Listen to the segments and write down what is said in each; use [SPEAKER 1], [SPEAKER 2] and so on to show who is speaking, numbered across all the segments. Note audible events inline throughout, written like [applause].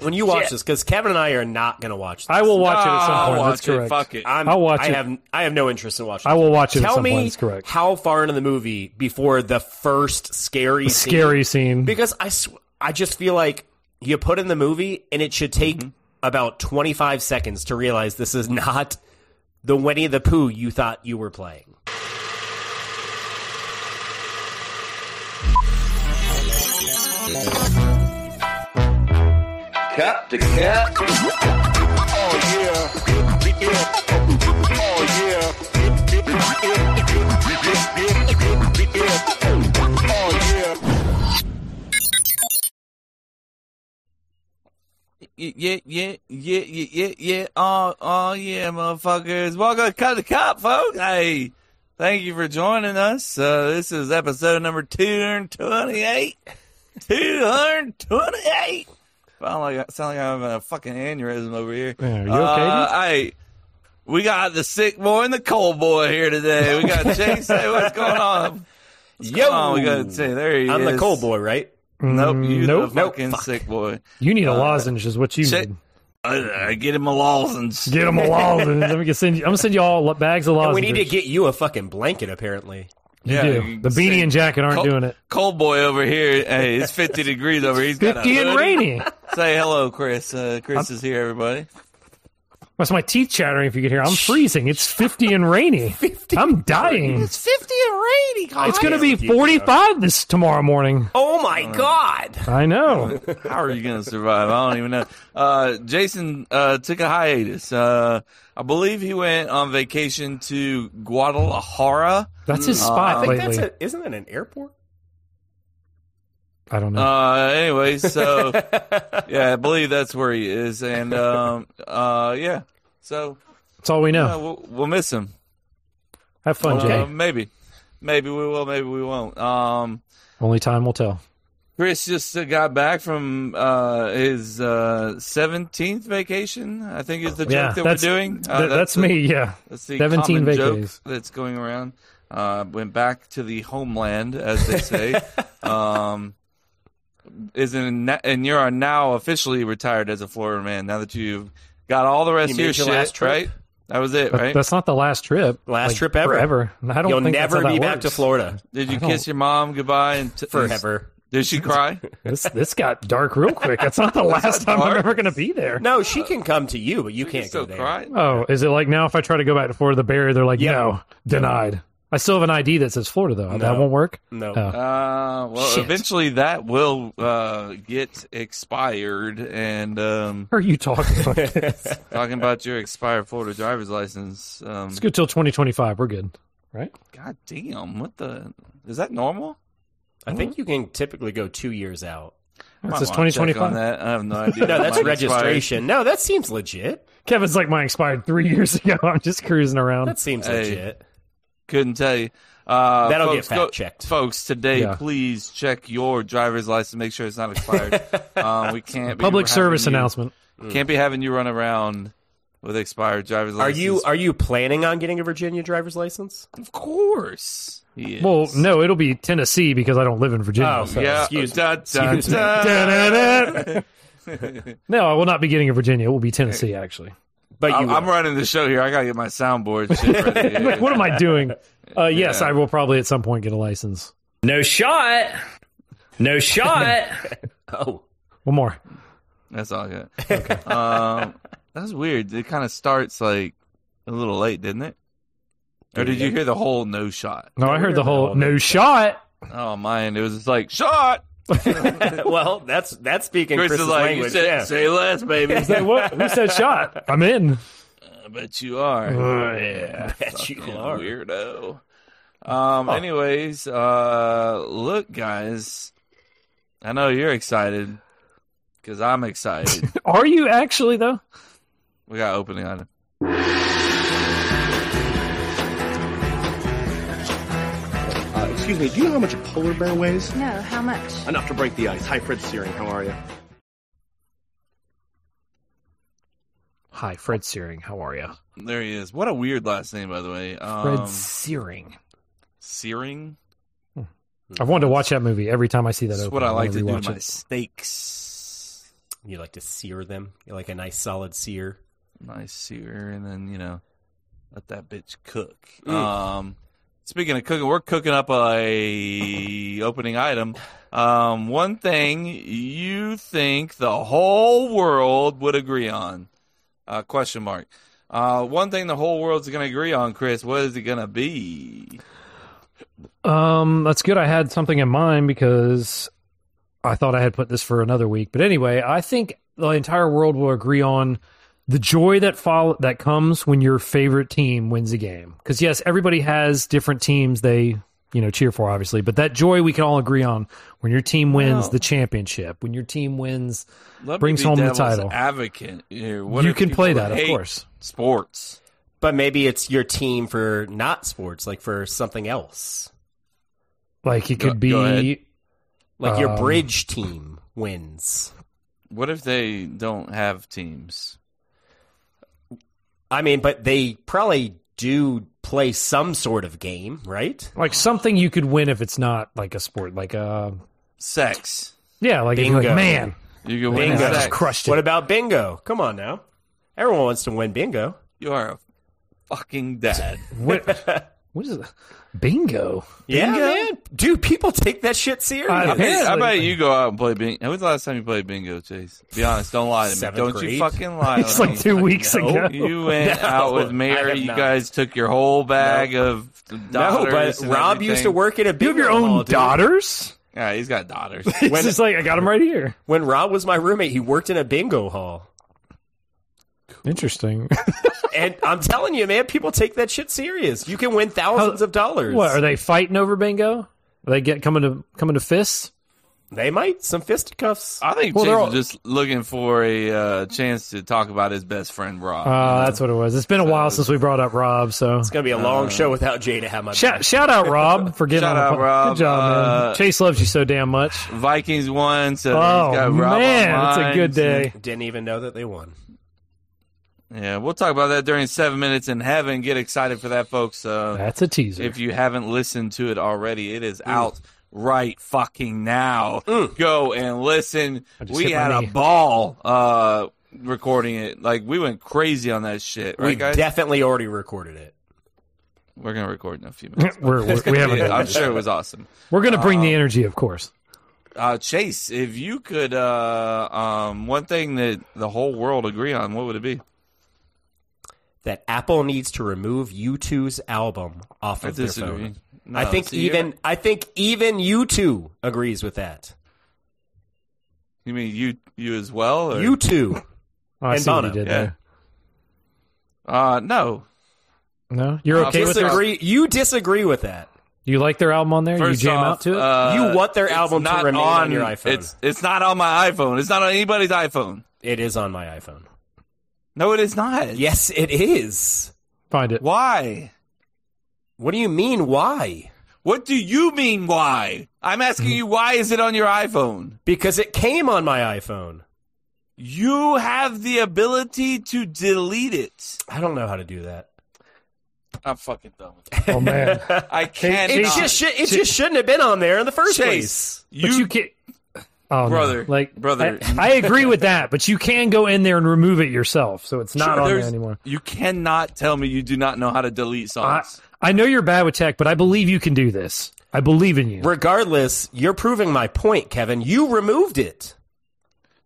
[SPEAKER 1] when you watch this, because Kevin and I are not going to watch this.
[SPEAKER 2] I will watch it at some
[SPEAKER 3] I'll
[SPEAKER 2] point.
[SPEAKER 3] Ah, watch
[SPEAKER 2] That's correct.
[SPEAKER 3] it. Fuck it.
[SPEAKER 1] I'm,
[SPEAKER 2] I'll watch
[SPEAKER 1] I
[SPEAKER 2] it.
[SPEAKER 1] Have, I have no interest in watching.
[SPEAKER 2] I will
[SPEAKER 1] this.
[SPEAKER 2] watch it at
[SPEAKER 1] Tell
[SPEAKER 2] some
[SPEAKER 1] me
[SPEAKER 2] point. That's correct.
[SPEAKER 1] how far into the movie before the first scary scene-
[SPEAKER 2] Scary scene.
[SPEAKER 1] Because I, sw- I just feel like you put in the movie and it should take
[SPEAKER 2] Mm-hmm.
[SPEAKER 1] about 25 seconds to realize this is not the Winnie the Pooh you thought you were playing.
[SPEAKER 4] Cap to cap.
[SPEAKER 3] Yeah, yeah, yeah, yeah, yeah, yeah, yeah. Oh, oh, yeah, motherfuckers. Welcome to Cut the Cop, folks. Hey, thank you for joining us. Uh, this is episode number 228. 228. Sound like, sound like I'm having a fucking aneurysm over here.
[SPEAKER 2] Yeah, you okay,
[SPEAKER 3] Uh, hey, we got the sick boy and the cold boy here today.
[SPEAKER 2] [laughs]
[SPEAKER 3] We got Chase. hey, what's going on?
[SPEAKER 1] Yo,
[SPEAKER 3] Oh, we got Chase. There he
[SPEAKER 1] I'm
[SPEAKER 3] is.
[SPEAKER 1] the cold boy, right?
[SPEAKER 3] Nope,
[SPEAKER 2] Mm,
[SPEAKER 3] you
[SPEAKER 2] nope.
[SPEAKER 3] the
[SPEAKER 1] Nope,
[SPEAKER 3] fucking
[SPEAKER 1] fuck.
[SPEAKER 3] sick boy.
[SPEAKER 2] You need a lozenge, is what you
[SPEAKER 3] shit.
[SPEAKER 2] need.
[SPEAKER 3] I, I get him a lozenge.
[SPEAKER 1] [laughs]
[SPEAKER 2] Get him a lozenge. Let me get send you. I'm gonna send you all lo- bags of
[SPEAKER 1] And we
[SPEAKER 2] lozenges.
[SPEAKER 1] need to get you a fucking blanket, apparently.
[SPEAKER 2] You
[SPEAKER 3] Yeah,
[SPEAKER 2] do.
[SPEAKER 3] you
[SPEAKER 2] The
[SPEAKER 3] can
[SPEAKER 2] beanie
[SPEAKER 3] send-
[SPEAKER 2] and jacket aren't
[SPEAKER 3] Cold-
[SPEAKER 2] doing it.
[SPEAKER 3] Cold boy over here. Hey, it's 50 degrees over. here. He's got a
[SPEAKER 2] Fifty and
[SPEAKER 3] hoodie.
[SPEAKER 2] rainy.
[SPEAKER 3] Say hello, Chris. Uh, Chris is here, everybody.
[SPEAKER 2] That's my teeth chattering. If you could hear, I'm freezing. It's fifty and
[SPEAKER 3] [laughs]
[SPEAKER 2] rainy. I'm dying. It's
[SPEAKER 1] 50 and rainy,
[SPEAKER 2] It's gonna be forty five this tomorrow morning.
[SPEAKER 1] Oh my
[SPEAKER 2] Uh,
[SPEAKER 1] god!
[SPEAKER 2] I
[SPEAKER 3] [laughs]
[SPEAKER 2] know.
[SPEAKER 3] How are you going to survive? I don't even know. Uh, Jason uh, took a hiatus. Uh, I believe he went on vacation to Guadalajara.
[SPEAKER 2] That's his
[SPEAKER 3] Uh,
[SPEAKER 2] spot
[SPEAKER 3] I
[SPEAKER 1] I think
[SPEAKER 2] lately.
[SPEAKER 1] that's a, isn't that an airport?
[SPEAKER 2] I don't know.
[SPEAKER 3] Uh,
[SPEAKER 2] [laughs]
[SPEAKER 3] anyway, so yeah, I believe that's where he is, and um, uh, yeah. So
[SPEAKER 2] that's all we know.
[SPEAKER 3] uh, we'll, we'll miss him.
[SPEAKER 2] Have fun,
[SPEAKER 3] Uh,
[SPEAKER 2] Jay.
[SPEAKER 3] maybe, maybe we will. Maybe we won't. Um,
[SPEAKER 2] Only time will tell.
[SPEAKER 3] Chris just uh, got back from uh, his uh, 17th vacation. I think is the joke
[SPEAKER 2] Yeah,
[SPEAKER 3] that we're
[SPEAKER 2] that's-
[SPEAKER 3] doing. Uh,
[SPEAKER 2] Th- that's,
[SPEAKER 3] the-
[SPEAKER 2] me. Yeah.
[SPEAKER 3] That's the
[SPEAKER 2] 17
[SPEAKER 3] common
[SPEAKER 2] vacays.
[SPEAKER 3] joke that's going around. Uh, went back to the homeland, as
[SPEAKER 2] [laughs]
[SPEAKER 3] they say. um, is in, and you are now officially retired as a Florida man. Now that you've got all the rest
[SPEAKER 1] You
[SPEAKER 3] of your
[SPEAKER 1] made your
[SPEAKER 3] shit,
[SPEAKER 1] last trip?
[SPEAKER 3] right? That was it,
[SPEAKER 2] But
[SPEAKER 3] right?
[SPEAKER 2] That's not the last trip.
[SPEAKER 1] Last trip ever.
[SPEAKER 2] Forever. And I don't
[SPEAKER 1] You'll
[SPEAKER 2] think that's
[SPEAKER 1] never
[SPEAKER 2] how that
[SPEAKER 1] be back
[SPEAKER 2] works.
[SPEAKER 1] to Florida
[SPEAKER 3] Did you
[SPEAKER 2] I don't-
[SPEAKER 3] kiss your mom goodbye and t-
[SPEAKER 1] forever.
[SPEAKER 3] Did
[SPEAKER 1] [laughs]
[SPEAKER 3] she cry?
[SPEAKER 2] [laughs] This this got dark real quick. That's not the last time I'm
[SPEAKER 3] dark.
[SPEAKER 2] ever going to be there.
[SPEAKER 1] No, she can come to you, but you can't
[SPEAKER 3] still
[SPEAKER 1] go there.
[SPEAKER 3] cry.
[SPEAKER 2] Oh, is it like now if I try to go back to Florida, the barrier, they're like,
[SPEAKER 1] Yeah.
[SPEAKER 2] no, denied. I still have an ID that says Florida, though.
[SPEAKER 1] No.
[SPEAKER 2] That
[SPEAKER 1] [laughs]
[SPEAKER 2] won't work?
[SPEAKER 1] No.
[SPEAKER 2] Oh.
[SPEAKER 3] Uh, well,
[SPEAKER 2] Shit.
[SPEAKER 3] eventually that will uh, get expired. And um,
[SPEAKER 2] Who Are you talking? [laughs] about? Let's
[SPEAKER 3] talking about your expired Florida driver's license, um,
[SPEAKER 2] go till 2025. We're good. Right?
[SPEAKER 3] god damn, what the is that normal?
[SPEAKER 1] I think you can typically go two years out.
[SPEAKER 3] [laughs] I
[SPEAKER 2] It
[SPEAKER 3] might
[SPEAKER 2] says
[SPEAKER 3] wanna check on
[SPEAKER 2] 2025.
[SPEAKER 3] That I
[SPEAKER 1] [laughs]
[SPEAKER 3] have no idea.
[SPEAKER 1] No, that's
[SPEAKER 3] Mine
[SPEAKER 1] registration. No, that seems legit.
[SPEAKER 2] Kevin's like, mine expired three [laughs] years ago. I'm just cruising around.
[SPEAKER 1] That seems
[SPEAKER 3] Hey.
[SPEAKER 1] legit.
[SPEAKER 3] expired. Couldn't tell you. Uh,
[SPEAKER 1] That'll
[SPEAKER 3] folks,
[SPEAKER 1] get
[SPEAKER 3] go-
[SPEAKER 1] fact checked.
[SPEAKER 3] Folks, today,
[SPEAKER 2] Yeah.
[SPEAKER 3] please check your driver's license. Make sure it's
[SPEAKER 1] [laughs]
[SPEAKER 3] not expired. um, we can't. Be
[SPEAKER 2] Public
[SPEAKER 3] having
[SPEAKER 2] service
[SPEAKER 3] you-
[SPEAKER 2] announcement.
[SPEAKER 3] Can't be having you run around with expired driver's
[SPEAKER 1] Are
[SPEAKER 3] license.
[SPEAKER 1] you are you planning on getting a Virginia driver's license?
[SPEAKER 3] Of course. Yes.
[SPEAKER 2] Well, no, it'll be Tennessee because I don't live in Virginia.
[SPEAKER 1] Oh,
[SPEAKER 2] so-
[SPEAKER 1] So,
[SPEAKER 3] yeah.
[SPEAKER 1] excuse me.
[SPEAKER 3] Dun, dun,
[SPEAKER 1] Excuse me.
[SPEAKER 3] dun.
[SPEAKER 2] [laughs] No, I will not be getting a Virginia. It will be Tennessee, actually.
[SPEAKER 1] But you
[SPEAKER 3] I'm, I'm
[SPEAKER 1] will.
[SPEAKER 3] running the show here. I gotta get my soundboard.
[SPEAKER 1] [laughs]
[SPEAKER 3] Shit ready here.
[SPEAKER 2] What am I doing? Uh, yes, I will probably at some point get a license.
[SPEAKER 5] No shot. No shot.
[SPEAKER 1] oh.
[SPEAKER 2] One more.
[SPEAKER 3] That's all I got. um, that was weird. It kind of starts like a little late, didn't it? Or did you hear the whole no shot?
[SPEAKER 2] No, I heard the whole no shot.
[SPEAKER 3] Oh man, it was just like shot.
[SPEAKER 1] [laughs] well, that's that's speaking
[SPEAKER 3] Chris
[SPEAKER 1] Chris's
[SPEAKER 3] is like, you
[SPEAKER 1] language.
[SPEAKER 3] said,
[SPEAKER 1] yeah.
[SPEAKER 3] say less, baby.
[SPEAKER 1] [laughs]
[SPEAKER 2] Hey, what? Who said shot? Oh, I'm in.
[SPEAKER 3] I bet you are. [laughs] yeah,
[SPEAKER 1] bet you
[SPEAKER 3] Fucking
[SPEAKER 1] are.
[SPEAKER 3] weirdo. Um. Anyways, uh, look, guys, I know you're excited because
[SPEAKER 2] [laughs]
[SPEAKER 3] I'm excited.
[SPEAKER 2] Are you actually though?
[SPEAKER 3] we got opening on it.
[SPEAKER 6] Uh, excuse me, do you know how much a polar bear weighs?
[SPEAKER 7] No, how much?
[SPEAKER 6] Enough to break the ice. Hi, Fred Searing. How are you?
[SPEAKER 2] Hi, Fred Searing. How are you?
[SPEAKER 3] There he is. What a weird last name, by the way.
[SPEAKER 2] Fred
[SPEAKER 3] Um,
[SPEAKER 2] Searing.
[SPEAKER 3] Searing.
[SPEAKER 2] I've wanted to watch that movie every time I see that.
[SPEAKER 3] That's
[SPEAKER 2] open.
[SPEAKER 3] what I
[SPEAKER 2] wanna
[SPEAKER 3] like to do
[SPEAKER 2] rewatch
[SPEAKER 3] with my
[SPEAKER 2] it.
[SPEAKER 3] steaks.
[SPEAKER 1] You like to sear them, You like a nice solid sear.
[SPEAKER 3] nice sear, and then you know, let that bitch cook. Um, speaking of cooking, we're cooking up a opening item. Um, one thing you think the whole world would agree on? Uh, question mark. Uh, one thing the whole world's gonna agree on, Chris. What is it gonna be?
[SPEAKER 2] Um, that's good. I had something in mind because I thought I had put this for another week. But anyway, I think the entire world will agree on the joy that follow that comes when your favorite team wins a game. Because yes, everybody has different teams they you know cheer for, obviously. But that joy we can all agree on when your team wins
[SPEAKER 3] Well-
[SPEAKER 2] the championship, when your team wins,
[SPEAKER 3] Let me
[SPEAKER 2] Brings
[SPEAKER 3] be
[SPEAKER 2] home the
[SPEAKER 3] devil's
[SPEAKER 2] title.
[SPEAKER 3] Advocate. Here. What
[SPEAKER 2] you
[SPEAKER 3] if
[SPEAKER 2] can play
[SPEAKER 3] people
[SPEAKER 2] that, of
[SPEAKER 3] hate
[SPEAKER 2] course.
[SPEAKER 3] Sports.
[SPEAKER 1] But maybe it's your team for not sports, like for something else.
[SPEAKER 2] Like it
[SPEAKER 3] Go-
[SPEAKER 2] could
[SPEAKER 3] go ahead.
[SPEAKER 2] be
[SPEAKER 1] Like your
[SPEAKER 2] Um,
[SPEAKER 1] bridge team wins.
[SPEAKER 3] What if they don't have teams?
[SPEAKER 1] I mean, but they probably do play some sort of game, right?
[SPEAKER 2] like something you could win if it's not like a sport, like uh
[SPEAKER 3] Sex.
[SPEAKER 2] yeah, like, if you're like
[SPEAKER 1] Bingo.
[SPEAKER 2] man,
[SPEAKER 3] You can win
[SPEAKER 1] Bingo.
[SPEAKER 2] I just
[SPEAKER 3] sex.
[SPEAKER 2] crushed it.
[SPEAKER 1] What about bingo? Come on now. Everyone wants to win bingo.
[SPEAKER 3] You are a fucking [laughs] dad.
[SPEAKER 2] What, what is it? Bingo.
[SPEAKER 1] Yeah, man. Dude, people take that shit
[SPEAKER 2] I-
[SPEAKER 1] serious.
[SPEAKER 3] Hey, I
[SPEAKER 2] Apparently.
[SPEAKER 3] bet you go out and play bingo. When's the last time you played bingo, Chase? Be honest. Don't lie to me.
[SPEAKER 1] Seventh
[SPEAKER 3] Don't
[SPEAKER 1] grade.
[SPEAKER 3] you fucking
[SPEAKER 2] [laughs]
[SPEAKER 3] lie.
[SPEAKER 2] It's
[SPEAKER 3] to
[SPEAKER 2] like
[SPEAKER 3] me.
[SPEAKER 2] two weeks ago.
[SPEAKER 3] You went
[SPEAKER 1] No,
[SPEAKER 3] out with
[SPEAKER 1] I
[SPEAKER 3] Mary.
[SPEAKER 1] have
[SPEAKER 3] You
[SPEAKER 1] not.
[SPEAKER 3] guys took your whole bag of
[SPEAKER 1] no,
[SPEAKER 3] daughters.
[SPEAKER 1] but
[SPEAKER 3] and
[SPEAKER 1] Rob used to
[SPEAKER 3] everything.
[SPEAKER 1] work at a bingo
[SPEAKER 2] You have your own
[SPEAKER 1] hall, dude.
[SPEAKER 2] daughters?
[SPEAKER 3] Yeah, he's got daughters.
[SPEAKER 2] It's just like, I got them right here.
[SPEAKER 1] When Rob was my roommate, he worked in a bingo hall.
[SPEAKER 2] Interesting.
[SPEAKER 1] And I'm telling you, man, people take that shit serious. You can win thousands of dollars.
[SPEAKER 2] [laughs] what, are they fighting over bingo? Are they get coming to coming to fists?
[SPEAKER 1] They might some fisticuffs.
[SPEAKER 3] I think
[SPEAKER 2] Well,
[SPEAKER 3] Chase
[SPEAKER 2] they're
[SPEAKER 3] was
[SPEAKER 2] all-
[SPEAKER 3] just looking for a uh, chance to talk about his best friend Rob.
[SPEAKER 2] Uh, that's what it was. It's been a while since we brought up Rob, so
[SPEAKER 1] It's gonna be a
[SPEAKER 3] uh,
[SPEAKER 1] long show without Jada. Have my
[SPEAKER 2] shout, shout out Rob for getting on
[SPEAKER 3] Shout
[SPEAKER 2] the
[SPEAKER 3] out,
[SPEAKER 2] pod-
[SPEAKER 3] Rob.
[SPEAKER 2] Good job, man.
[SPEAKER 3] Uh,
[SPEAKER 2] Chase loves you so damn much.
[SPEAKER 3] Vikings won, so
[SPEAKER 2] Oh
[SPEAKER 3] he's got Rob
[SPEAKER 2] man, it's a
[SPEAKER 3] online.
[SPEAKER 2] good day.
[SPEAKER 1] Didn't even know that they won.
[SPEAKER 3] Yeah, we'll talk about that during seven minutes in heaven. Get excited for that, folks. Uh,
[SPEAKER 2] That's a teaser.
[SPEAKER 3] If you haven't listened to it already, it is out right fucking now. Go and listen.
[SPEAKER 2] just
[SPEAKER 3] We
[SPEAKER 2] hit my
[SPEAKER 3] had
[SPEAKER 2] knee.
[SPEAKER 3] a ball uh, recording it. Like we went crazy on that shit, right,
[SPEAKER 1] we
[SPEAKER 3] guys?
[SPEAKER 1] definitely already recorded it.
[SPEAKER 3] We're gonna record in a few
[SPEAKER 2] [laughs]
[SPEAKER 3] minutes.
[SPEAKER 2] [laughs] we're, we're, we haven't.
[SPEAKER 3] [laughs] Yeah,
[SPEAKER 2] done
[SPEAKER 3] I'm
[SPEAKER 2] it.
[SPEAKER 3] sure it was awesome.
[SPEAKER 2] We're going to bring the energy, of course.
[SPEAKER 3] Uh, Chase, if you could, uh, um, one thing that the whole world agree on, what would it be?
[SPEAKER 1] That Apple needs to remove U2's album off
[SPEAKER 3] I
[SPEAKER 1] of their
[SPEAKER 3] disagree.
[SPEAKER 1] phone.
[SPEAKER 3] No,
[SPEAKER 1] I think
[SPEAKER 3] see,
[SPEAKER 1] even I think even U2 agrees with that.
[SPEAKER 3] you mean you you as well. Or? [laughs]
[SPEAKER 1] U2.
[SPEAKER 2] Oh, I
[SPEAKER 1] And
[SPEAKER 2] see what
[SPEAKER 1] Bono,
[SPEAKER 2] you did
[SPEAKER 3] yeah.
[SPEAKER 2] there.
[SPEAKER 3] Uh, no.
[SPEAKER 2] No, you're
[SPEAKER 3] Uh,
[SPEAKER 2] okay with that?
[SPEAKER 1] disagree. You disagree with that.
[SPEAKER 2] You like their album on there?
[SPEAKER 3] First
[SPEAKER 2] you jam
[SPEAKER 3] off,
[SPEAKER 2] out to it?
[SPEAKER 3] uh,
[SPEAKER 1] You want their
[SPEAKER 3] it's
[SPEAKER 1] album to
[SPEAKER 3] not
[SPEAKER 1] remain on your iPhone.
[SPEAKER 3] It's it's not on my iPhone. It's not on anybody's iPhone.
[SPEAKER 1] It is on my iPhone.
[SPEAKER 3] No, it is not.
[SPEAKER 1] Yes, it is.
[SPEAKER 2] Find it.
[SPEAKER 3] Why?
[SPEAKER 1] What do you mean? Why?
[SPEAKER 3] What do you mean? Why? I'm asking you. Why is it on your iPhone?
[SPEAKER 1] Because it came on my iPhone.
[SPEAKER 3] You have the ability to delete it.
[SPEAKER 1] I don't know how to do that.
[SPEAKER 3] I'm fucking done with it.
[SPEAKER 2] Oh
[SPEAKER 3] [laughs]
[SPEAKER 2] man,
[SPEAKER 3] I can't.
[SPEAKER 1] It just should, it just shouldn't have been on there in the first
[SPEAKER 3] Chase.
[SPEAKER 1] place.
[SPEAKER 2] but you,
[SPEAKER 3] You,
[SPEAKER 2] can. Oh, no.
[SPEAKER 3] Brother,
[SPEAKER 2] like
[SPEAKER 3] brother.
[SPEAKER 2] I, I agree with that, but you can go in there and remove it yourself, so it's not on there
[SPEAKER 3] there's-
[SPEAKER 2] anymore.
[SPEAKER 3] you cannot tell me you do not know how to delete
[SPEAKER 2] I,
[SPEAKER 3] songs.
[SPEAKER 2] I know you're bad with tech, but I believe you can do this. I believe in you.
[SPEAKER 1] Regardless, you're proving my point, Kevin. You removed it,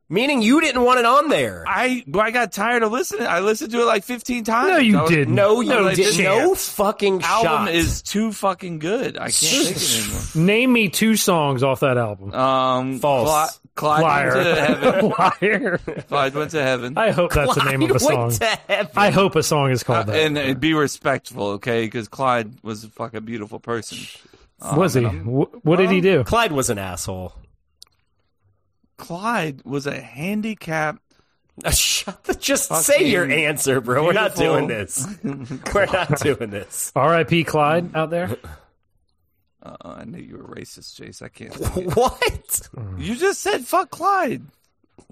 [SPEAKER 1] meaning you didn't want it on there.
[SPEAKER 3] I well, I got tired of listening. I listened to it like 15 times.
[SPEAKER 2] no, you
[SPEAKER 3] I was-
[SPEAKER 2] didn't.
[SPEAKER 1] no, you
[SPEAKER 3] No
[SPEAKER 1] didn't. No
[SPEAKER 2] chance.
[SPEAKER 1] fucking
[SPEAKER 3] Album
[SPEAKER 1] shot.
[SPEAKER 3] is too fucking good. I can't take it
[SPEAKER 2] [laughs]
[SPEAKER 3] anymore.
[SPEAKER 2] Name me two songs off that album.
[SPEAKER 3] Um,
[SPEAKER 1] False.
[SPEAKER 3] Cli- Clyde went to
[SPEAKER 2] Liar,
[SPEAKER 3] heaven.
[SPEAKER 2] [laughs] liar.
[SPEAKER 3] Clyde went to
[SPEAKER 2] [laughs]
[SPEAKER 3] heaven.
[SPEAKER 2] I hope that's the name of a song.
[SPEAKER 1] Went to heaven.
[SPEAKER 2] I hope a song is called that.
[SPEAKER 3] and uh, be respectful, okay? Because Clyde was a fucking beautiful person.
[SPEAKER 2] was
[SPEAKER 3] Oh,
[SPEAKER 2] he? Wh- what did he do?
[SPEAKER 1] Clyde was an asshole. [laughs]
[SPEAKER 3] Clyde was a handicapped.
[SPEAKER 1] Shut the, just
[SPEAKER 3] Fucking
[SPEAKER 1] say your answer, bro. We're not
[SPEAKER 3] beautiful.
[SPEAKER 1] doing this. We're not doing this.
[SPEAKER 2] R.I.P. Clyde out there. [laughs]
[SPEAKER 3] Uh, I knew you were racist, Chase.
[SPEAKER 2] [laughs]
[SPEAKER 3] I can't.
[SPEAKER 1] What?
[SPEAKER 3] you just said fuck Clyde.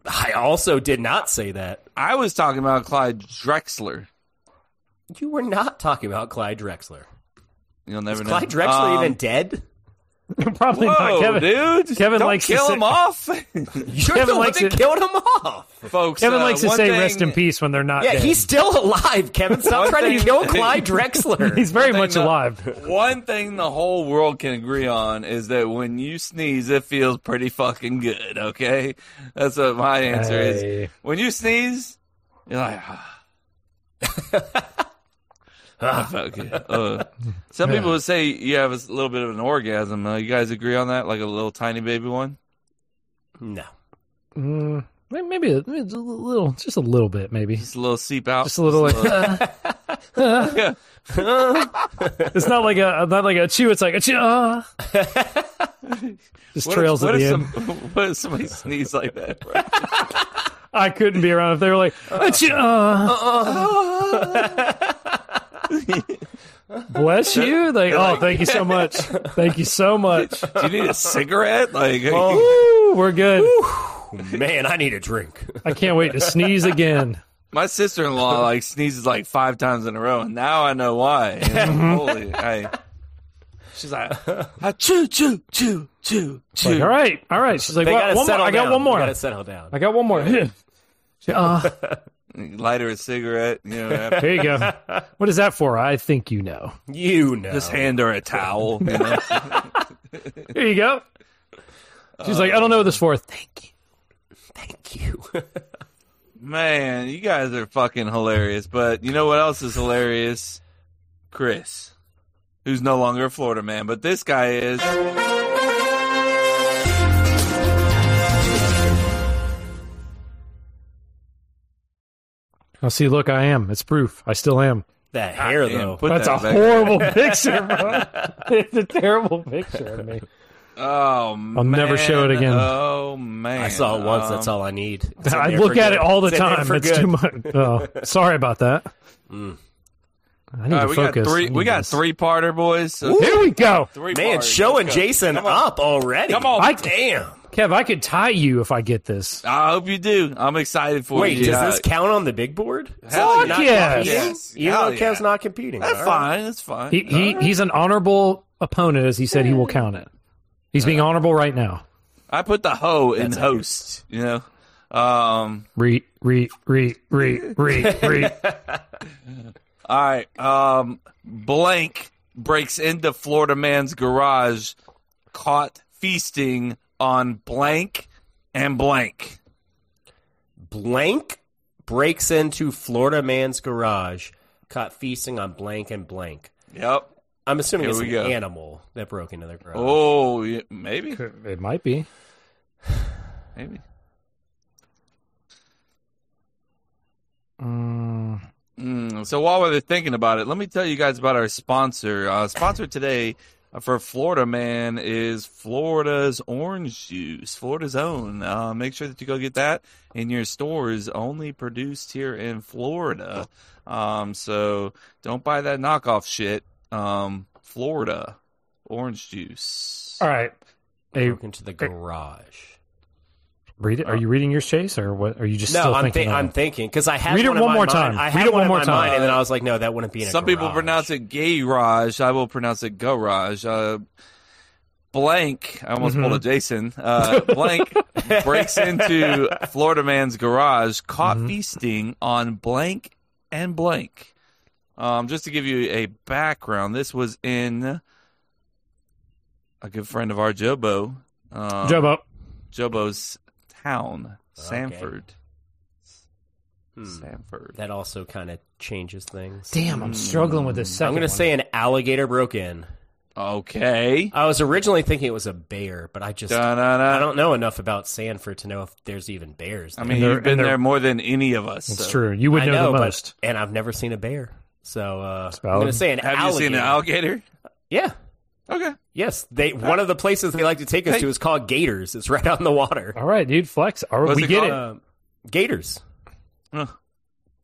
[SPEAKER 1] I also did not say that.
[SPEAKER 3] I was talking about Clyde Drexler.
[SPEAKER 1] You were not talking about Clyde Drexler.
[SPEAKER 3] You'll never
[SPEAKER 1] Is
[SPEAKER 3] know.
[SPEAKER 1] Clyde Drexler
[SPEAKER 3] Um,
[SPEAKER 1] even dead?
[SPEAKER 2] Probably
[SPEAKER 3] Whoa,
[SPEAKER 2] not [laughs] Kevin.
[SPEAKER 3] dude!
[SPEAKER 2] Kevin
[SPEAKER 3] Don't
[SPEAKER 2] likes to
[SPEAKER 3] kill
[SPEAKER 2] say-
[SPEAKER 3] him off, [laughs]
[SPEAKER 1] You're
[SPEAKER 2] Kevin
[SPEAKER 1] the one
[SPEAKER 2] likes
[SPEAKER 1] that
[SPEAKER 2] it-
[SPEAKER 1] killed him off.
[SPEAKER 3] folks.
[SPEAKER 2] Kevin
[SPEAKER 3] uh,
[SPEAKER 2] likes to
[SPEAKER 3] one
[SPEAKER 2] say
[SPEAKER 3] thing-
[SPEAKER 2] rest in peace when they're not
[SPEAKER 1] Yeah,
[SPEAKER 2] dead.
[SPEAKER 1] he's still alive, Kevin. Stop
[SPEAKER 3] One
[SPEAKER 1] trying to
[SPEAKER 3] thing-
[SPEAKER 1] kill Clyde Drexler.
[SPEAKER 2] [laughs] He's very
[SPEAKER 3] thing
[SPEAKER 2] much
[SPEAKER 3] that-
[SPEAKER 2] alive.
[SPEAKER 3] One thing the whole world can agree on is that when you sneeze, it feels pretty fucking good. Okay, that's what my answer
[SPEAKER 2] Hey.
[SPEAKER 3] is. When you sneeze, you're like, ah. [laughs] I felt good. Uh, some people would say you have a s- little bit of an orgasm. Uh, you guys agree on that? Like a little tiny baby one?
[SPEAKER 1] No.
[SPEAKER 2] Mm, may- maybe a, maybe a little, just a little bit, maybe.
[SPEAKER 3] Just a little seep out.
[SPEAKER 2] Just a little. Like,
[SPEAKER 3] [laughs] yeah.
[SPEAKER 2] [laughs] it's not like a not like a chew. It's like a chew. Uh,
[SPEAKER 1] [laughs]
[SPEAKER 2] just
[SPEAKER 3] What if-
[SPEAKER 2] [laughs] trails
[SPEAKER 3] what
[SPEAKER 2] at the
[SPEAKER 3] if
[SPEAKER 2] end.
[SPEAKER 3] some- [laughs] what if somebody sneezed like that? [laughs] bro?
[SPEAKER 2] I couldn't be around if they were like
[SPEAKER 1] Uh-uh.
[SPEAKER 2] a chew. Uh. Bless you. Like, oh, thank you so much. Thank you so
[SPEAKER 1] [laughs]
[SPEAKER 2] much.
[SPEAKER 3] Do you need a cigarette? Like,
[SPEAKER 2] Oh, Woo, we're good.
[SPEAKER 1] Man, I need a drink.
[SPEAKER 2] I can't wait to sneeze again.
[SPEAKER 3] My sister
[SPEAKER 2] [laughs]
[SPEAKER 3] in law like sneezes like five times in a row, and now I know why. And,
[SPEAKER 2] [laughs]
[SPEAKER 3] holy, I, she's like, I chew, chew, chew, chew, chew.
[SPEAKER 2] Like, all right, all right. She's like,
[SPEAKER 1] They
[SPEAKER 2] "Well,
[SPEAKER 1] gotta
[SPEAKER 2] one more.
[SPEAKER 1] settle
[SPEAKER 2] I got
[SPEAKER 1] down.
[SPEAKER 2] one more.
[SPEAKER 1] They gotta settle down.
[SPEAKER 2] I got one more. She- uh,
[SPEAKER 3] Light her a cigarette, you
[SPEAKER 2] [laughs]
[SPEAKER 3] know, after-
[SPEAKER 2] there you
[SPEAKER 3] [laughs]
[SPEAKER 2] go. What is that for? I think you know.
[SPEAKER 1] You know.
[SPEAKER 3] just hand her a towel.
[SPEAKER 2] [laughs]
[SPEAKER 3] You know?
[SPEAKER 2] Here you go. She's like, I don't know what this for. Thank you.
[SPEAKER 1] Thank you.
[SPEAKER 3] Man, you guys are fucking hilarious. But you know what else is hilarious? Chris, who's no longer a Florida man, but this guy is.
[SPEAKER 2] Oh, see, look, I am. It's proof. I still am.
[SPEAKER 1] that hair,
[SPEAKER 3] Damn,
[SPEAKER 1] though.
[SPEAKER 3] put
[SPEAKER 2] That's a
[SPEAKER 3] that back.
[SPEAKER 2] horrible
[SPEAKER 3] [laughs]
[SPEAKER 2] picture, bro. It's a terrible picture of me.
[SPEAKER 3] Oh,
[SPEAKER 2] I'll never show it
[SPEAKER 3] man.
[SPEAKER 2] again.
[SPEAKER 3] Oh man,
[SPEAKER 1] I saw it once.
[SPEAKER 3] Um,
[SPEAKER 1] that's all I
[SPEAKER 2] [laughs]
[SPEAKER 1] need. It's in
[SPEAKER 2] I
[SPEAKER 1] there
[SPEAKER 2] look
[SPEAKER 1] for
[SPEAKER 2] at
[SPEAKER 1] good.
[SPEAKER 2] it all the
[SPEAKER 1] in there
[SPEAKER 2] time.
[SPEAKER 1] for
[SPEAKER 2] It's
[SPEAKER 1] good.
[SPEAKER 2] too much.
[SPEAKER 3] [laughs]
[SPEAKER 2] Oh, sorry about that. I need
[SPEAKER 3] Mm. All right,
[SPEAKER 2] to
[SPEAKER 3] we
[SPEAKER 2] focus.
[SPEAKER 3] got
[SPEAKER 2] I
[SPEAKER 3] three.
[SPEAKER 2] need
[SPEAKER 3] We got
[SPEAKER 2] this.
[SPEAKER 3] three parter boys. So
[SPEAKER 2] Here we go,
[SPEAKER 3] three
[SPEAKER 1] Man,
[SPEAKER 3] parters.
[SPEAKER 1] showing
[SPEAKER 3] Let's go.
[SPEAKER 1] Jason up already.
[SPEAKER 3] Come on.
[SPEAKER 2] I-
[SPEAKER 1] damn.
[SPEAKER 2] Kev. I could tie you if I get this.
[SPEAKER 3] I hope you do. I'm excited for
[SPEAKER 1] Wait,
[SPEAKER 3] you.
[SPEAKER 1] does
[SPEAKER 3] Yeah.
[SPEAKER 1] this count on the big board?
[SPEAKER 3] Hell
[SPEAKER 2] Fuck
[SPEAKER 3] yeah.
[SPEAKER 2] yes.
[SPEAKER 3] Yes.
[SPEAKER 1] Even
[SPEAKER 3] Hell
[SPEAKER 1] though
[SPEAKER 3] yeah.
[SPEAKER 1] Kev's not competing.
[SPEAKER 3] That's
[SPEAKER 1] All right.
[SPEAKER 3] fine. That's fine.
[SPEAKER 2] He, he he's an honorable opponent, as he said he will count it. He's being honorable right now.
[SPEAKER 3] I put the hoe in host. You know. Um.
[SPEAKER 2] Re re re re re re.
[SPEAKER 3] All right. Um. Blank breaks into Florida man's garage, caught feasting on blank and blank.
[SPEAKER 1] Blank breaks into Florida man's garage, caught feasting on blank and blank.
[SPEAKER 3] Yep.
[SPEAKER 1] I'm assuming
[SPEAKER 3] Here
[SPEAKER 1] it's
[SPEAKER 3] we
[SPEAKER 1] an
[SPEAKER 3] go.
[SPEAKER 1] animal that broke into their garage.
[SPEAKER 3] Oh, yeah, maybe.
[SPEAKER 2] [laughs] It might be.
[SPEAKER 3] Maybe.
[SPEAKER 2] Mm,
[SPEAKER 3] Mm, so while we're thinking about it, let me tell you guys about our sponsor. Uh, sponsor today uh, for Florida Man is Florida's orange juice, Florida's own. Uh, make sure that you go get that in your stores, only produced here in Florida. Um, so don't buy that knockoff shit. Um, Florida orange juice.
[SPEAKER 2] all right. Hey,
[SPEAKER 1] broke into the garage.
[SPEAKER 2] read it. Are you reading yours, Chase, or what? Are you just
[SPEAKER 1] No,
[SPEAKER 2] still
[SPEAKER 1] I'm,
[SPEAKER 2] thinking?
[SPEAKER 1] thi-
[SPEAKER 2] of
[SPEAKER 1] I'm
[SPEAKER 2] it?
[SPEAKER 1] thinking because I had
[SPEAKER 2] Read it
[SPEAKER 1] one in
[SPEAKER 2] one
[SPEAKER 1] my
[SPEAKER 2] more
[SPEAKER 1] mind.
[SPEAKER 2] time.
[SPEAKER 1] I
[SPEAKER 2] Read
[SPEAKER 1] had
[SPEAKER 2] it one
[SPEAKER 1] one in
[SPEAKER 2] more
[SPEAKER 1] my
[SPEAKER 2] time.
[SPEAKER 1] mind, and then I was like, no, that wouldn't be. In a
[SPEAKER 3] Some people
[SPEAKER 1] garage.
[SPEAKER 3] pronounce it garage. I will pronounce it garage. Uh, blank. I
[SPEAKER 1] Mm-hmm.
[SPEAKER 3] almost pulled a Jason.
[SPEAKER 1] [laughs]
[SPEAKER 3] Uh, blank breaks into Florida man's garage, caught
[SPEAKER 1] Mm-hmm.
[SPEAKER 3] feasting on blank and blank. Um, just to give you a background, this was in a good friend of our Jobo. Uh,
[SPEAKER 2] Jobo.
[SPEAKER 3] Jobo's town, Sanford.
[SPEAKER 1] Hmm.
[SPEAKER 3] Sanford.
[SPEAKER 1] That also kind of changes things.
[SPEAKER 2] Damn, I'm struggling with this 2nd
[SPEAKER 1] I'm gonna
[SPEAKER 2] one.
[SPEAKER 1] say an alligator broke in.
[SPEAKER 3] Okay.
[SPEAKER 1] I was originally thinking it was a bear, but I just
[SPEAKER 3] Da-na-na.
[SPEAKER 1] I don't know enough about Sanford to know if there's even bears.
[SPEAKER 3] I
[SPEAKER 1] there.
[SPEAKER 3] mean,
[SPEAKER 2] they're-
[SPEAKER 3] you've been
[SPEAKER 2] and they're-
[SPEAKER 3] there more than any of us.
[SPEAKER 2] It's
[SPEAKER 3] so.
[SPEAKER 2] true. You would
[SPEAKER 1] I
[SPEAKER 2] know,
[SPEAKER 1] know,
[SPEAKER 2] the
[SPEAKER 1] but-
[SPEAKER 2] most.
[SPEAKER 1] and I've never seen a bear, so uh, I'm
[SPEAKER 2] valid.
[SPEAKER 1] gonna say an
[SPEAKER 3] Have
[SPEAKER 1] alligator.
[SPEAKER 3] you seen an alligator?
[SPEAKER 1] Yeah.
[SPEAKER 3] Okay.
[SPEAKER 1] Yes, they. One of the places they like to take us
[SPEAKER 3] Hey.
[SPEAKER 1] to is called Gators. It's right on the water.
[SPEAKER 2] All right, dude. Flex. All right,
[SPEAKER 3] What's
[SPEAKER 2] we
[SPEAKER 3] it
[SPEAKER 2] get
[SPEAKER 3] called?
[SPEAKER 2] it.
[SPEAKER 1] Um, gators.
[SPEAKER 3] Huh.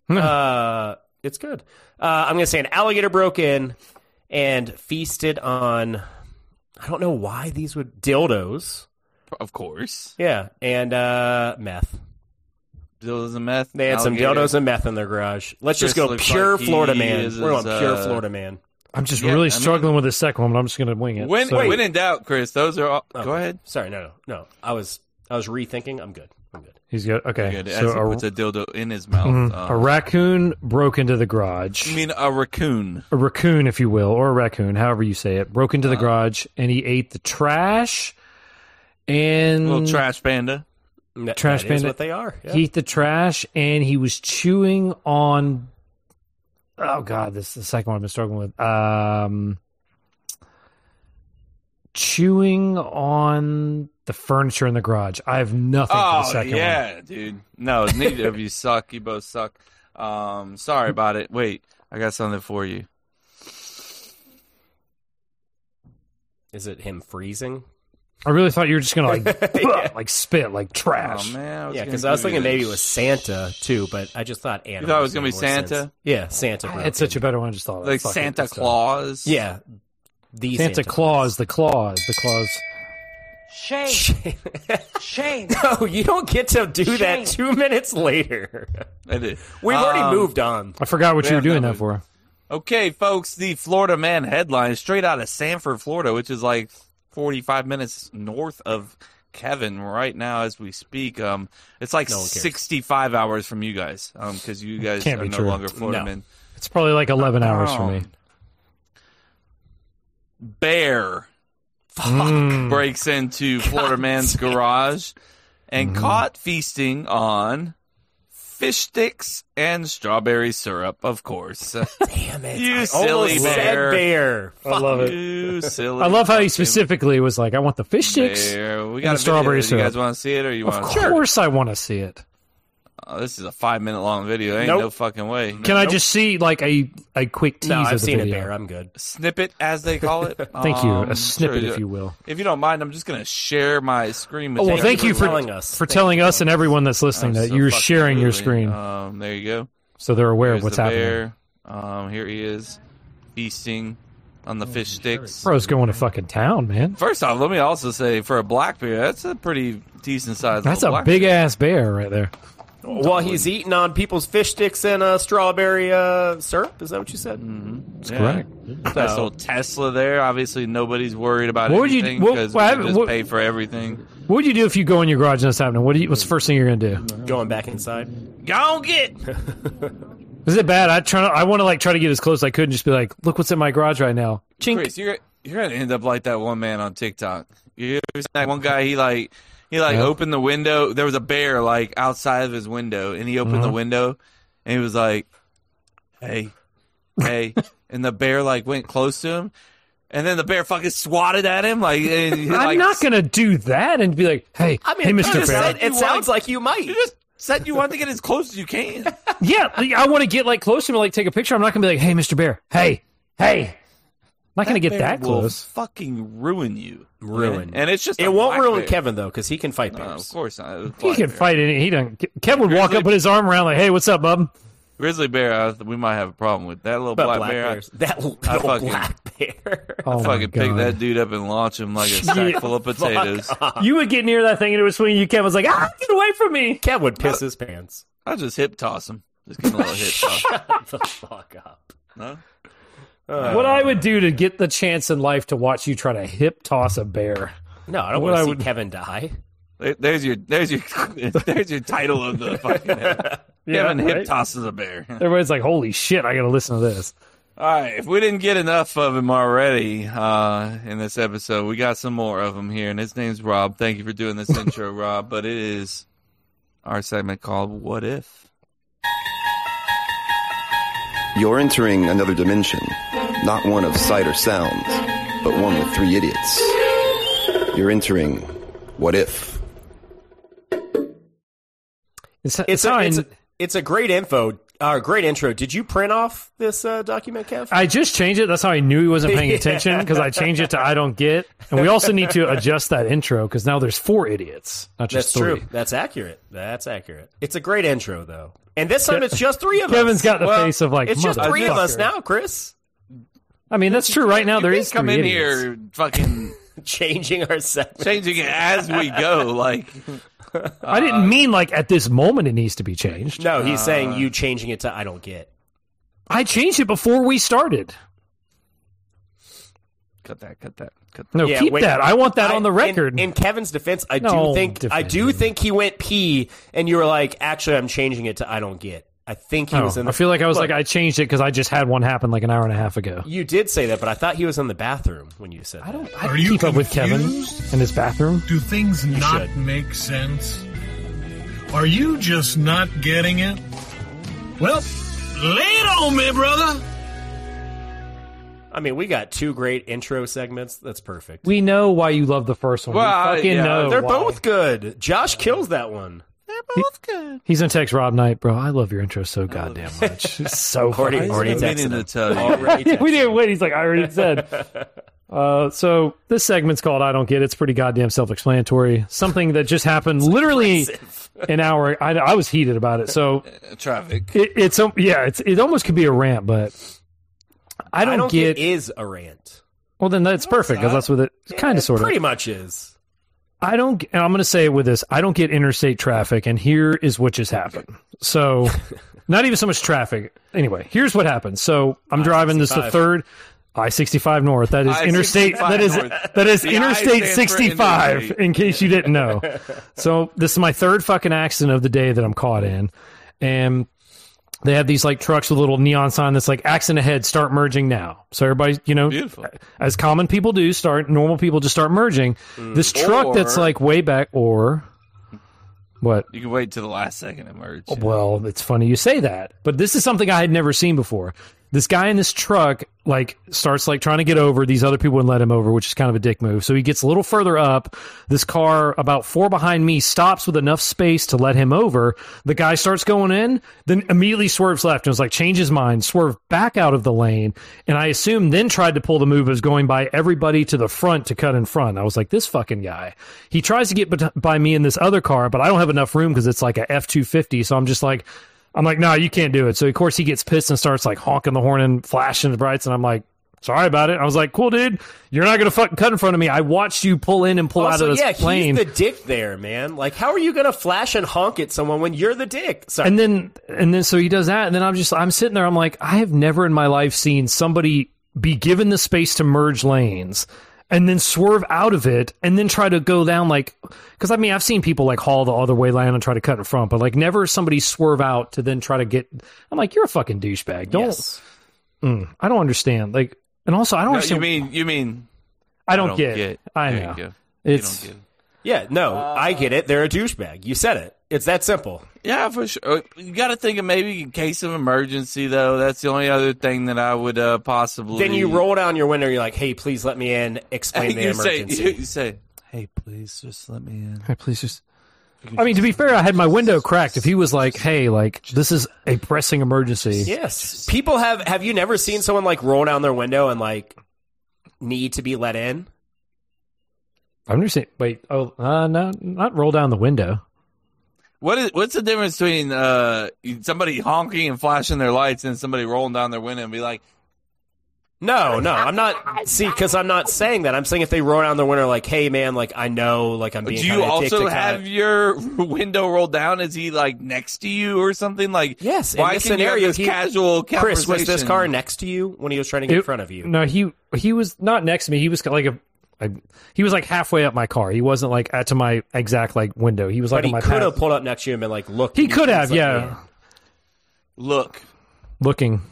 [SPEAKER 1] uh, it's good. Uh, I'm gonna say an alligator broke in and feasted on. I don't know why these would dildos.
[SPEAKER 3] Of course.
[SPEAKER 1] Yeah, and uh, meth.
[SPEAKER 3] Dildos and meth.
[SPEAKER 1] They had some
[SPEAKER 3] alligator.
[SPEAKER 1] dildos and meth in their garage. Let's just
[SPEAKER 3] Chris
[SPEAKER 1] go
[SPEAKER 3] looks
[SPEAKER 1] pure
[SPEAKER 3] like he
[SPEAKER 1] Florida
[SPEAKER 3] is
[SPEAKER 1] man. We're on
[SPEAKER 3] his,
[SPEAKER 1] pure
[SPEAKER 3] uh,
[SPEAKER 1] Florida man.
[SPEAKER 2] I'm just
[SPEAKER 3] Yeah, I
[SPEAKER 2] really
[SPEAKER 3] mean-
[SPEAKER 2] struggling with the second one, but I'm just going to wing it.
[SPEAKER 3] When,
[SPEAKER 2] So-
[SPEAKER 3] when in doubt, Chris, those are all. Go ahead.
[SPEAKER 1] Sorry, no, no, no. I was I was rethinking. I'm good. I'm good.
[SPEAKER 2] he's good. Okay.
[SPEAKER 3] Good. As
[SPEAKER 2] so
[SPEAKER 3] he
[SPEAKER 2] a,
[SPEAKER 3] puts a dildo in his mouth.
[SPEAKER 2] mm,
[SPEAKER 1] Mm-hmm.
[SPEAKER 3] Um,
[SPEAKER 2] a raccoon broke into the
[SPEAKER 3] you
[SPEAKER 2] garage.
[SPEAKER 3] mean a raccoon?
[SPEAKER 2] A raccoon, if you will, or a raccoon, however you say it, broke into the
[SPEAKER 3] Uh-huh.
[SPEAKER 2] garage and he ate the trash.
[SPEAKER 1] Mm.
[SPEAKER 2] And
[SPEAKER 3] little trash panda.
[SPEAKER 1] That-
[SPEAKER 2] Trash
[SPEAKER 1] that is
[SPEAKER 2] Bandit.
[SPEAKER 1] what they are. Yeah.
[SPEAKER 2] he ate the trash and he was chewing on oh god this is the second one i've been struggling with um chewing on the furniture in the garage i have nothing for the
[SPEAKER 3] Oh
[SPEAKER 2] second one
[SPEAKER 3] yeah, dude.
[SPEAKER 1] [laughs]
[SPEAKER 3] No, neither of you suck. You both suck. Um, sorry about it. Wait, I got something for you.
[SPEAKER 1] is it him freezing?
[SPEAKER 2] i really thought you were just gonna
[SPEAKER 3] [laughs]
[SPEAKER 2] like
[SPEAKER 1] yeah,
[SPEAKER 2] like spit like trash
[SPEAKER 3] Oh man,
[SPEAKER 1] because I was,
[SPEAKER 3] gonna
[SPEAKER 1] thinking
[SPEAKER 3] give you
[SPEAKER 1] maybe
[SPEAKER 3] that
[SPEAKER 1] it was Santa too, but I just thought animals.
[SPEAKER 3] thought it was gonna
[SPEAKER 1] made
[SPEAKER 3] be
[SPEAKER 1] more
[SPEAKER 3] Santa?
[SPEAKER 1] sense. Yeah, Santa.
[SPEAKER 2] I
[SPEAKER 1] broke
[SPEAKER 2] had such a
[SPEAKER 1] in.
[SPEAKER 2] better one I just thought
[SPEAKER 3] like
[SPEAKER 2] fuck it,
[SPEAKER 3] Santa
[SPEAKER 2] let's go.
[SPEAKER 3] Claus.
[SPEAKER 1] yeah. The
[SPEAKER 2] santa, claus the claus the claus
[SPEAKER 4] Shame,
[SPEAKER 1] Shane.
[SPEAKER 4] shame.
[SPEAKER 1] [laughs] no, Oh, you don't get to do that two minutes later.
[SPEAKER 3] I did.
[SPEAKER 1] We've
[SPEAKER 3] Um,
[SPEAKER 1] already moved on.
[SPEAKER 2] i forgot what
[SPEAKER 3] Yeah,
[SPEAKER 2] you were doing
[SPEAKER 3] no,
[SPEAKER 2] that for
[SPEAKER 3] Okay, folks, the Florida Man headline straight out of Sanford, Florida, which is like 45 minutes north of Kevin right now as we speak. Um, it's like
[SPEAKER 1] No one cares.
[SPEAKER 3] 65 hours from you guys because you guys
[SPEAKER 2] Can't
[SPEAKER 3] are
[SPEAKER 2] be
[SPEAKER 3] no
[SPEAKER 2] true.
[SPEAKER 3] longer Florida
[SPEAKER 1] No.
[SPEAKER 3] men.
[SPEAKER 2] it's probably like 11 hours for me
[SPEAKER 3] Um, Bear
[SPEAKER 2] Mm.
[SPEAKER 3] breaks into Florida Man's garage and caught feasting on fish sticks and strawberry syrup, of course.
[SPEAKER 1] Damn it!
[SPEAKER 3] You
[SPEAKER 1] I
[SPEAKER 3] silly
[SPEAKER 1] almost
[SPEAKER 3] bear.
[SPEAKER 1] said bear.
[SPEAKER 2] i love it
[SPEAKER 3] you silly.
[SPEAKER 2] I love how he
[SPEAKER 3] fucking
[SPEAKER 2] specifically was like, I want the fish sticks.
[SPEAKER 3] There. We
[SPEAKER 2] and
[SPEAKER 3] got
[SPEAKER 2] the
[SPEAKER 3] a
[SPEAKER 2] strawberry
[SPEAKER 3] strawberry video. Do You
[SPEAKER 2] syrup.
[SPEAKER 3] guys want to see it, or you
[SPEAKER 2] Of
[SPEAKER 3] want? to?
[SPEAKER 2] course, I want to see it.
[SPEAKER 3] Oh, this is a five minute long video. Ain't
[SPEAKER 1] Nope.
[SPEAKER 3] no fucking way.
[SPEAKER 2] Can I just see like a, a quick tease
[SPEAKER 1] No,
[SPEAKER 2] of the
[SPEAKER 1] I've seen a
[SPEAKER 2] video?
[SPEAKER 1] bear. I'm good.
[SPEAKER 3] Snippet, as they call it.
[SPEAKER 2] [laughs] Thank you.
[SPEAKER 3] Um,
[SPEAKER 2] a snippet,
[SPEAKER 3] sure,
[SPEAKER 2] if you will.
[SPEAKER 3] If you don't mind, I'm just gonna share my screen. With
[SPEAKER 2] Oh, well, thank you for
[SPEAKER 1] telling us.
[SPEAKER 2] for telling us and everyone that's listening
[SPEAKER 3] I'm
[SPEAKER 2] that
[SPEAKER 3] so
[SPEAKER 2] you're
[SPEAKER 3] fucking
[SPEAKER 2] sharing your
[SPEAKER 3] moving.
[SPEAKER 2] screen,
[SPEAKER 3] Um, there you go.
[SPEAKER 2] so they're aware
[SPEAKER 3] Here's
[SPEAKER 2] of what's
[SPEAKER 3] the
[SPEAKER 2] happening.
[SPEAKER 3] bear. Um, here he is, feasting on the fish sticks.
[SPEAKER 2] Bro's going to fucking town, man.
[SPEAKER 3] First off, let me also say for a black bear, that's a pretty decent size.
[SPEAKER 2] That's
[SPEAKER 3] little
[SPEAKER 2] a
[SPEAKER 3] black
[SPEAKER 2] big
[SPEAKER 3] bear.
[SPEAKER 2] ass bear right there.
[SPEAKER 1] While he's eating on people's fish sticks and uh, strawberry uh, syrup, is that what you said?
[SPEAKER 3] Mm-hmm. That's
[SPEAKER 2] Correct.
[SPEAKER 3] Nice little Tesla there. Obviously, nobody's worried about
[SPEAKER 2] What would you-
[SPEAKER 3] anything
[SPEAKER 2] what-
[SPEAKER 3] because
[SPEAKER 2] what-
[SPEAKER 3] we can just
[SPEAKER 2] what-
[SPEAKER 3] pay for everything.
[SPEAKER 2] What would you do if you go in your garage and that's happening? What do you, what's the first thing you're gonna do?
[SPEAKER 1] Going back inside.
[SPEAKER 3] Go get.
[SPEAKER 2] Is it bad? I try. I want to like try to get as close as I could and just be like, look what's in my garage right now. Chink.
[SPEAKER 3] Chris, you're you're gonna end up like that one man on TikTok. You ever seen that one guy? He like he like
[SPEAKER 2] Yeah.
[SPEAKER 3] opened the window. There was a bear like outside of his window, and he
[SPEAKER 2] Uh-huh.
[SPEAKER 3] opened the window, and he was like, "Hey,
[SPEAKER 2] [laughs]
[SPEAKER 3] hey," and the bear like went close to him, and then the bear fucking swatted at him like. And he,
[SPEAKER 2] I'm
[SPEAKER 3] like,
[SPEAKER 2] not gonna do that and be like, hey,
[SPEAKER 1] I mean,
[SPEAKER 2] hey,
[SPEAKER 1] you
[SPEAKER 2] Mr.
[SPEAKER 1] just
[SPEAKER 2] Bear.
[SPEAKER 1] said- it sounds like you might.
[SPEAKER 3] You just said you want to get as close as you can.
[SPEAKER 2] Yeah, like, I want to get like close to him, and, like take a picture. I'm not gonna be like, "Hey, Mr. Bear, hey, hey." I'm not gonna get
[SPEAKER 3] bear
[SPEAKER 2] that
[SPEAKER 3] will
[SPEAKER 2] close.
[SPEAKER 3] Fucking ruin you.
[SPEAKER 1] Ruin.
[SPEAKER 3] And it's just a
[SPEAKER 1] It won't
[SPEAKER 3] black
[SPEAKER 1] ruin
[SPEAKER 3] bear.
[SPEAKER 1] Kevin though, because he can fight
[SPEAKER 3] No,
[SPEAKER 1] bears.
[SPEAKER 3] of course not. It's a
[SPEAKER 2] He
[SPEAKER 3] black
[SPEAKER 2] can
[SPEAKER 3] bear.
[SPEAKER 2] fight any. He doesn't. Kev would walk
[SPEAKER 3] Grizzly-
[SPEAKER 2] up, put his arm around, like, "Hey, what's up, bub?"
[SPEAKER 3] Grizzly bear. I, we might have a problem with that little
[SPEAKER 1] But
[SPEAKER 3] black,
[SPEAKER 1] black
[SPEAKER 3] bear.
[SPEAKER 1] bears. That little
[SPEAKER 3] I fucking-
[SPEAKER 1] black [laughs] bear.
[SPEAKER 2] Oh
[SPEAKER 3] I
[SPEAKER 2] my
[SPEAKER 3] fucking pick
[SPEAKER 2] God.
[SPEAKER 3] that dude up and launch him
[SPEAKER 2] [laughs]
[SPEAKER 3] like a sack full of potatoes.
[SPEAKER 2] You would get near that thing and it would swing you. Kev was like, "Ah, get away from me!"
[SPEAKER 1] Kev would piss his pants.
[SPEAKER 3] I just hip toss him. Just give him a
[SPEAKER 2] [laughs]
[SPEAKER 3] little hip
[SPEAKER 1] [laughs]
[SPEAKER 3] toss.
[SPEAKER 1] the fuck up.
[SPEAKER 3] No? Uh,
[SPEAKER 2] What I would do to get the chance in life to watch you try to hip toss a bear.
[SPEAKER 1] No, I don't want
[SPEAKER 2] What I
[SPEAKER 1] to see
[SPEAKER 2] would-
[SPEAKER 1] Kevin die.
[SPEAKER 3] There- There's your there's your [laughs] there's your title of
[SPEAKER 2] [laughs]
[SPEAKER 3] the fucking Kevin
[SPEAKER 2] right?
[SPEAKER 3] hip tosses a bear.
[SPEAKER 2] Everybody's like, "Holy shit! I gotta listen to this."
[SPEAKER 3] All right, if we didn't get enough of him already uh, in this episode, we got some more of him here, and his name's Rob. Thank you for doing [laughs] this intro, Rob. But it is our segment called "What If."
[SPEAKER 7] You're entering another dimension, not one of sight or sounds, but one with three idiots. You're entering what if?
[SPEAKER 2] It's,
[SPEAKER 1] It's a,
[SPEAKER 2] fine.
[SPEAKER 1] it's a, it's a great info, uh, great intro. Did you print off this uh, document, Kev?
[SPEAKER 2] I just changed it. That's how I knew he wasn't
[SPEAKER 1] [laughs]
[SPEAKER 2] paying
[SPEAKER 1] Yeah.
[SPEAKER 2] attention because I changed it to I don't get. And we also need to adjust that intro because now there's four idiots, not
[SPEAKER 1] That's
[SPEAKER 2] just three.
[SPEAKER 1] true. That's accurate. That's accurate. It's a great intro, though. And this time it's just three of us.
[SPEAKER 2] Kevin's got the
[SPEAKER 3] Well,
[SPEAKER 2] face of like
[SPEAKER 1] It's just three of us
[SPEAKER 2] motherfucker.
[SPEAKER 1] now, Chris. [laughs]
[SPEAKER 2] I mean, that's true. Right now
[SPEAKER 3] You
[SPEAKER 2] there
[SPEAKER 3] can't
[SPEAKER 2] is
[SPEAKER 3] come
[SPEAKER 2] three
[SPEAKER 3] in
[SPEAKER 2] idiots.
[SPEAKER 3] here fucking
[SPEAKER 1] Changing our segment.
[SPEAKER 3] changing it as we go. Like
[SPEAKER 2] I
[SPEAKER 1] uh,
[SPEAKER 2] didn't mean like at this moment it needs to be changed.
[SPEAKER 1] No, he's saying you changing it to I don't get.
[SPEAKER 2] I changed it before we started.
[SPEAKER 3] Cut that. Cut that. Cut that.
[SPEAKER 2] No,
[SPEAKER 1] Yeah,
[SPEAKER 2] keep
[SPEAKER 1] wait.
[SPEAKER 2] that. I want that
[SPEAKER 1] I-
[SPEAKER 2] on the
[SPEAKER 1] in-
[SPEAKER 2] record.
[SPEAKER 1] In, Kevin's defense, I
[SPEAKER 2] No,
[SPEAKER 1] do think I do
[SPEAKER 2] defend.
[SPEAKER 1] think he went P, and you were like, actually, I'm changing it to I don't get. I think he
[SPEAKER 2] Oh,
[SPEAKER 1] was in. The,
[SPEAKER 2] I feel like I was
[SPEAKER 1] Look,
[SPEAKER 2] like I changed it because I just had one happen like an hour and a half ago.
[SPEAKER 1] you did say that, but I thought he was in the bathroom when you said.
[SPEAKER 2] I don't. I
[SPEAKER 8] Are
[SPEAKER 2] don't
[SPEAKER 8] you
[SPEAKER 2] keep up with Kevin
[SPEAKER 8] confused?
[SPEAKER 2] in his bathroom.
[SPEAKER 8] Do things not
[SPEAKER 1] should.
[SPEAKER 8] make sense? Are you just not getting it? Well, lay it on me, brother.
[SPEAKER 1] That. I mean, we got two great intro segments. That's perfect.
[SPEAKER 2] We know why you love the first one.
[SPEAKER 3] Well,
[SPEAKER 2] we fucking
[SPEAKER 3] yeah,
[SPEAKER 2] know.
[SPEAKER 1] They're
[SPEAKER 2] why.
[SPEAKER 1] both good. Josh kills that one.
[SPEAKER 2] He's in text Rob Knight, bro. I love your intro so goddamn much. It's so
[SPEAKER 1] Already,
[SPEAKER 2] fucking-
[SPEAKER 1] already
[SPEAKER 3] I've been meaning
[SPEAKER 1] texted him.
[SPEAKER 3] to tell you.
[SPEAKER 1] Already
[SPEAKER 2] we
[SPEAKER 1] texted
[SPEAKER 2] didn't
[SPEAKER 1] him.
[SPEAKER 2] win. He's like, I already said. Uh, so this segment's called "I Don't Get." It. It's pretty goddamn self-explanatory. Something that just happened literally an hour. I, I was heated about it. So
[SPEAKER 3] Traffic.
[SPEAKER 2] it, it's um, yeah, it's it almost could be a rant, but I don't,
[SPEAKER 1] I don't
[SPEAKER 2] get.
[SPEAKER 1] think it is a rant.
[SPEAKER 2] well, then that's perfect because that's what it
[SPEAKER 1] It
[SPEAKER 2] kind of sort of.
[SPEAKER 1] pretty much is.
[SPEAKER 2] I don't. And I'm going to say it with this: I don't get interstate traffic, and here is what just happened.
[SPEAKER 3] [laughs]
[SPEAKER 2] So, not even so much traffic. Anyway, here's what happened. So I'm driving this the
[SPEAKER 1] I-65.
[SPEAKER 2] third I-65 North. That is
[SPEAKER 3] I-65
[SPEAKER 2] interstate. That is
[SPEAKER 3] North.
[SPEAKER 2] that is
[SPEAKER 3] The I
[SPEAKER 2] Interstate
[SPEAKER 3] stands for
[SPEAKER 2] 65.
[SPEAKER 3] interstate.
[SPEAKER 2] In case you didn't
[SPEAKER 3] [laughs]
[SPEAKER 2] know. so this is my third fucking accident of the day that I'm caught in, and they have these like trucks with a little neon sign that's like accident ahead, start merging now. So everybody, you know,
[SPEAKER 3] [laughs] Beautiful.
[SPEAKER 2] as common people do, start normal people just start merging. This truck that's
[SPEAKER 3] Or-
[SPEAKER 2] like way back, or what?
[SPEAKER 3] You can wait till the last second to merge.
[SPEAKER 2] Oh, Well, it's funny you say that, but this is something I had never seen before. This guy in this truck like starts like trying to get over. These other people wouldn't let him over, which is kind of a dick move. So he gets a little further up. This car about four behind me stops with enough space to let him over. The guy starts going in, then immediately swerves left and was like change his mind, swerve back out of the lane, and I assume then tried to pull the move as going by everybody to the front to cut in front. I was like this fucking guy. He tries to get bet- by me in this other car, but I don't have enough room because it's like a F two fifty. So I'm just like. I'm like, no, you can't do it. So of course he gets pissed and starts like honking the horn and flashing the brights. And I'm like, sorry about it. I was like, cool, dude, you're not gonna fucking cut in front of me. I watched you pull in and pull out
[SPEAKER 1] Also,
[SPEAKER 2] of this
[SPEAKER 1] Oh, yeah,
[SPEAKER 2] plane.
[SPEAKER 1] he's the dick there, man. Like, how are you gonna flash and honk at someone when you're the dick? Sorry.
[SPEAKER 2] and then and then so he does that, and then I'm just I'm sitting there. I'm like, I have never in my life seen somebody be given the space to merge lanes. And then swerve out of it, and then try to go down like, because I mean I've seen people like haul the other way line and try to cut in front, but like never somebody swerve out to then try to get. I'm like, you're a fucking douchebag. Don't
[SPEAKER 1] Yes.
[SPEAKER 2] I don't understand. Like, and also I don't
[SPEAKER 3] No, you
[SPEAKER 2] understand.
[SPEAKER 3] mean you mean
[SPEAKER 2] I don't,
[SPEAKER 3] don't
[SPEAKER 2] get.
[SPEAKER 3] get.
[SPEAKER 2] I
[SPEAKER 3] There you
[SPEAKER 2] know.
[SPEAKER 3] go. You
[SPEAKER 2] It's
[SPEAKER 3] don't get it.
[SPEAKER 1] Yeah, no, I get it. They're a douchebag. You said it. It's that simple.
[SPEAKER 3] Yeah, for sure. Uh, You got to think of maybe in case of emergency, though. That's the only other thing that I would uh, possibly.
[SPEAKER 1] Then you
[SPEAKER 3] [laughs]
[SPEAKER 1] roll down your window. You're like, "Hey, please let me in. Explain the
[SPEAKER 3] you say, [laughs]
[SPEAKER 1] emergency."
[SPEAKER 3] you, you say, "Hey, please just let me in."
[SPEAKER 2] please just. I mean, to be fair, I had my
[SPEAKER 3] [laughs]
[SPEAKER 2] window cracked. If he was like, "Hey, like this is a pressing emergency,"
[SPEAKER 1] yes, people have. Have you never seen someone like roll down their window and like need to be let in?
[SPEAKER 2] I'm just saying. Wait, oh, uh, no, not roll down the window.
[SPEAKER 3] What is what's the difference between uh, somebody honking and flashing their lights and somebody rolling down their window and be like,
[SPEAKER 1] No, no, I'm not. See, because I'm not saying that. I'm saying if they roll down their window, like, "Hey, man, like I know, like I'm being."
[SPEAKER 3] "Do you
[SPEAKER 1] kinda
[SPEAKER 3] also
[SPEAKER 1] addicted,
[SPEAKER 3] have
[SPEAKER 1] kinda-
[SPEAKER 3] your [laughs] window rolled down? Is he like next to you or something?" Like,
[SPEAKER 1] Yes, in
[SPEAKER 3] Why
[SPEAKER 1] this
[SPEAKER 3] can you have
[SPEAKER 1] scenario,
[SPEAKER 3] this
[SPEAKER 1] he-
[SPEAKER 3] casual
[SPEAKER 1] Chris, was this
[SPEAKER 3] conversation?
[SPEAKER 1] car next to you when he was trying to get in
[SPEAKER 2] It-
[SPEAKER 1] front of you?
[SPEAKER 2] No, he he was not next to me. He was like a. I, he was like halfway up my car. He wasn't like at to my exact like window. He was like
[SPEAKER 1] but
[SPEAKER 2] on
[SPEAKER 1] he
[SPEAKER 2] my
[SPEAKER 1] could have
[SPEAKER 2] path.
[SPEAKER 1] pulled up next to you and been like, "Look."
[SPEAKER 2] He
[SPEAKER 1] can you
[SPEAKER 2] could
[SPEAKER 1] please
[SPEAKER 2] have,
[SPEAKER 1] let me
[SPEAKER 2] yeah.
[SPEAKER 3] Look,
[SPEAKER 2] Looking.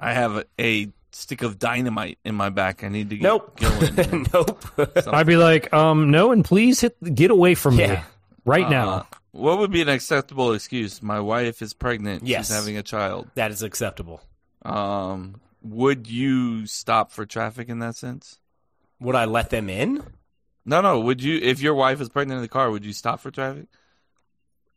[SPEAKER 3] I have a, a stick of dynamite in my back. I need to get
[SPEAKER 1] Nope.
[SPEAKER 3] going.
[SPEAKER 1] in?" [laughs] nope.
[SPEAKER 2] I'd be like, um, no, and please hit get away from me
[SPEAKER 1] Yeah. Uh-huh.
[SPEAKER 2] right
[SPEAKER 3] Uh,
[SPEAKER 2] now.
[SPEAKER 3] what would be an acceptable excuse? My wife is pregnant.
[SPEAKER 1] Yes.
[SPEAKER 3] She's having a child.
[SPEAKER 1] that is acceptable.
[SPEAKER 3] Um, would you stop for traffic in that sense?
[SPEAKER 1] Would I let them in?
[SPEAKER 3] No, no. Would you, if your wife is pregnant in the car, would you stop for traffic?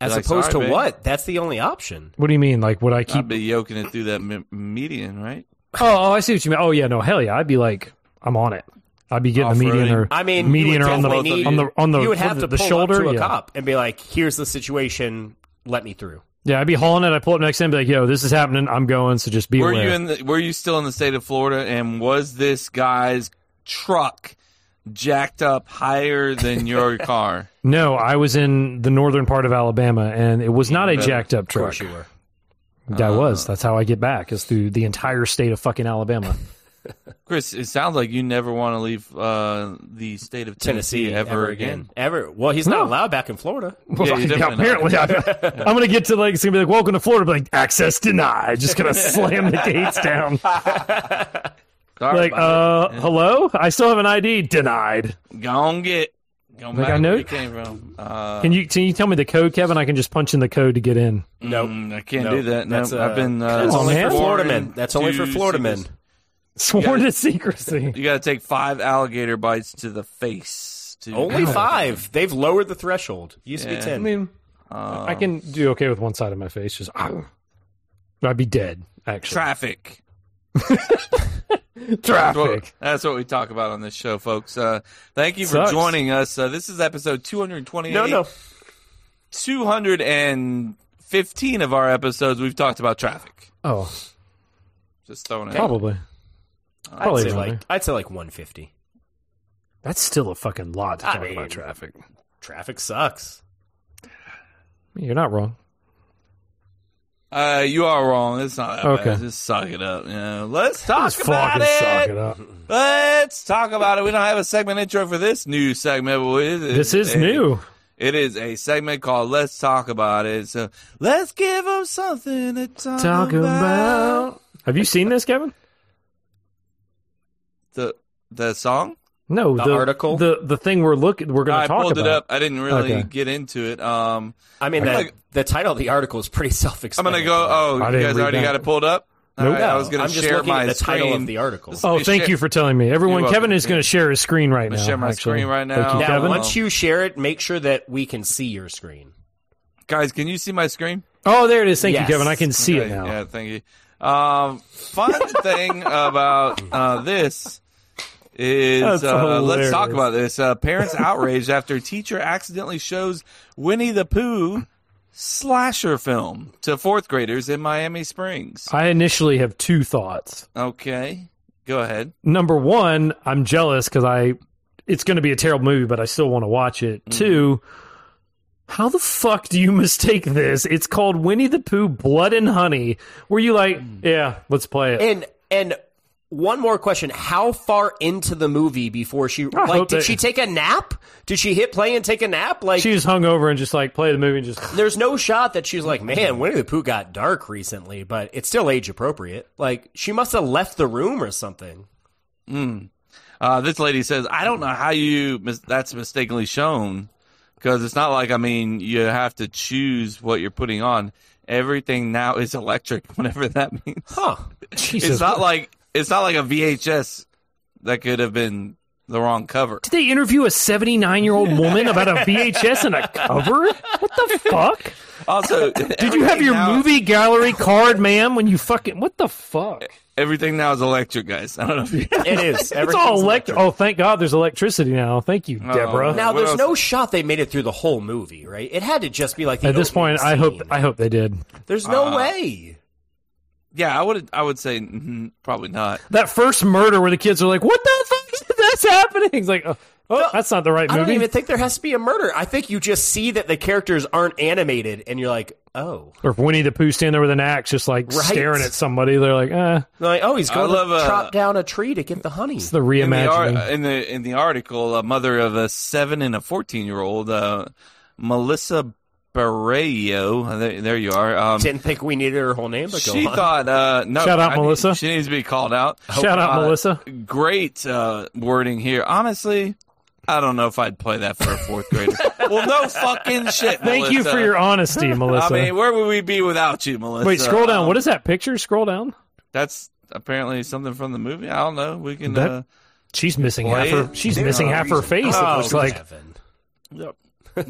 [SPEAKER 1] As
[SPEAKER 3] Like,
[SPEAKER 1] opposed
[SPEAKER 3] sorry,
[SPEAKER 1] to
[SPEAKER 3] babe.
[SPEAKER 1] what? That's the only option.
[SPEAKER 2] What do you mean? Like, would I keep
[SPEAKER 3] I'd be yoking it through that me- median, right?
[SPEAKER 1] Uh,
[SPEAKER 2] Oh, oh, I see what you mean. Oh, yeah, no, hell yeah, I'd be like, I'm on it. I'd be getting the median
[SPEAKER 3] Off-roading.
[SPEAKER 2] or
[SPEAKER 1] I mean, you
[SPEAKER 2] median or
[SPEAKER 1] would
[SPEAKER 2] on the,
[SPEAKER 1] definitely need-
[SPEAKER 2] on the on the
[SPEAKER 1] you would have
[SPEAKER 2] what,
[SPEAKER 1] to
[SPEAKER 2] the
[SPEAKER 1] pull
[SPEAKER 2] shoulder.
[SPEAKER 1] up to a
[SPEAKER 2] yeah.
[SPEAKER 1] cop and be like, "Here's the situation. Let me through."
[SPEAKER 2] yeah, I'd be hauling it. I pull up next to him, be like, yo, this is happening. I'm going, so just be
[SPEAKER 3] Were
[SPEAKER 2] aware.
[SPEAKER 3] you in? The, were you still in the state of Florida? And was this guy's truck jacked up higher than [laughs] your car?
[SPEAKER 2] no, I was in the northern part of Alabama, and it was not a
[SPEAKER 3] better.
[SPEAKER 2] jacked up
[SPEAKER 1] Of course
[SPEAKER 2] truck.
[SPEAKER 1] you were.
[SPEAKER 3] Uh-huh.
[SPEAKER 2] Yeah, I was. That's how I get back is through the entire state of fucking Alabama.
[SPEAKER 3] Chris, it sounds like you never want to leave uh, the state of Tennessee, ever, again. Mm,
[SPEAKER 1] Ever. Well, he's not
[SPEAKER 2] No.
[SPEAKER 1] allowed back in Florida.
[SPEAKER 3] [laughs]
[SPEAKER 2] [laughs]
[SPEAKER 3] Yeah, you're definitely
[SPEAKER 2] apparently, I, am going to get to like it's going to be like welcome to Florida, but like access denied. Just
[SPEAKER 3] [laughs]
[SPEAKER 2] going to slam the gates down.
[SPEAKER 3] Sorry
[SPEAKER 2] Like, uh,
[SPEAKER 3] about it.
[SPEAKER 2] hello, I still have an ID denied.
[SPEAKER 3] Gone get. Go
[SPEAKER 2] Like,
[SPEAKER 3] back
[SPEAKER 2] I know-
[SPEAKER 3] where you came from. Uh,
[SPEAKER 2] Can you can you tell me the code, Kevin? I can just punch in the code to get in. [laughs]
[SPEAKER 1] No,
[SPEAKER 3] mm, I can't
[SPEAKER 1] no,
[SPEAKER 3] do that. No,
[SPEAKER 1] that's, uh,
[SPEAKER 3] I've been. Uh,
[SPEAKER 1] That's
[SPEAKER 2] Come on,
[SPEAKER 1] only
[SPEAKER 2] Oh, man.
[SPEAKER 1] for Florida
[SPEAKER 3] sworn
[SPEAKER 1] men. That's only for
[SPEAKER 3] to
[SPEAKER 1] Florida men.
[SPEAKER 3] secrecy.
[SPEAKER 2] Sworn
[SPEAKER 3] Yeah.
[SPEAKER 2] to secrecy.
[SPEAKER 3] You got to take five alligator bites to the face. To
[SPEAKER 1] Only
[SPEAKER 3] Ow.
[SPEAKER 1] five. They've lowered the threshold. Used to
[SPEAKER 3] Yeah.
[SPEAKER 1] be
[SPEAKER 2] I
[SPEAKER 1] ten.
[SPEAKER 2] mean, I
[SPEAKER 3] um,
[SPEAKER 2] can do okay with one side of my face. Just "Ow." I'd be dead. Actually,
[SPEAKER 3] traffic. Well,
[SPEAKER 2] traffic.
[SPEAKER 3] that's what we talk about on this show, folks. Uh, thank you for
[SPEAKER 2] Sucks.
[SPEAKER 3] joining us. Uh, this is episode 228.
[SPEAKER 1] no, no.
[SPEAKER 3] 215 of our episodes, we've talked about traffic.
[SPEAKER 2] Oh,
[SPEAKER 3] Just throwing it. out.
[SPEAKER 2] probably.
[SPEAKER 1] I'd
[SPEAKER 2] Probably
[SPEAKER 1] say
[SPEAKER 2] around
[SPEAKER 1] like
[SPEAKER 2] there.
[SPEAKER 1] I'd say like one fifty.
[SPEAKER 2] That's still a fucking lot to
[SPEAKER 1] I
[SPEAKER 2] talk
[SPEAKER 1] mean-
[SPEAKER 2] about traffic.
[SPEAKER 1] Traffic sucks.
[SPEAKER 2] You're not wrong.
[SPEAKER 3] Uh, you are wrong. It's not that bad.
[SPEAKER 2] Okay.
[SPEAKER 3] Just sock it up. Yeah. Let's talk
[SPEAKER 2] Just
[SPEAKER 3] about
[SPEAKER 2] fucking sock
[SPEAKER 3] it.
[SPEAKER 2] it up.
[SPEAKER 3] Let's talk about it. We don't have a segment intro for this new segment. But it,
[SPEAKER 2] This is
[SPEAKER 3] it-
[SPEAKER 2] new.
[SPEAKER 3] It is a segment called "Let's Talk About It." So let's give them something to talk,
[SPEAKER 2] Talk about. Have you seen this, Kevin?
[SPEAKER 3] The the song.
[SPEAKER 2] No,
[SPEAKER 1] The
[SPEAKER 2] the,
[SPEAKER 1] article?
[SPEAKER 2] the the thing we're looking we're going
[SPEAKER 3] I
[SPEAKER 2] to talk
[SPEAKER 3] pulled
[SPEAKER 2] about.
[SPEAKER 3] it up. I didn't really
[SPEAKER 2] Okay.
[SPEAKER 3] get into it. Um,
[SPEAKER 1] I mean,
[SPEAKER 3] I'm
[SPEAKER 1] the,
[SPEAKER 3] like-
[SPEAKER 1] the title of the article is pretty [laughs]
[SPEAKER 3] I'm
[SPEAKER 1] self-explanatory.
[SPEAKER 3] gonna go. Oh,
[SPEAKER 2] I
[SPEAKER 3] you
[SPEAKER 2] didn't
[SPEAKER 3] guys
[SPEAKER 2] read
[SPEAKER 3] already
[SPEAKER 2] that.
[SPEAKER 3] got it pulled up. All
[SPEAKER 2] Nope.
[SPEAKER 3] right, I was gonna
[SPEAKER 1] I'm just
[SPEAKER 3] share
[SPEAKER 1] looking
[SPEAKER 3] my
[SPEAKER 1] at the
[SPEAKER 3] screen.
[SPEAKER 1] title of the article.
[SPEAKER 3] This-
[SPEAKER 2] Oh,
[SPEAKER 3] Be
[SPEAKER 2] thank
[SPEAKER 3] shit.
[SPEAKER 2] you for telling me. Everyone,
[SPEAKER 3] You're
[SPEAKER 2] Kevin
[SPEAKER 3] welcome.
[SPEAKER 2] is going to share his screen right
[SPEAKER 3] gonna
[SPEAKER 2] now.
[SPEAKER 3] share my
[SPEAKER 2] actually.
[SPEAKER 3] screen right
[SPEAKER 2] Thank you,
[SPEAKER 3] now.
[SPEAKER 1] Now,
[SPEAKER 2] Kevin.
[SPEAKER 1] once you share it, make sure that we can see your screen.
[SPEAKER 3] Guys, can you see my screen?
[SPEAKER 2] Oh, there it is. Thank
[SPEAKER 1] Yes.
[SPEAKER 2] you, Kevin. I can see
[SPEAKER 3] Okay,
[SPEAKER 2] it now.
[SPEAKER 3] Yeah, thank you. Um, fun
[SPEAKER 2] [laughs]
[SPEAKER 3] thing about uh, this is
[SPEAKER 2] That's
[SPEAKER 3] uh, let's talk
[SPEAKER 2] hilarious.
[SPEAKER 3] about this. Uh, parents outraged after teacher accidentally shows Winnie the Pooh slasher film to fourth graders in Miami Springs.
[SPEAKER 2] I initially have two thoughts.
[SPEAKER 3] Okay, go ahead.
[SPEAKER 2] Number one, I'm jealous because I it's going to be a terrible movie, but I still want to watch it.
[SPEAKER 3] Mm-hmm.
[SPEAKER 2] Two, how the fuck do you [laughs] mistake this? It's called Winnie the Pooh Blood and Honey. Were you like,
[SPEAKER 3] Mm.
[SPEAKER 2] yeah, let's play it?
[SPEAKER 1] And and one more question: How far into the movie before she like
[SPEAKER 2] hope
[SPEAKER 1] did
[SPEAKER 2] they-
[SPEAKER 1] she take a nap? Did she hit play and take a nap? Like
[SPEAKER 2] she was hungover and just like play the movie and just [laughs]
[SPEAKER 1] there's no shot that she's like, man, Winnie the Pooh got dark recently, but it's still age appropriate. Like she must have left the room or something.
[SPEAKER 3] Uh, this lady says, "I don't know how you mis- that's mistakenly shown because it's not like I mean you have to choose what you're putting on. Everything now is electric, [laughs] whatever that means.
[SPEAKER 1] Huh?
[SPEAKER 2] Jesus.
[SPEAKER 3] it's not like it's not like a VHS that could have been the wrong cover.
[SPEAKER 2] Did they interview a 79 year old woman about a
[SPEAKER 3] [laughs]
[SPEAKER 2] VHS and a cover? What the fuck? [laughs]
[SPEAKER 3] Also,
[SPEAKER 2] Did you have your movie gallery card, ma'am, when you fucking. What the fuck?
[SPEAKER 3] Everything now is electric, guys. I don't know if you.
[SPEAKER 2] [laughs]
[SPEAKER 3] [laughs]
[SPEAKER 1] It is.
[SPEAKER 2] It's all electric. Oh, thank God there's electricity now. Thank
[SPEAKER 3] Oh,
[SPEAKER 2] you, Deborah.
[SPEAKER 1] Now
[SPEAKER 3] What
[SPEAKER 1] there's
[SPEAKER 3] else?
[SPEAKER 1] no shot they made it through the whole movie, right? It had to just be like the
[SPEAKER 2] At this
[SPEAKER 1] opening
[SPEAKER 2] point, I hope
[SPEAKER 1] scene.
[SPEAKER 2] I hope they did.
[SPEAKER 1] There's no
[SPEAKER 3] Uh,
[SPEAKER 1] way.
[SPEAKER 3] Yeah, I would. I would say mm, probably not.
[SPEAKER 2] That first murder where the kids are like, "What the fuck is that's [laughs] happening?" It's like, oh, oh, that's not the right
[SPEAKER 1] I
[SPEAKER 2] movie.
[SPEAKER 1] don't even think there has to be a murder. I think you just see that the characters aren't animated, and you're like, oh,
[SPEAKER 2] or if Winnie the Pooh standing there with an axe, just like
[SPEAKER 1] Right.
[SPEAKER 2] staring at somebody, they're like, "Ah,
[SPEAKER 1] They're like oh, he's going
[SPEAKER 3] love,
[SPEAKER 1] to
[SPEAKER 3] uh,
[SPEAKER 1] chop down a tree to get the honey.
[SPEAKER 2] it's the
[SPEAKER 3] In the,
[SPEAKER 2] reimagining."
[SPEAKER 3] ar- in the in the article, a mother of a seven and a fourteen year old, uh, Melissa Barreo. There, there you are. Um,
[SPEAKER 1] [laughs] Didn't think we needed her whole name, but go
[SPEAKER 3] she
[SPEAKER 1] on. [laughs]
[SPEAKER 3] thought uh, no.
[SPEAKER 2] Shout out,
[SPEAKER 3] I need-
[SPEAKER 2] Melissa.
[SPEAKER 3] she needs to be
[SPEAKER 2] [laughs]
[SPEAKER 3] called out.
[SPEAKER 2] Shout out,
[SPEAKER 3] Uh,
[SPEAKER 2] Melissa.
[SPEAKER 3] great uh, wording here. Honestly, I don't know if I'd play that for a
[SPEAKER 2] [laughs]
[SPEAKER 3] fourth grader. well, no fucking shit.
[SPEAKER 2] Thank you for
[SPEAKER 3] Melissa.
[SPEAKER 2] your
[SPEAKER 3] [laughs]
[SPEAKER 2] honesty,
[SPEAKER 3] I
[SPEAKER 2] Melissa.
[SPEAKER 3] mean, where would we be without you, Melissa?
[SPEAKER 2] Wait, scroll down.
[SPEAKER 3] Um,
[SPEAKER 2] what is that picture? Scroll down.
[SPEAKER 3] That's apparently something from the movie. I don't know. We can.
[SPEAKER 2] That-
[SPEAKER 3] uh,
[SPEAKER 2] She's missing
[SPEAKER 3] Why
[SPEAKER 2] half her.
[SPEAKER 3] is
[SPEAKER 2] She's
[SPEAKER 6] there
[SPEAKER 2] missing
[SPEAKER 6] a
[SPEAKER 2] half her
[SPEAKER 6] reason?
[SPEAKER 2] face. it
[SPEAKER 1] Oh,
[SPEAKER 2] looks like
[SPEAKER 1] Kevin.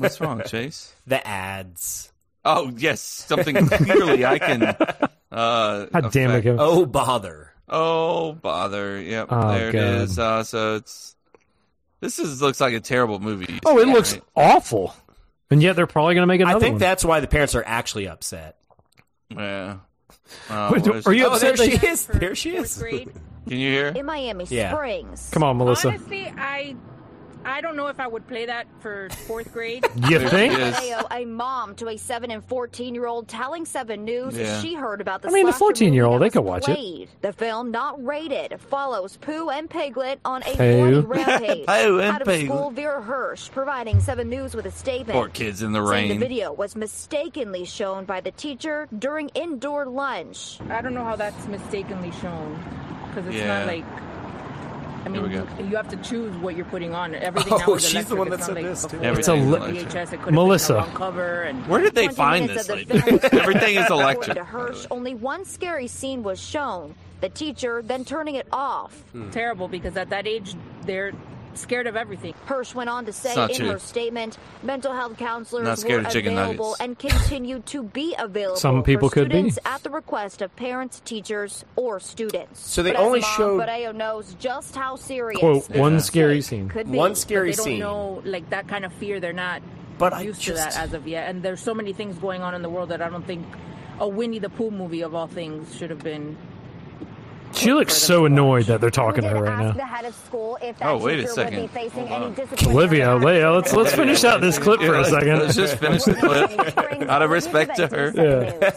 [SPEAKER 3] what's wrong, Chase?
[SPEAKER 1] the ads.
[SPEAKER 3] Oh yes, something clearly
[SPEAKER 2] [laughs]
[SPEAKER 3] I can. Uh,
[SPEAKER 2] God damn it,
[SPEAKER 3] affect.
[SPEAKER 2] Kevin.
[SPEAKER 1] Oh bother!
[SPEAKER 3] Oh bother! Yep,
[SPEAKER 2] Oh,
[SPEAKER 3] there
[SPEAKER 2] God.
[SPEAKER 3] it is. Uh, so it's this is looks like a terrible movie.
[SPEAKER 2] Oh, it looks
[SPEAKER 3] Right?
[SPEAKER 2] awful. And yet they're probably going to make another
[SPEAKER 1] I think
[SPEAKER 2] one.
[SPEAKER 1] that's why the parents are actually upset.
[SPEAKER 3] Yeah. Uh,
[SPEAKER 2] Wait,
[SPEAKER 3] what is-
[SPEAKER 2] are you
[SPEAKER 1] Oh, there
[SPEAKER 2] upset?
[SPEAKER 1] she
[SPEAKER 2] that-
[SPEAKER 1] is. There she
[SPEAKER 9] fourth
[SPEAKER 1] is.
[SPEAKER 9] grade
[SPEAKER 3] Can you hear?
[SPEAKER 9] in Miami
[SPEAKER 1] Yeah.
[SPEAKER 9] Springs.
[SPEAKER 2] Come on, Melissa.
[SPEAKER 9] Honestly, I I don't know if I would play that for fourth grade.
[SPEAKER 2] [laughs] You think?
[SPEAKER 3] Yes.
[SPEAKER 10] Mateo, a mom to a 7 and 14 year old, telling 7 News
[SPEAKER 3] Yeah.
[SPEAKER 10] she heard about the
[SPEAKER 2] I mean, the
[SPEAKER 10] slasher
[SPEAKER 2] 14-year-old,
[SPEAKER 10] movie
[SPEAKER 2] they
[SPEAKER 10] that
[SPEAKER 2] could
[SPEAKER 10] was
[SPEAKER 2] watch it.
[SPEAKER 10] played. The film, not rated, follows Pooh and Piglet on a
[SPEAKER 2] Pooh.
[SPEAKER 10] bloody
[SPEAKER 2] [laughs]
[SPEAKER 10] rampage.
[SPEAKER 3] Pooh and
[SPEAKER 10] out of
[SPEAKER 3] Piglet.
[SPEAKER 10] school, Vera Hirsch providing 7 News with a statement.
[SPEAKER 3] Poor kids in the
[SPEAKER 10] saying the
[SPEAKER 3] rain.
[SPEAKER 10] video was mistakenly shown by the teacher during indoor lunch.
[SPEAKER 9] I don't know how that's mistakenly shown because it's
[SPEAKER 3] Yeah.
[SPEAKER 9] not like. I
[SPEAKER 3] Here
[SPEAKER 9] mean,
[SPEAKER 3] we go.
[SPEAKER 9] you have to choose what you're putting on. Everything
[SPEAKER 1] [laughs] Oh,
[SPEAKER 9] now is electric.
[SPEAKER 1] she's the one
[SPEAKER 9] It's
[SPEAKER 1] that
[SPEAKER 9] not
[SPEAKER 1] said
[SPEAKER 9] like
[SPEAKER 1] this, too.
[SPEAKER 9] before
[SPEAKER 3] Everything
[SPEAKER 9] it
[SPEAKER 2] is
[SPEAKER 9] was
[SPEAKER 3] electric.
[SPEAKER 9] VHS, it could have been
[SPEAKER 2] Melissa.
[SPEAKER 9] on cover and
[SPEAKER 3] Where did they
[SPEAKER 10] 20
[SPEAKER 3] find
[SPEAKER 10] minutes
[SPEAKER 3] this? Like,
[SPEAKER 10] of the film
[SPEAKER 3] [laughs]
[SPEAKER 10] was
[SPEAKER 3] everything
[SPEAKER 10] [laughs]
[SPEAKER 3] is electric.
[SPEAKER 10] According to Hirsch, only one scary scene was shown. The teacher then turning it off.
[SPEAKER 1] Hmm.
[SPEAKER 9] terrible because at that age they're scared of everything.
[SPEAKER 10] Hirsch went on to say
[SPEAKER 3] not
[SPEAKER 10] in
[SPEAKER 3] true.
[SPEAKER 10] her statement, mental health
[SPEAKER 3] Not
[SPEAKER 10] counselors were
[SPEAKER 3] scared of chicken
[SPEAKER 10] available
[SPEAKER 3] nuggets.
[SPEAKER 10] and continue to be available
[SPEAKER 2] Some people
[SPEAKER 10] for
[SPEAKER 2] could be.
[SPEAKER 10] students at the request of parents, teachers, or students.
[SPEAKER 1] So they
[SPEAKER 10] But as
[SPEAKER 1] only
[SPEAKER 10] a mom,
[SPEAKER 1] showed-
[SPEAKER 10] Badeo knows just how serious
[SPEAKER 2] Quote,
[SPEAKER 10] this
[SPEAKER 2] one
[SPEAKER 10] mistake
[SPEAKER 2] scary scene.
[SPEAKER 10] could be.
[SPEAKER 1] One
[SPEAKER 9] But
[SPEAKER 1] scary
[SPEAKER 9] they don't
[SPEAKER 1] scene.
[SPEAKER 9] know like that kind of fear. They're not
[SPEAKER 1] But I
[SPEAKER 9] used to
[SPEAKER 1] just-
[SPEAKER 9] that as of yet. And there's so many things going on in the world that I don't think a Winnie the Pooh movie of all things should have been.
[SPEAKER 2] She looks so annoyed that they're talking to her
[SPEAKER 10] Did
[SPEAKER 2] right
[SPEAKER 10] ask
[SPEAKER 2] now.
[SPEAKER 10] the head of school if that
[SPEAKER 3] Oh, wait a
[SPEAKER 10] teacher
[SPEAKER 3] second.
[SPEAKER 10] Would be facing
[SPEAKER 3] Hold
[SPEAKER 10] any
[SPEAKER 3] on.
[SPEAKER 10] disciplinary
[SPEAKER 2] Olivia,
[SPEAKER 10] action.
[SPEAKER 2] Leia, let's let's finish out this clip for a
[SPEAKER 3] Let's
[SPEAKER 2] second.
[SPEAKER 3] just finish the
[SPEAKER 10] [laughs]
[SPEAKER 3] clip. Out of respect to her.
[SPEAKER 10] Yeah.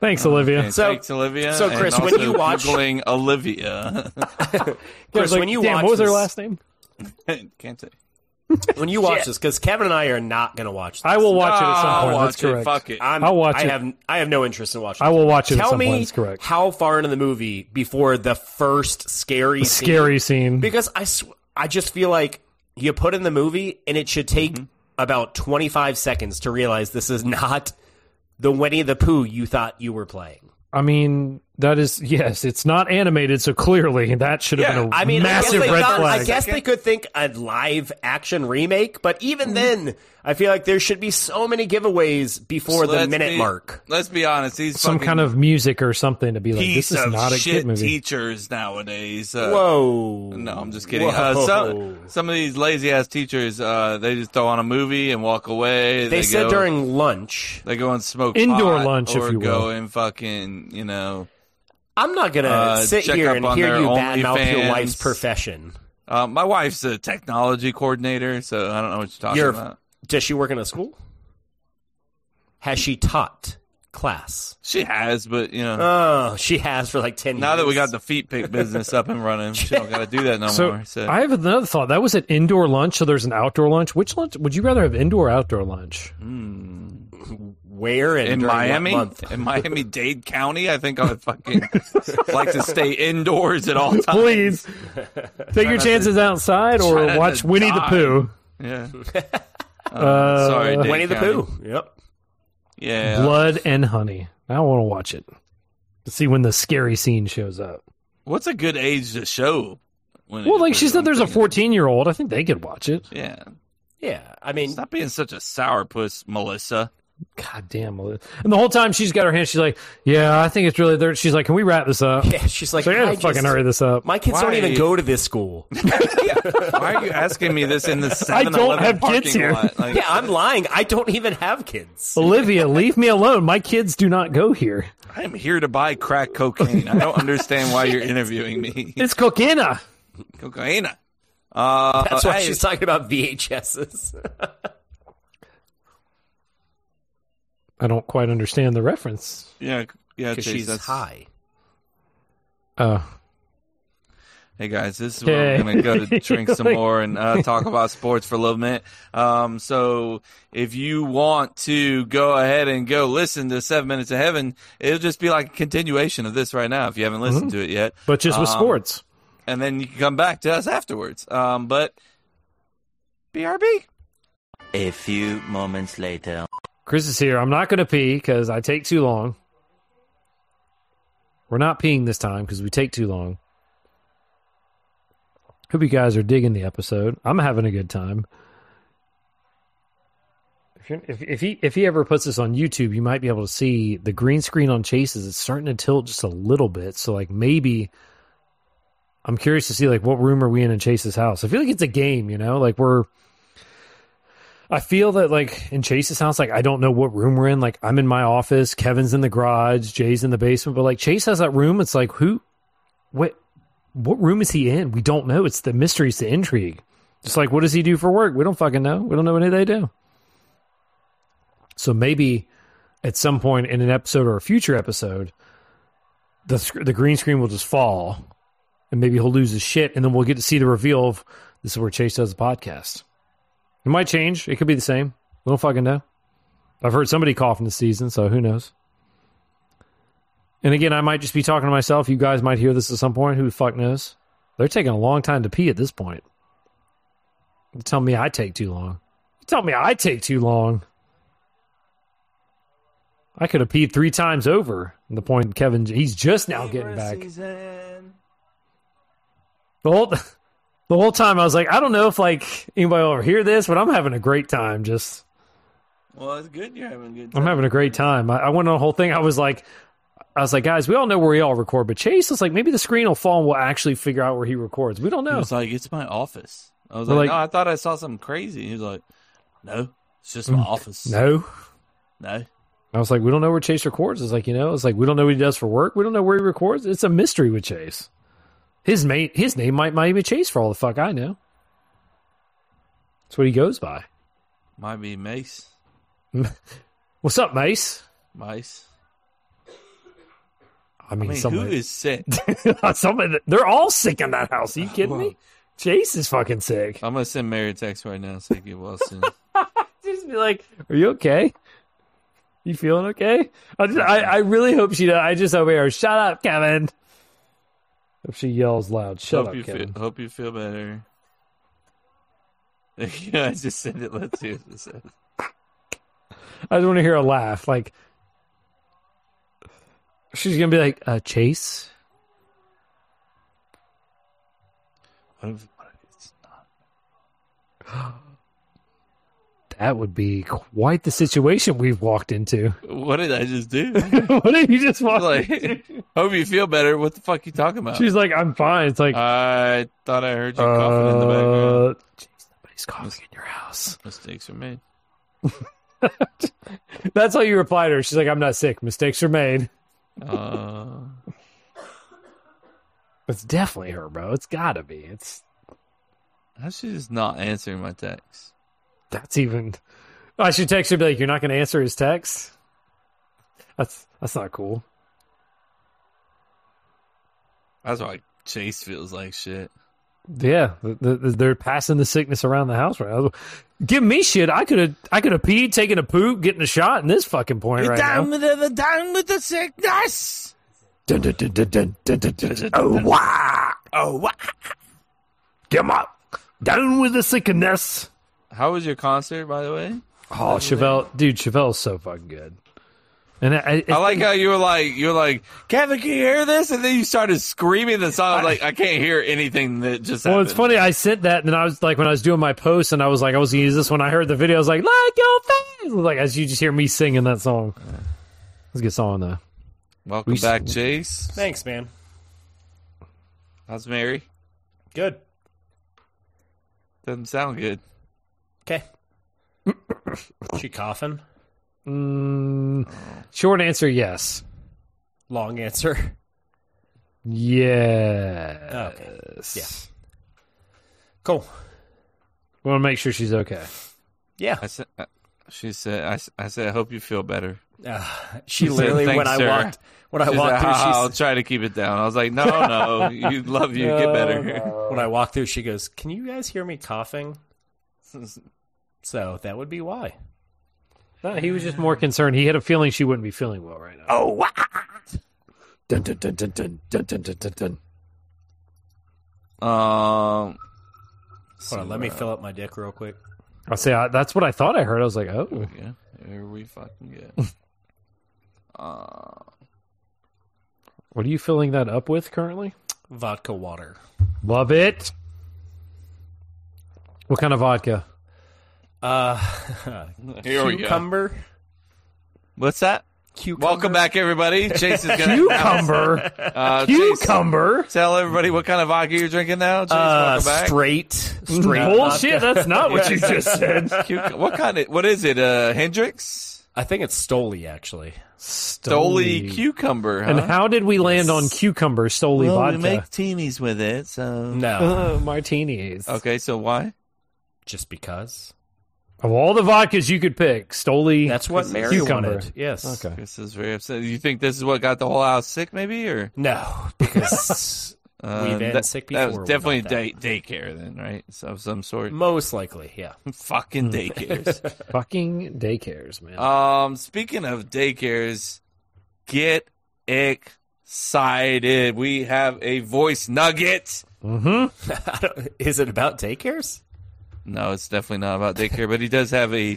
[SPEAKER 2] Thanks, Olivia.
[SPEAKER 3] And
[SPEAKER 1] So-
[SPEAKER 3] thanks, Olivia.
[SPEAKER 1] so,
[SPEAKER 3] and
[SPEAKER 1] Chris, when
[SPEAKER 3] also
[SPEAKER 1] you watch-
[SPEAKER 3] googling Olivia, [laughs]
[SPEAKER 1] Chris,
[SPEAKER 2] Like,
[SPEAKER 1] when you
[SPEAKER 2] damn,
[SPEAKER 1] watch
[SPEAKER 2] what was
[SPEAKER 1] this,
[SPEAKER 2] her last name?
[SPEAKER 3] can't say.
[SPEAKER 1] when you watch this, because Kevin and I are not going to watch. This.
[SPEAKER 2] I will watch it at some point. That's
[SPEAKER 3] I'll Ah, watch it.
[SPEAKER 2] correct.
[SPEAKER 3] Fuck it.
[SPEAKER 1] I'm,
[SPEAKER 2] I'll watch
[SPEAKER 1] I
[SPEAKER 2] it.
[SPEAKER 1] Have, I have no interest in watching.
[SPEAKER 2] I will
[SPEAKER 1] this.
[SPEAKER 2] watch it at
[SPEAKER 1] Tell
[SPEAKER 2] some
[SPEAKER 1] me
[SPEAKER 2] point, that's correct.
[SPEAKER 1] how far into the movie before the first scary scene-
[SPEAKER 2] Scary scene.
[SPEAKER 1] Because I, sw- I just feel like you put in the movie and it should
[SPEAKER 2] Mm-hmm.
[SPEAKER 1] take about 25 seconds to realize this is not the Winnie the Pooh you thought you were playing.
[SPEAKER 2] I mean, that is yes, it's not animated, so clearly that should have
[SPEAKER 3] Yeah,
[SPEAKER 2] been a
[SPEAKER 1] I mean, I
[SPEAKER 2] massive
[SPEAKER 1] guess, they
[SPEAKER 2] red
[SPEAKER 1] thought-
[SPEAKER 2] flag.
[SPEAKER 1] I guess they could think a live action remake, but even
[SPEAKER 2] Mm-hmm.
[SPEAKER 1] then, I feel like there should be so many giveaways before
[SPEAKER 3] So
[SPEAKER 1] the
[SPEAKER 3] let's
[SPEAKER 1] minute
[SPEAKER 3] be-
[SPEAKER 1] mark.
[SPEAKER 3] Let's be honest. These
[SPEAKER 2] some
[SPEAKER 3] fucking
[SPEAKER 2] kind of music or something to be like,
[SPEAKER 3] piece
[SPEAKER 2] this is
[SPEAKER 3] of
[SPEAKER 2] not a
[SPEAKER 3] shit
[SPEAKER 2] kid movie.
[SPEAKER 3] teachers nowadays. Uh,
[SPEAKER 1] Whoa!
[SPEAKER 3] No, I'm just kidding. Uh, some some of these lazy ass teachers, uh, they just throw on a movie and walk away.
[SPEAKER 1] they, said
[SPEAKER 3] go-
[SPEAKER 1] during lunch.
[SPEAKER 3] they go and smoke
[SPEAKER 2] Indoor
[SPEAKER 3] pot
[SPEAKER 2] lunch, if
[SPEAKER 3] or
[SPEAKER 2] you
[SPEAKER 3] go
[SPEAKER 2] will.
[SPEAKER 3] and fucking you know.
[SPEAKER 1] I'm not gonna
[SPEAKER 3] Uh,
[SPEAKER 1] sit
[SPEAKER 3] check
[SPEAKER 1] here
[SPEAKER 3] up
[SPEAKER 1] and
[SPEAKER 3] on
[SPEAKER 1] hear
[SPEAKER 3] their
[SPEAKER 1] you badmouth your
[SPEAKER 3] OnlyFans.
[SPEAKER 1] wife's profession.
[SPEAKER 3] Uh, my wife's a technology coordinator, so I don't know what you're talking
[SPEAKER 1] You're-
[SPEAKER 3] about.
[SPEAKER 1] Does she work in a school? Has she taught class?
[SPEAKER 3] She has, but you know,
[SPEAKER 1] Oh, she has for like ten.
[SPEAKER 3] now that we
[SPEAKER 1] years.
[SPEAKER 3] got the feet pick business up and running, she don't got to do that
[SPEAKER 2] [laughs]
[SPEAKER 3] no
[SPEAKER 2] So
[SPEAKER 3] more. So
[SPEAKER 2] I have another thought. That was an indoor lunch, so there's an outdoor lunch. Which lunch would you rather have indoor or outdoor lunch?
[SPEAKER 1] where and
[SPEAKER 3] in
[SPEAKER 1] during what
[SPEAKER 3] Miami,
[SPEAKER 1] month?
[SPEAKER 3] in Miami Dade County, I think I would fucking
[SPEAKER 1] [laughs]
[SPEAKER 3] like to stay indoors at all times. [laughs]
[SPEAKER 2] Please take your chances outside
[SPEAKER 3] try not
[SPEAKER 2] or
[SPEAKER 3] to
[SPEAKER 2] watch Winnie the
[SPEAKER 3] die.
[SPEAKER 2] Pooh.
[SPEAKER 3] Yeah.
[SPEAKER 2] [laughs] Uh,
[SPEAKER 3] Sorry, Dade
[SPEAKER 1] Winnie the
[SPEAKER 3] County.
[SPEAKER 1] Pooh. Yep.
[SPEAKER 3] Yeah.
[SPEAKER 2] Blood and Honey. I want to watch it to see when the scary scene shows up.
[SPEAKER 3] What's a good age to show? Winnie
[SPEAKER 2] Well,
[SPEAKER 3] the
[SPEAKER 2] like she
[SPEAKER 3] Pooh?
[SPEAKER 2] said,
[SPEAKER 3] I'm
[SPEAKER 2] there's a
[SPEAKER 3] thinking-
[SPEAKER 2] 14 year old. I think they could watch it.
[SPEAKER 3] Yeah.
[SPEAKER 1] Yeah. I mean,
[SPEAKER 3] Stop being such a sourpuss, Melissa.
[SPEAKER 2] God damn. Melissa. And the whole time she's got her hand, she's like, "Yeah, I think it's really there." She's like, "Can we wrap this up?"
[SPEAKER 1] yeah, she's like,
[SPEAKER 2] So I
[SPEAKER 1] I
[SPEAKER 2] gotta
[SPEAKER 1] just-
[SPEAKER 2] fucking hurry this up.
[SPEAKER 1] My kids don't
[SPEAKER 3] Why?
[SPEAKER 1] even go to this school.
[SPEAKER 3] [laughs] Why are you asking me this in the 7
[SPEAKER 2] have
[SPEAKER 3] parking
[SPEAKER 2] kids here.
[SPEAKER 3] lot? Like,
[SPEAKER 1] yeah, I'm lying. I don't even have kids.
[SPEAKER 2] Olivia, leave me alone. My kids do not go here.
[SPEAKER 3] I'm here to buy crack cocaine. I don't understand why you're interviewing me. [laughs]
[SPEAKER 2] It's coquina.
[SPEAKER 3] Cocaine. Uh,
[SPEAKER 1] That's why
[SPEAKER 3] hey,
[SPEAKER 1] she's talking about
[SPEAKER 3] [laughs]
[SPEAKER 1] VHSs.
[SPEAKER 2] I don't quite understand the reference.
[SPEAKER 3] Yeah, yeah,
[SPEAKER 1] Because
[SPEAKER 3] Chase,
[SPEAKER 1] she's
[SPEAKER 3] that's-
[SPEAKER 1] high.
[SPEAKER 2] Oh,
[SPEAKER 3] Hey guys, this is where
[SPEAKER 2] Okay.
[SPEAKER 3] I'm gonna go
[SPEAKER 2] [laughs]
[SPEAKER 3] to drink some
[SPEAKER 2] Like-
[SPEAKER 3] more and uh, talk about sports for a little minute. Um, so if you want to go ahead and go listen to Seven Minutes of Heaven, it'll just be like a continuation of this right now if you haven't listened
[SPEAKER 2] Mm-hmm.
[SPEAKER 3] to it yet.
[SPEAKER 2] but just with
[SPEAKER 3] Um,
[SPEAKER 2] sports.
[SPEAKER 3] and then you can come back to us afterwards. Um, but BRB.
[SPEAKER 11] A few moments later.
[SPEAKER 2] Chris is here. I'm not going to pee because I take too long. We're not peeing this time because we take too long. Hope you guys are digging the episode. I'm having a good time. If, you're, if, if he if he ever puts this on YouTube, you might be able to see the green screen on Chase's. It's starting to tilt just a little bit. So like maybe I'm curious to see like what room are we in in Chase's house. I feel like it's a game, you know, like we're I feel that like in Chase's house, like I don't know what room we're in. Like I'm in my office, Kevin's in the garage, Jay's in the basement, but like Chase has that room. It's like who, what, what room is he in? We don't know. It's the mystery, it's the intrigue. Just like, what does he do for work? We don't fucking know. We don't know what they do. So maybe at some point in an episode or a future episode, the sc- the green screen will just fall, and maybe he'll lose his shit, and then we'll get to see the reveal of this is where Chase does the podcast. It might change. It could be the same. We don't fucking know. I've heard somebody coughing this season, so who knows? And again, I might just be talking to myself. You guys might hear this at some point. Who the fuck knows? They're taking a long time to pee at this point. You tell me I take too long. You tell me I take too long. I could have peed three times over. And the point Kevin, he's just now getting back. The whole, the whole time I was like, I don't know if like anybody will ever hear this, but I'm having a great time. Just
[SPEAKER 3] Well, it's good you're having a good time.
[SPEAKER 2] I'm having a great time. I, I went on a whole thing. I was like, I was like, guys, we all know where we all record, but Chase was like, maybe the screen will fall and we'll actually figure out where he records. We don't
[SPEAKER 3] He
[SPEAKER 2] know.
[SPEAKER 3] was like, it's my office. I was
[SPEAKER 2] We're
[SPEAKER 3] like,
[SPEAKER 2] like-
[SPEAKER 3] no, I thought I saw something crazy. He was like, no, it's just my
[SPEAKER 2] Mm,
[SPEAKER 3] office.
[SPEAKER 2] No.
[SPEAKER 3] No.
[SPEAKER 2] I was like, we don't know where Chase records. It's like, you know, it's like we don't know what he does for work. We don't know where he records. It's a mystery with Chase. His mate, his name might might be Chase for all the fuck I know. That's what he goes by.
[SPEAKER 3] Might be Mace.
[SPEAKER 2] What's up, Mace?
[SPEAKER 3] Mace.
[SPEAKER 2] I
[SPEAKER 3] I
[SPEAKER 2] mean,
[SPEAKER 3] mean, who
[SPEAKER 2] somebody, [laughs]
[SPEAKER 3] is sick?
[SPEAKER 2] somebody, they're all sick in that house. Are you
[SPEAKER 3] [laughs]
[SPEAKER 2] kidding me? Chase is fucking sick.
[SPEAKER 3] I'm gonna send Mary a text right now. So you get well soon.
[SPEAKER 2] Just be like, are you okay? You feeling okay? I just, I, I really hope she. I just over here. Shut up, Kevin. Hope she yells loud. Shut
[SPEAKER 3] hope
[SPEAKER 2] up,
[SPEAKER 3] you
[SPEAKER 2] Kevin.
[SPEAKER 3] feel, hope you feel better. [laughs] yeah, I just sent it. Let's see. What it says.
[SPEAKER 2] I just want to hear a laugh. Like she's gonna be like, uh, Chase.
[SPEAKER 3] What if- what if it's not?
[SPEAKER 2] [gasps] That would be quite the situation we've walked into.
[SPEAKER 3] What did I just
[SPEAKER 2] [laughs]
[SPEAKER 3] do?
[SPEAKER 2] what did you just walk?
[SPEAKER 3] like, [laughs] hope you feel better. What the fuck you talking about?
[SPEAKER 2] She's like, I'm fine. It's like,
[SPEAKER 3] I thought I heard you Uh, coughing in the background.
[SPEAKER 2] uh, Jeez, nobody's coughing in your house. [laughs]
[SPEAKER 3] Mistakes were made.
[SPEAKER 2] That's how you reply to her. She's like, I'm not sick. Mistakes are made.
[SPEAKER 3] Uh,
[SPEAKER 2] It's definitely her, bro. It's gotta be. It's
[SPEAKER 3] how's she just not answering my text?
[SPEAKER 2] that's even. I should text her be like, you're not gonna answer his text. That's that's not cool.
[SPEAKER 3] That's why Chase feels like shit.
[SPEAKER 2] Yeah, th- th- they're passing the sickness around the house right now. Give me shit. I could have I could have peed, taken a poop, getting a shot in this fucking point right now.
[SPEAKER 3] with the down with the sickness.
[SPEAKER 2] Dun, dun, dun, dun, dun, dun, dun, dun, dun. Oh wow!
[SPEAKER 3] Oh, wow.
[SPEAKER 2] Come on, down with the sickness.
[SPEAKER 3] How was your concert, by the way?
[SPEAKER 2] Oh, Chevelle, dude, Chevelle's so fucking good. And I, I,
[SPEAKER 3] I like how you were like, you were like, Kevin, can you hear this? And then you started screaming the song. I was like, I can't hear anything that just
[SPEAKER 2] Well,
[SPEAKER 3] happened.
[SPEAKER 2] it's funny. I sent that, and then I was like, when I was doing my post, and I was like, I was gonna use this when I heard the video. I was like, like your face, like as you just hear me singing that song. Let's get song though.
[SPEAKER 3] Welcome
[SPEAKER 2] we-
[SPEAKER 3] back, Chase.
[SPEAKER 1] Thanks, man.
[SPEAKER 3] How's Mary?
[SPEAKER 1] Good.
[SPEAKER 3] Doesn't sound good.
[SPEAKER 1] Okay. she coughing.
[SPEAKER 2] Mm, short answer, yes.
[SPEAKER 1] Long answer.
[SPEAKER 2] Yes.
[SPEAKER 1] Okay. Yeah. Cool.
[SPEAKER 2] We want to make sure she's okay.
[SPEAKER 1] Yeah.
[SPEAKER 3] I said, uh, she said, I, s- I said, I hope you feel better.
[SPEAKER 1] Uh, [sighs] she
[SPEAKER 3] said,
[SPEAKER 1] literally when
[SPEAKER 3] "Thanks,
[SPEAKER 1] I
[SPEAKER 3] sir."
[SPEAKER 1] walked when [laughs] I
[SPEAKER 3] She's
[SPEAKER 1] walked
[SPEAKER 3] like,
[SPEAKER 1] through,
[SPEAKER 3] "Ah, I'll
[SPEAKER 1] she,
[SPEAKER 3] try to keep it down. I was like, no,
[SPEAKER 1] [laughs]
[SPEAKER 3] no, you love you, get better.
[SPEAKER 1] when I walked through, she goes, "Can you guys hear me coughing?" So that would be why.
[SPEAKER 2] No, Uh, he was just more concerned. He had a feeling she wouldn't be feeling well right now.
[SPEAKER 1] Oh, wow.
[SPEAKER 2] Dun, dun, dun, dun, dun, dun, dun, dun, dun, dun.
[SPEAKER 3] [laughs] Um,
[SPEAKER 1] Hold on, let me
[SPEAKER 3] uh,
[SPEAKER 1] fill up my dick real quick.
[SPEAKER 2] I say I, that's what I thought I heard. I was like, oh,
[SPEAKER 3] yeah, here we fucking go. uh,
[SPEAKER 2] what are you filling that up with currently?
[SPEAKER 1] Vodka water.
[SPEAKER 2] Love it. What kind of vodka?
[SPEAKER 1] Uh,
[SPEAKER 3] [laughs] here we go.
[SPEAKER 1] cucumber.
[SPEAKER 3] What's that?
[SPEAKER 1] Cucumber.
[SPEAKER 3] Welcome back, everybody. Chase is gonna
[SPEAKER 2] Cucumber.
[SPEAKER 3] [laughs] Uh, Chase,
[SPEAKER 2] Cucumber.
[SPEAKER 3] tell everybody what kind of vodka you're drinking now. Chase,
[SPEAKER 1] Uh,
[SPEAKER 3] welcome back.
[SPEAKER 1] straight, straight.
[SPEAKER 2] Bullshit. That's not what you just
[SPEAKER 3] [laughs]
[SPEAKER 2] said.
[SPEAKER 3] Cuc- what kind of? What is it? Uh, Hendrix
[SPEAKER 1] I think it's Stoli actually.
[SPEAKER 3] Stoli cucumber. Huh?
[SPEAKER 2] And how did we land on cucumber Stoli vodka?
[SPEAKER 3] teenies with it, so
[SPEAKER 1] No,
[SPEAKER 2] Uh-huh. Uh, [laughs] martinis.
[SPEAKER 3] okay. So why?
[SPEAKER 1] Just because.
[SPEAKER 2] Of all the vodkas you could pick, Stoli.
[SPEAKER 1] That's what Mary
[SPEAKER 2] cucumber.
[SPEAKER 1] wanted. Yes.
[SPEAKER 2] Okay.
[SPEAKER 3] This is very upset. You think this is what got the whole house sick, maybe, or uh,
[SPEAKER 1] no? [laughs] Because we've been
[SPEAKER 3] that,
[SPEAKER 1] sick
[SPEAKER 3] That
[SPEAKER 1] before, we
[SPEAKER 3] was definitely
[SPEAKER 1] know
[SPEAKER 3] day, daycare, then, right? So, of some sort.
[SPEAKER 1] Most likely, yeah.
[SPEAKER 3] Fucking daycares.
[SPEAKER 2] Fucking daycares, man.
[SPEAKER 3] um, speaking of daycares, get excited. We have a voice nugget.
[SPEAKER 2] Mm-hmm.
[SPEAKER 1] is it about daycares?
[SPEAKER 3] No, it's definitely not about daycare, but he does have a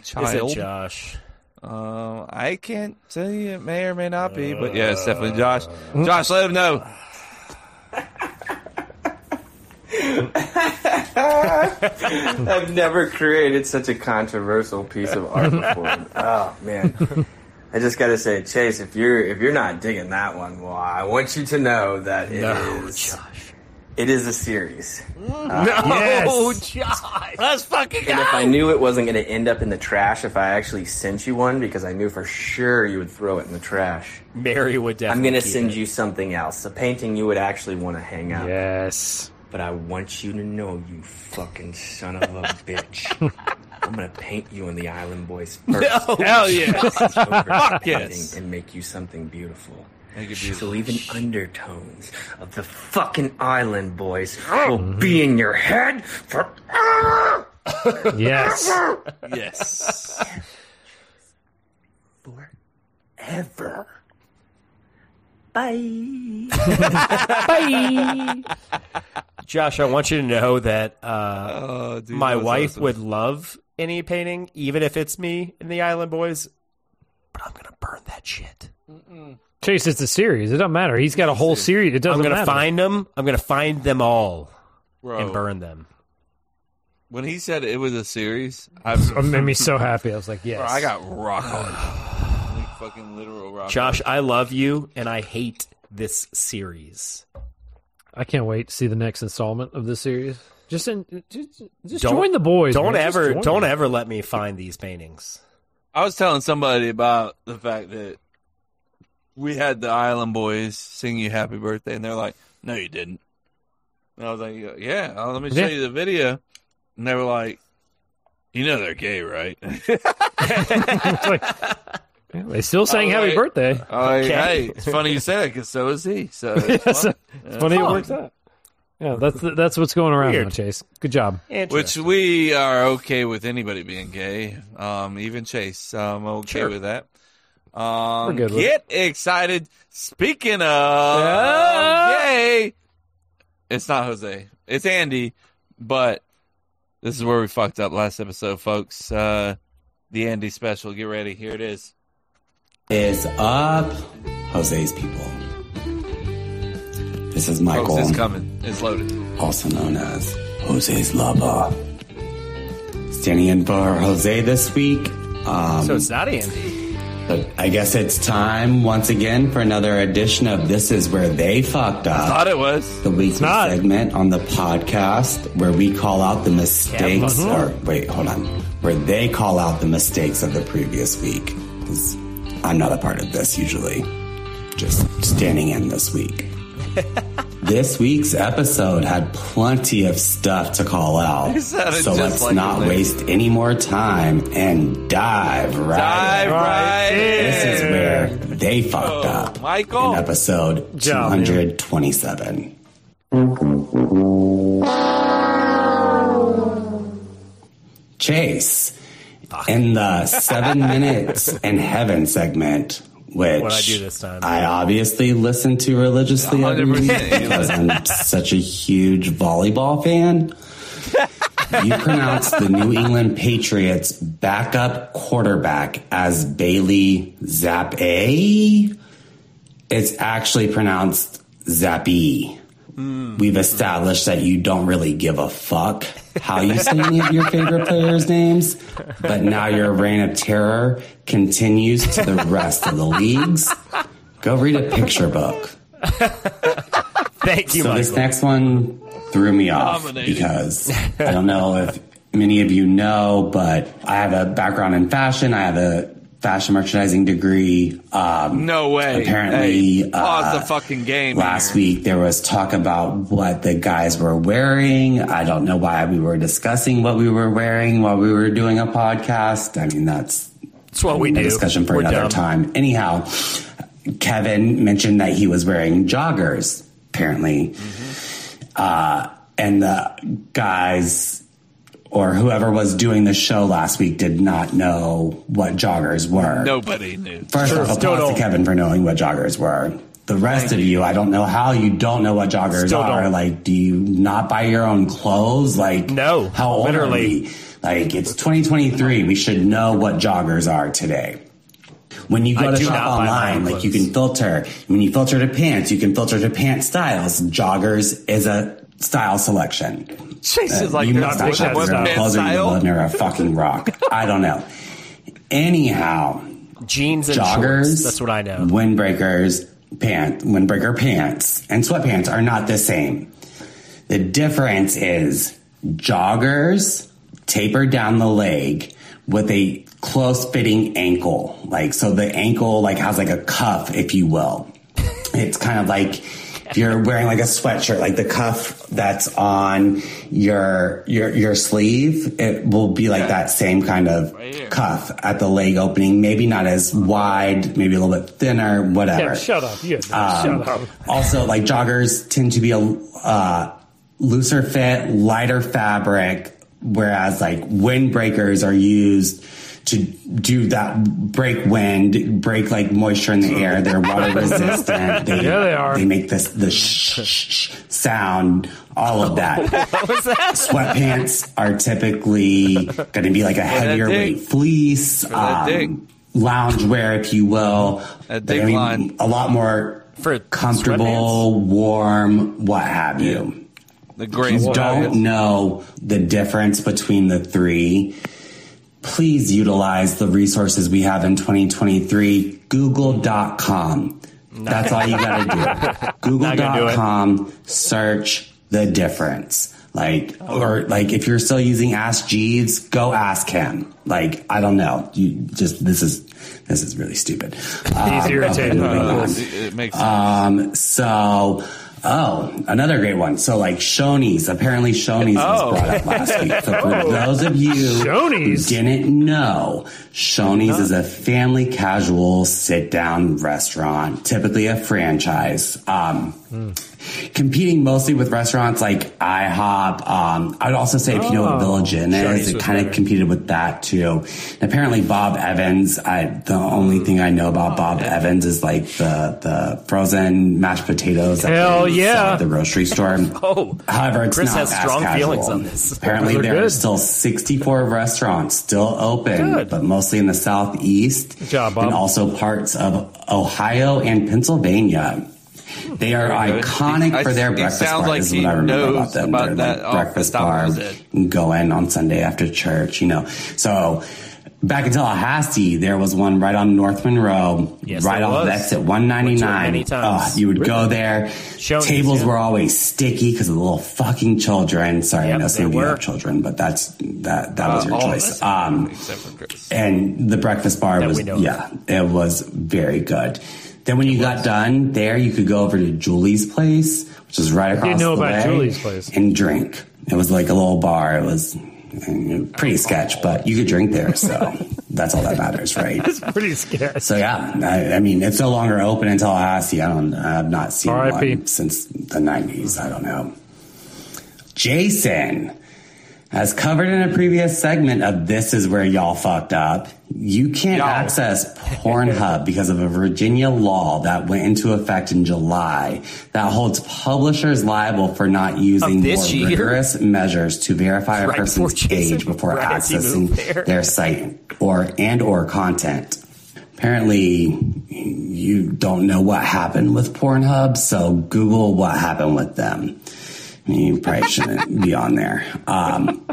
[SPEAKER 1] [laughs]
[SPEAKER 3] child.
[SPEAKER 1] Is it Josh?
[SPEAKER 3] Um, I can't tell you. It may or may not be, but yeah, it's definitely
[SPEAKER 1] Uh,
[SPEAKER 3] Josh. Josh, let him
[SPEAKER 1] [laughs]
[SPEAKER 3] know.
[SPEAKER 12] [laughs] I've never created such a controversial piece of art before. oh man. I just gotta say, Chase, if you're if you're not digging that one, well, I want you to know that it is.
[SPEAKER 1] No,
[SPEAKER 12] it is a series. Uh,
[SPEAKER 3] Oh,
[SPEAKER 1] Josh.
[SPEAKER 3] Let's fucking
[SPEAKER 12] And if I knew it wasn't going to end up in the trash, if I actually sent you one, because I knew for sure you would throw it in the trash.
[SPEAKER 1] Mary would definitely.
[SPEAKER 12] I'm going to
[SPEAKER 1] keep
[SPEAKER 12] send
[SPEAKER 1] it.
[SPEAKER 12] you something else, a painting you would actually want to hang up.
[SPEAKER 2] Yes.
[SPEAKER 12] But I want you to know, you fucking son
[SPEAKER 3] [laughs]
[SPEAKER 12] of a bitch. I'm going to paint you in the Island Boys
[SPEAKER 3] No. [laughs]
[SPEAKER 12] first.
[SPEAKER 3] Hell yeah.
[SPEAKER 12] Over
[SPEAKER 3] Fuck
[SPEAKER 12] painting
[SPEAKER 3] yes.
[SPEAKER 12] And make you something beautiful.
[SPEAKER 3] Make it
[SPEAKER 12] So even undertones of the fucking
[SPEAKER 3] [laughs]
[SPEAKER 12] Island Boys will
[SPEAKER 3] Mm-hmm.
[SPEAKER 12] be in your head for
[SPEAKER 2] Yes.
[SPEAKER 3] yes.
[SPEAKER 12] Forever. Bye.
[SPEAKER 9] [laughs]
[SPEAKER 2] Bye.
[SPEAKER 1] Josh, I want you to know that uh,
[SPEAKER 3] dude,
[SPEAKER 1] my
[SPEAKER 3] that was
[SPEAKER 1] wife
[SPEAKER 3] awesome.
[SPEAKER 1] would love any painting, even if it's me in the Island Boys. But I'm gonna burn that shit.
[SPEAKER 2] Chase, it's a series. It doesn't matter. He's got a whole series. It doesn't
[SPEAKER 1] I'm gonna
[SPEAKER 2] matter.
[SPEAKER 1] find them. I'm gonna find them all
[SPEAKER 3] Bro.
[SPEAKER 1] and burn them.
[SPEAKER 3] When he said it was a series,
[SPEAKER 1] [laughs]
[SPEAKER 3] I've,
[SPEAKER 2] It made me so happy. I was like, yes.
[SPEAKER 3] Bro, I got rock
[SPEAKER 1] [sighs]
[SPEAKER 3] hard. like fucking literal rock
[SPEAKER 1] Josh, I love you, and I hate this series.
[SPEAKER 2] I can't wait to see the next installment of this series. Just in, just, just
[SPEAKER 1] Don't-
[SPEAKER 2] join the boys.
[SPEAKER 1] Don't
[SPEAKER 2] man. Just
[SPEAKER 1] ever,
[SPEAKER 2] join
[SPEAKER 1] don't
[SPEAKER 2] them.
[SPEAKER 1] ever let me find these paintings.
[SPEAKER 3] I was telling somebody about the fact that we had the Island Boys sing you happy birthday, and they're like, no, you didn't. And I was like, yeah, uh, let me show
[SPEAKER 2] Yeah.
[SPEAKER 3] you the video. And they were like, you know they're gay, right? [laughs]
[SPEAKER 2] [laughs] It's like, yeah, they still saying
[SPEAKER 3] Oh,
[SPEAKER 2] happy
[SPEAKER 3] wait.
[SPEAKER 2] birthday.
[SPEAKER 3] Oh, like,
[SPEAKER 1] Okay.
[SPEAKER 3] hey, it's funny you say that because so is he. So it's
[SPEAKER 2] Yes.
[SPEAKER 3] fun.
[SPEAKER 2] It's funny it works out. Yeah, that's that's what's going around
[SPEAKER 1] Weird.
[SPEAKER 2] now, Chase. Good job.
[SPEAKER 3] Which we are okay with anybody being gay, um, even Chase. I'm okay
[SPEAKER 1] Sure.
[SPEAKER 3] with that. Um,
[SPEAKER 2] We're good with
[SPEAKER 3] get excited. Speaking of gay, it's not Jose, it's Andy, but this is where we fucked up last episode, folks. Uh, the Andy special. Get ready. Here it is.
[SPEAKER 13] is up, Jose's people. This is Michael,
[SPEAKER 3] Folks, it's coming. It's loaded.
[SPEAKER 13] also known as Jose's lover. Standing in for Jose this week. Um,
[SPEAKER 1] So it's not Andy.
[SPEAKER 13] but I guess it's time once again for another edition of This Is Where They Fucked Up.
[SPEAKER 3] Thought it was.
[SPEAKER 13] The weekly segment on the podcast where we call out the mistakes,
[SPEAKER 2] Yeah,
[SPEAKER 1] [laughs]
[SPEAKER 13] or wait, hold on, where they call out the mistakes of the previous week. 'Cause I'm not a part of this usually, just standing in this week. this week's episode had plenty of stuff to
[SPEAKER 3] [laughs]
[SPEAKER 13] call out,
[SPEAKER 3] It sounded
[SPEAKER 13] so
[SPEAKER 3] just
[SPEAKER 13] let's
[SPEAKER 3] like
[SPEAKER 13] not
[SPEAKER 3] it, Nick.
[SPEAKER 13] waste any more time and dive right.
[SPEAKER 3] Dive
[SPEAKER 13] in.
[SPEAKER 3] right
[SPEAKER 13] This is
[SPEAKER 3] in.
[SPEAKER 13] where they fucked up.
[SPEAKER 3] Oh, Michael.
[SPEAKER 13] In episode
[SPEAKER 2] job, man.
[SPEAKER 13] 227. Chase, in the seven minutes in heaven segment, which
[SPEAKER 1] What'd I do this time?
[SPEAKER 13] I obviously listen to religiously every week
[SPEAKER 3] 100%.
[SPEAKER 13] because I'm such a huge volleyball fan. You pronounced the New England Patriots backup quarterback as Bailey Zap A. It's actually pronounced Zappy. We've established that you don't really give a fuck how you say any of your favorite players' names, but now your reign of terror continues to the rest of the leagues. Go read a picture book.
[SPEAKER 1] Thank you,
[SPEAKER 13] so
[SPEAKER 1] Michael.
[SPEAKER 13] this next one threw me off
[SPEAKER 3] Dominated.
[SPEAKER 13] because I don't know if many of you know, but I have a background in fashion. I have a fashion merchandising degree. Um,
[SPEAKER 3] no way.
[SPEAKER 13] Apparently,
[SPEAKER 3] Hey,
[SPEAKER 13] uh,
[SPEAKER 3] pause the fucking game.
[SPEAKER 13] Last week there was talk about what the guys were wearing. I don't know why we were discussing what we were wearing while we were doing a podcast. I mean, that's
[SPEAKER 1] it's what we
[SPEAKER 13] a
[SPEAKER 1] do.
[SPEAKER 13] discussion for
[SPEAKER 1] We're
[SPEAKER 13] another
[SPEAKER 1] dumb.
[SPEAKER 13] time. Anyhow, Kevin mentioned that he was wearing joggers apparently, uh, and the guys or whoever was doing the show last week did not know what joggers were.
[SPEAKER 3] Nobody knew.
[SPEAKER 13] First off, applause to Kevin for knowing what joggers were. The rest of you, I don't know how you don't know what joggers
[SPEAKER 1] Still
[SPEAKER 13] are.
[SPEAKER 1] don't.
[SPEAKER 13] Like, do you not buy your own clothes? Like, no. How old
[SPEAKER 1] literally.
[SPEAKER 13] are we? Like, it's 2023. We should know what joggers are today. When you go
[SPEAKER 1] I
[SPEAKER 13] to
[SPEAKER 1] do
[SPEAKER 13] shop
[SPEAKER 1] not buy my
[SPEAKER 13] online,
[SPEAKER 1] own
[SPEAKER 13] like you can filter. When you filter to pants, you can filter to pant styles. Joggers is a style selection.
[SPEAKER 3] Chase is like,
[SPEAKER 13] Uh, you
[SPEAKER 3] that's
[SPEAKER 13] must not
[SPEAKER 3] what
[SPEAKER 13] shop
[SPEAKER 3] that
[SPEAKER 13] your own
[SPEAKER 3] pant
[SPEAKER 13] clothes or you
[SPEAKER 3] style?
[SPEAKER 13] live near a fucking [laughs] rock. I don't know. Anyhow,
[SPEAKER 1] jeans and
[SPEAKER 13] joggers.
[SPEAKER 1] shorts. That's what I know.
[SPEAKER 13] Windbreakers, pant, windbreaker pants, and sweatpants are not the same. The difference is joggers taper down the leg with a close fitting ankle, like so the ankle like has like a cuff, if you will. It's kind of like if you're wearing like a sweatshirt, like the cuff that's on your your your sleeve, it will be like that same kind of cuff at the leg opening. Maybe not as wide, maybe a little bit thinner, whatever.
[SPEAKER 2] Kev, shut up. Yeah,
[SPEAKER 13] Um,
[SPEAKER 2] shut up.
[SPEAKER 13] Also, like joggers tend to be a uh, looser fit, lighter fabric, whereas like windbreakers are used to do that break wind, break like moisture in the
[SPEAKER 1] [laughs]
[SPEAKER 13] air. They're water resistant. They,
[SPEAKER 2] Yeah, they are.
[SPEAKER 13] They make this the sh- sh- sh- sound. All of that.
[SPEAKER 1] [laughs] What was that?
[SPEAKER 13] Sweatpants are typically going to be like a
[SPEAKER 1] that
[SPEAKER 13] heavier
[SPEAKER 1] dick.
[SPEAKER 13] weight fleece,
[SPEAKER 1] that dick.
[SPEAKER 13] um, lounge wear, if you will. But, I mean, a lot more comfortable, warm, what have you.
[SPEAKER 3] The
[SPEAKER 13] If
[SPEAKER 3] great
[SPEAKER 13] you don't know the difference between the three, please utilize the resources we have in 2023. Google.com. That's all you gotta do.
[SPEAKER 1] Not gonna do it.
[SPEAKER 13] Google.com, search the difference. Like, or like if you're still using Ask Jeeves, go ask him. Like, I don't know. You just, this is, this is really stupid. Um,
[SPEAKER 3] irritated. [laughs]
[SPEAKER 13] moving on.
[SPEAKER 3] Uh, it, it makes sense.
[SPEAKER 13] Um, so, oh, another great one. So, like Shoney's, apparently Shoney's
[SPEAKER 3] Oh.
[SPEAKER 13] was brought up last week. So, for those of you
[SPEAKER 2] Shoney's.
[SPEAKER 13] who didn't know, Shoney's is a family casual sit down restaurant, typically a franchise. Um, Competing mostly with restaurants like IHOP. Um, I would also say if you know what
[SPEAKER 2] Oh.
[SPEAKER 13] Village Inn
[SPEAKER 2] Shoney's
[SPEAKER 13] is, it
[SPEAKER 2] was
[SPEAKER 13] kind of competed with that too. And apparently, Bob Evans. I the only thing I know about Bob Evans is like the the frozen mashed potatoes. that
[SPEAKER 2] Hell
[SPEAKER 13] they
[SPEAKER 2] yeah.
[SPEAKER 13] sell at the grocery store.
[SPEAKER 1] oh,
[SPEAKER 13] however, it's
[SPEAKER 1] Chris
[SPEAKER 13] not
[SPEAKER 1] has
[SPEAKER 13] fast
[SPEAKER 1] strong
[SPEAKER 13] casual.
[SPEAKER 1] feelings on this.
[SPEAKER 13] Apparently,
[SPEAKER 1] Those are
[SPEAKER 13] there are
[SPEAKER 1] good.
[SPEAKER 13] still 64 restaurants still open, but mostly in the southeast and also parts of Ohio and Pennsylvania. They are
[SPEAKER 3] Very good.
[SPEAKER 13] iconic
[SPEAKER 3] He-
[SPEAKER 13] for their
[SPEAKER 3] he
[SPEAKER 13] breakfast
[SPEAKER 3] sounds
[SPEAKER 13] bar.
[SPEAKER 3] like
[SPEAKER 13] is
[SPEAKER 3] he
[SPEAKER 13] what I remember
[SPEAKER 3] knows
[SPEAKER 13] about them.
[SPEAKER 3] about
[SPEAKER 13] They're
[SPEAKER 3] that
[SPEAKER 13] like
[SPEAKER 3] off the
[SPEAKER 13] breakfast
[SPEAKER 3] top of
[SPEAKER 13] bar,
[SPEAKER 3] his head.
[SPEAKER 13] go in on Sunday after church. You know, so back in Tallahassee, there was one right on North Monroe,
[SPEAKER 1] Yes,
[SPEAKER 13] right
[SPEAKER 1] there
[SPEAKER 13] off
[SPEAKER 1] was.
[SPEAKER 13] Exit 199.
[SPEAKER 1] Went to it many times.
[SPEAKER 13] Oh, you would go
[SPEAKER 1] Really?
[SPEAKER 13] there.
[SPEAKER 1] Shoney's,
[SPEAKER 13] Tables
[SPEAKER 1] yeah.
[SPEAKER 13] were always sticky because of the little fucking children. Sorry, I know some of you have children, but that's that. That was
[SPEAKER 3] Uh,
[SPEAKER 13] your
[SPEAKER 3] all of
[SPEAKER 13] choice.
[SPEAKER 3] us,
[SPEAKER 13] Um,
[SPEAKER 3] except for Chris.
[SPEAKER 13] and the breakfast bar
[SPEAKER 3] That
[SPEAKER 13] was
[SPEAKER 3] we know of.
[SPEAKER 13] yeah, it was very good. Then when you got done there, you could go over to Julie's place, which is right across.
[SPEAKER 2] Didn't know
[SPEAKER 13] the
[SPEAKER 2] about
[SPEAKER 13] way,
[SPEAKER 2] Julie's place.
[SPEAKER 13] And drink. It was like a little bar. It was mm, pretty sketch, but you could drink
[SPEAKER 3] [laughs]
[SPEAKER 13] there, so that's all that matters, right?
[SPEAKER 2] It's pretty scary.
[SPEAKER 13] So yeah, I, I mean, it's no longer open in Tallahassee. I don't, I've not seen
[SPEAKER 2] R.I.P..
[SPEAKER 13] one since the '90s. I don't know. Jason, as covered in a previous segment of "This Is Where Y'all Fucked Up," you can't access Pornhub [laughs] because of a Virginia law that went into effect in July that holds publishers liable for not using more
[SPEAKER 1] this year?
[SPEAKER 13] rigorous measures to verify a
[SPEAKER 1] Right before
[SPEAKER 13] person's age before
[SPEAKER 1] Right as he moved there.
[SPEAKER 13] accessing their site or and or content. Apparently, you don't know what happened with Pornhub, so Google what happened with them. I mean, you probably shouldn't be on there. Um,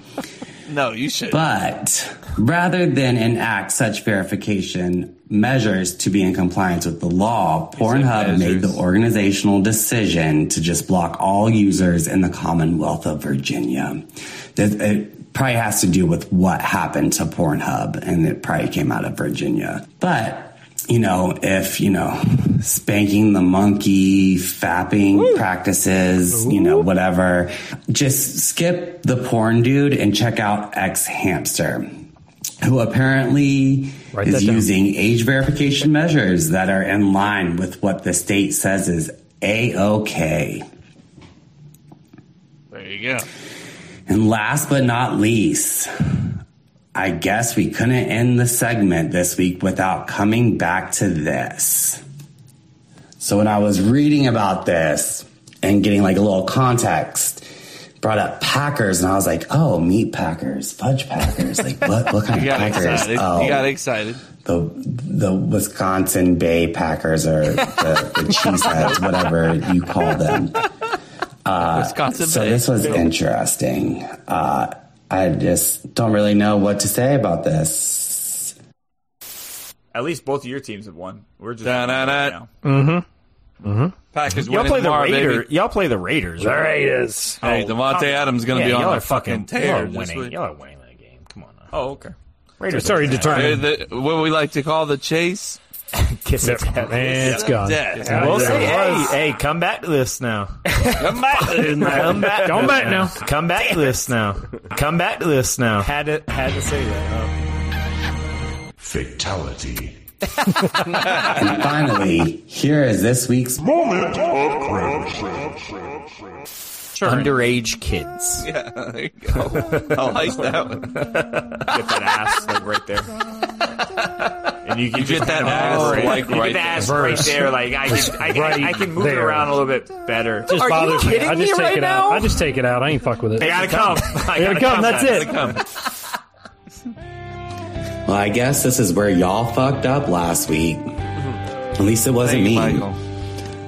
[SPEAKER 3] No, you should.
[SPEAKER 13] but rather than enact such verification measures to be in compliance with the law, Pornhub made the organizational decision to just block all users in the Commonwealth of Virginia. This- it probably has to do with what happened to Pornhub, and it probably came out of Virginia. But you know, if you know, spanking the monkey, fapping practices, you know, whatever, just skip the porn dude and check out X Hamster, who apparently is
[SPEAKER 2] that down.
[SPEAKER 13] using age verification measures that are in line with what the state says is a okay.
[SPEAKER 3] There you go.
[SPEAKER 13] And last but not least, I guess we couldn't end the segment this week without coming back to this. So when I was reading about this and getting like a little context, brought up Packers and I was like, oh, meat Packers, fudge Packers, like what what
[SPEAKER 3] [laughs]
[SPEAKER 13] kind
[SPEAKER 3] You got
[SPEAKER 13] of Packers?
[SPEAKER 3] excited.
[SPEAKER 13] Oh,
[SPEAKER 3] You got excited.
[SPEAKER 13] the the Wisconsin Bay Packers or the, the cheeseheads, whatever you call them. Uh,
[SPEAKER 3] Wisconsin
[SPEAKER 13] so
[SPEAKER 3] Bay.
[SPEAKER 13] this was
[SPEAKER 3] Yeah.
[SPEAKER 13] interesting. Uh, I just don't really know what to say about this.
[SPEAKER 14] At least both of your teams have won. We're just
[SPEAKER 3] Da-da-da.
[SPEAKER 2] Mm-hmm. Mm-hmm.
[SPEAKER 3] Packers
[SPEAKER 1] Y'all
[SPEAKER 3] winning
[SPEAKER 1] play the
[SPEAKER 3] tomorrow, baby.
[SPEAKER 1] Raiders. Y'all play the Raiders.
[SPEAKER 3] The
[SPEAKER 1] right?
[SPEAKER 3] Raiders. Hey, Devontae
[SPEAKER 1] how-
[SPEAKER 3] Adams is gonna be on
[SPEAKER 1] y'all
[SPEAKER 3] a
[SPEAKER 1] are
[SPEAKER 3] fucking tear
[SPEAKER 1] Y'all are
[SPEAKER 3] this
[SPEAKER 1] winning.
[SPEAKER 3] week.
[SPEAKER 1] Y'all are winning that game. Come on. now.
[SPEAKER 14] Oh, okay.
[SPEAKER 1] Raiders.
[SPEAKER 2] It's already
[SPEAKER 1] are-
[SPEAKER 2] determined.
[SPEAKER 3] Hey, the- what we like to call the chase.
[SPEAKER 1] Kiss it.
[SPEAKER 2] Man, it's gone. It's
[SPEAKER 1] Uh, Yeah,
[SPEAKER 2] out
[SPEAKER 1] we'll
[SPEAKER 2] of
[SPEAKER 1] see.
[SPEAKER 2] there.
[SPEAKER 1] Hey, hey, come back to this now.
[SPEAKER 3] Come back.
[SPEAKER 1] Come back.
[SPEAKER 2] Come
[SPEAKER 1] to
[SPEAKER 2] back
[SPEAKER 1] this
[SPEAKER 2] now.
[SPEAKER 1] Come back to this now. Come back to this now.
[SPEAKER 14] Had to had to say that.
[SPEAKER 6] Fatality.
[SPEAKER 13] And finally, here is this week's moment of
[SPEAKER 1] Underage kids.
[SPEAKER 3] [laughs] Yeah, there you go. I like that one.
[SPEAKER 14] Get that ass like right there. And you can
[SPEAKER 3] You
[SPEAKER 14] just
[SPEAKER 3] get that
[SPEAKER 14] kinda
[SPEAKER 3] ass,
[SPEAKER 14] operate.
[SPEAKER 3] like,
[SPEAKER 14] you get
[SPEAKER 3] right
[SPEAKER 14] the ass
[SPEAKER 2] there.
[SPEAKER 14] right
[SPEAKER 2] Verse.
[SPEAKER 14] there. Like I can, I can, I can move it
[SPEAKER 2] there.
[SPEAKER 14] around a little bit better.
[SPEAKER 2] Just
[SPEAKER 1] Are you
[SPEAKER 2] bothers me. I
[SPEAKER 1] kidding
[SPEAKER 2] just
[SPEAKER 1] me
[SPEAKER 2] take
[SPEAKER 1] right
[SPEAKER 2] it out.
[SPEAKER 1] now?
[SPEAKER 2] I just take it out. I ain't fuck with it.
[SPEAKER 1] They gotta come. I
[SPEAKER 2] They gotta come. That's
[SPEAKER 1] guys.
[SPEAKER 2] it.
[SPEAKER 13] Well, I guess this is where y'all fucked up last week. At least it wasn't me.
[SPEAKER 3] Michael.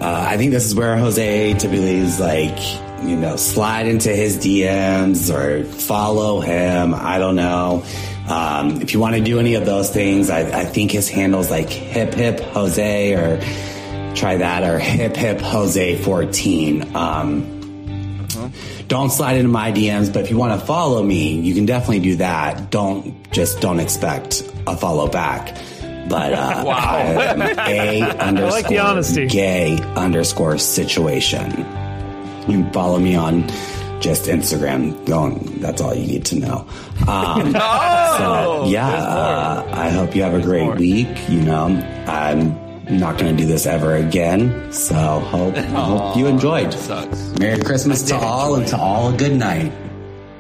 [SPEAKER 13] Uh, I think this is where Jose typically is like, you know, slide into his DMs or follow him. I don't know. Um, if you want to do any of those things, I, I think his handle's like hip hip Jose or try that or hip hip Jose 14. Um, don't slide into my DMs, but if you want to follow me, you can definitely do that. Don't just don't expect a follow back. But uh,
[SPEAKER 2] [laughs] Wow.
[SPEAKER 13] I am a
[SPEAKER 2] I like the
[SPEAKER 13] underscore
[SPEAKER 2] honesty.
[SPEAKER 13] Gay underscore situation. You can follow me on just Instagram. Going, that's all you need to know.
[SPEAKER 2] [laughs]
[SPEAKER 13] Um,
[SPEAKER 2] Oh,
[SPEAKER 13] so,
[SPEAKER 3] Oh!
[SPEAKER 13] yeah, uh, I hope you have a great week. You know, I'm not going to do this ever again. So
[SPEAKER 2] [laughs]
[SPEAKER 13] hope hope you enjoyed. Merry Christmas to all and to all a good night.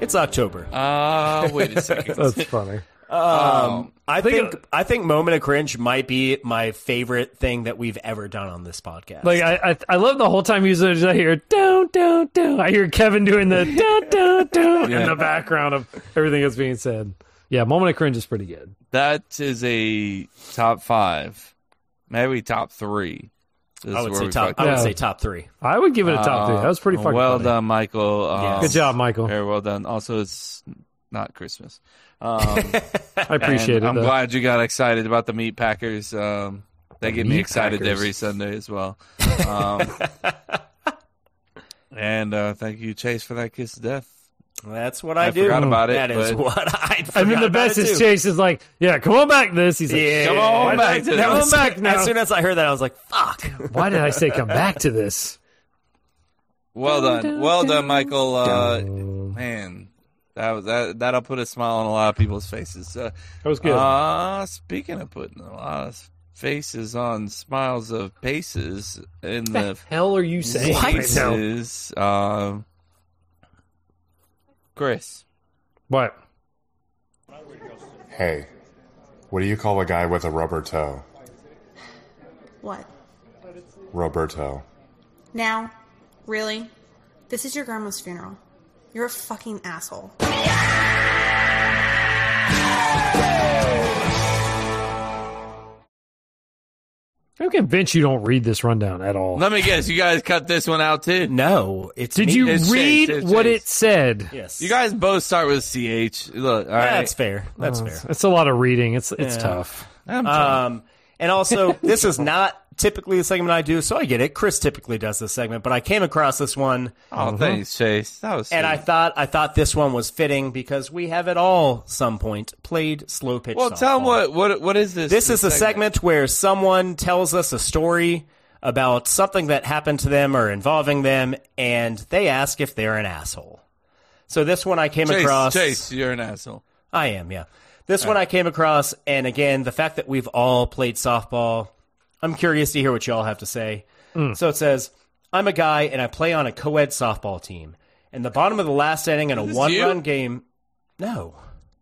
[SPEAKER 1] It's October.
[SPEAKER 3] Uh, wait a second.
[SPEAKER 2] [laughs] That's funny.
[SPEAKER 1] Um, I think I think moment of cringe might be my favorite thing that we've ever done on this podcast.
[SPEAKER 2] Like I, I, I love the whole time users. I hear down, down, down. I hear Kevin doing the down, down, down in the background of everything that's being said. Yeah, moment of cringe is pretty good.
[SPEAKER 3] That is a top five, maybe top three. This
[SPEAKER 1] I
[SPEAKER 3] is
[SPEAKER 1] would
[SPEAKER 3] where
[SPEAKER 1] say
[SPEAKER 3] we
[SPEAKER 1] top.
[SPEAKER 3] fucked
[SPEAKER 1] I would
[SPEAKER 3] up.
[SPEAKER 1] say top three.
[SPEAKER 2] I would give it a top three. That was pretty
[SPEAKER 3] Uh,
[SPEAKER 2] fucking
[SPEAKER 3] Well
[SPEAKER 2] funny.
[SPEAKER 3] done, Michael. Um,
[SPEAKER 2] Good job, Michael.
[SPEAKER 3] Very well done. Also, it's not Christmas. Um,
[SPEAKER 2] I appreciate it.
[SPEAKER 3] and I'm
[SPEAKER 2] though.
[SPEAKER 3] glad you got excited about the meat packers. Um, they get me
[SPEAKER 2] meat
[SPEAKER 3] excited
[SPEAKER 2] packers.
[SPEAKER 3] every Sunday as well.
[SPEAKER 2] [laughs]
[SPEAKER 3] Um, and uh, thank you, Chase, for that kiss of death.
[SPEAKER 1] That's what I,
[SPEAKER 3] I
[SPEAKER 1] do.
[SPEAKER 3] forgot about it,
[SPEAKER 1] That is
[SPEAKER 3] but-
[SPEAKER 1] [laughs] what I.
[SPEAKER 2] And then
[SPEAKER 1] forgot
[SPEAKER 2] the
[SPEAKER 1] about
[SPEAKER 2] best
[SPEAKER 1] it,
[SPEAKER 2] is
[SPEAKER 1] too.
[SPEAKER 2] Chase is like, yeah, come on back to this. He's like,
[SPEAKER 1] Yeah.
[SPEAKER 3] Come on back to
[SPEAKER 2] Come on
[SPEAKER 1] As soon-
[SPEAKER 2] back now.
[SPEAKER 1] [laughs] As soon as I heard that, I was like, "Fuck!"
[SPEAKER 2] Why did I say come back
[SPEAKER 1] [laughs]
[SPEAKER 2] to this?
[SPEAKER 3] Well done, well done, Michael. Uh, man, that was that. That'll put a smile on a lot of people's faces. Uh,
[SPEAKER 2] That was good.
[SPEAKER 3] Uh, speaking of putting a lot of faces on smiles of paces in
[SPEAKER 2] [laughs]
[SPEAKER 3] the
[SPEAKER 2] hell are you saying right now?
[SPEAKER 3] faces, um, Chris.
[SPEAKER 2] What?
[SPEAKER 15] Hey, what do you call a guy with a rubber toe?
[SPEAKER 16] What?
[SPEAKER 15] Roberto.
[SPEAKER 16] Now? Really? This is your grandma's funeral. You're a fucking asshole.
[SPEAKER 2] I'm convinced you don't read this rundown at all.
[SPEAKER 3] Let me guess, you guys cut this one out too.
[SPEAKER 1] No, it's
[SPEAKER 2] Did
[SPEAKER 1] me.
[SPEAKER 2] you [laughs]
[SPEAKER 3] It's
[SPEAKER 2] read
[SPEAKER 3] Chase, it's
[SPEAKER 2] what
[SPEAKER 3] Chase.
[SPEAKER 2] it said?
[SPEAKER 1] Yes,
[SPEAKER 3] You guys both start with ch. Look, all right.
[SPEAKER 1] that's fair. That's
[SPEAKER 2] Oh,
[SPEAKER 1] fair.
[SPEAKER 2] It's, it's a lot of reading. It's it's
[SPEAKER 1] Yeah.
[SPEAKER 2] tough.
[SPEAKER 3] I'm
[SPEAKER 1] Um, And also, this is not typically the segment I do, so I get it. Chris typically does this segment, but I came across this one.
[SPEAKER 3] Oh, thanks, Chase. That was
[SPEAKER 1] Uh-huh. And
[SPEAKER 3] sweet.
[SPEAKER 1] I thought I thought this one was fitting because we have at all some point played slow pitch.
[SPEAKER 3] Well, tell him what what what is this?
[SPEAKER 1] This is a segment where someone tells us a story about something that happened to them or involving them, and they ask if they're an asshole. So this one I came
[SPEAKER 3] Chase,
[SPEAKER 1] across.
[SPEAKER 3] Chase, you're an asshole.
[SPEAKER 1] I am, yeah. This one I came across, and again, the fact that we've all played softball, I'm curious to hear what y'all have to say.
[SPEAKER 17] Mm.
[SPEAKER 1] So it says, I'm a guy and I play on a co ed softball team. In the bottom of the last inning in a
[SPEAKER 17] Is this
[SPEAKER 1] one
[SPEAKER 17] you?
[SPEAKER 1] run game. No.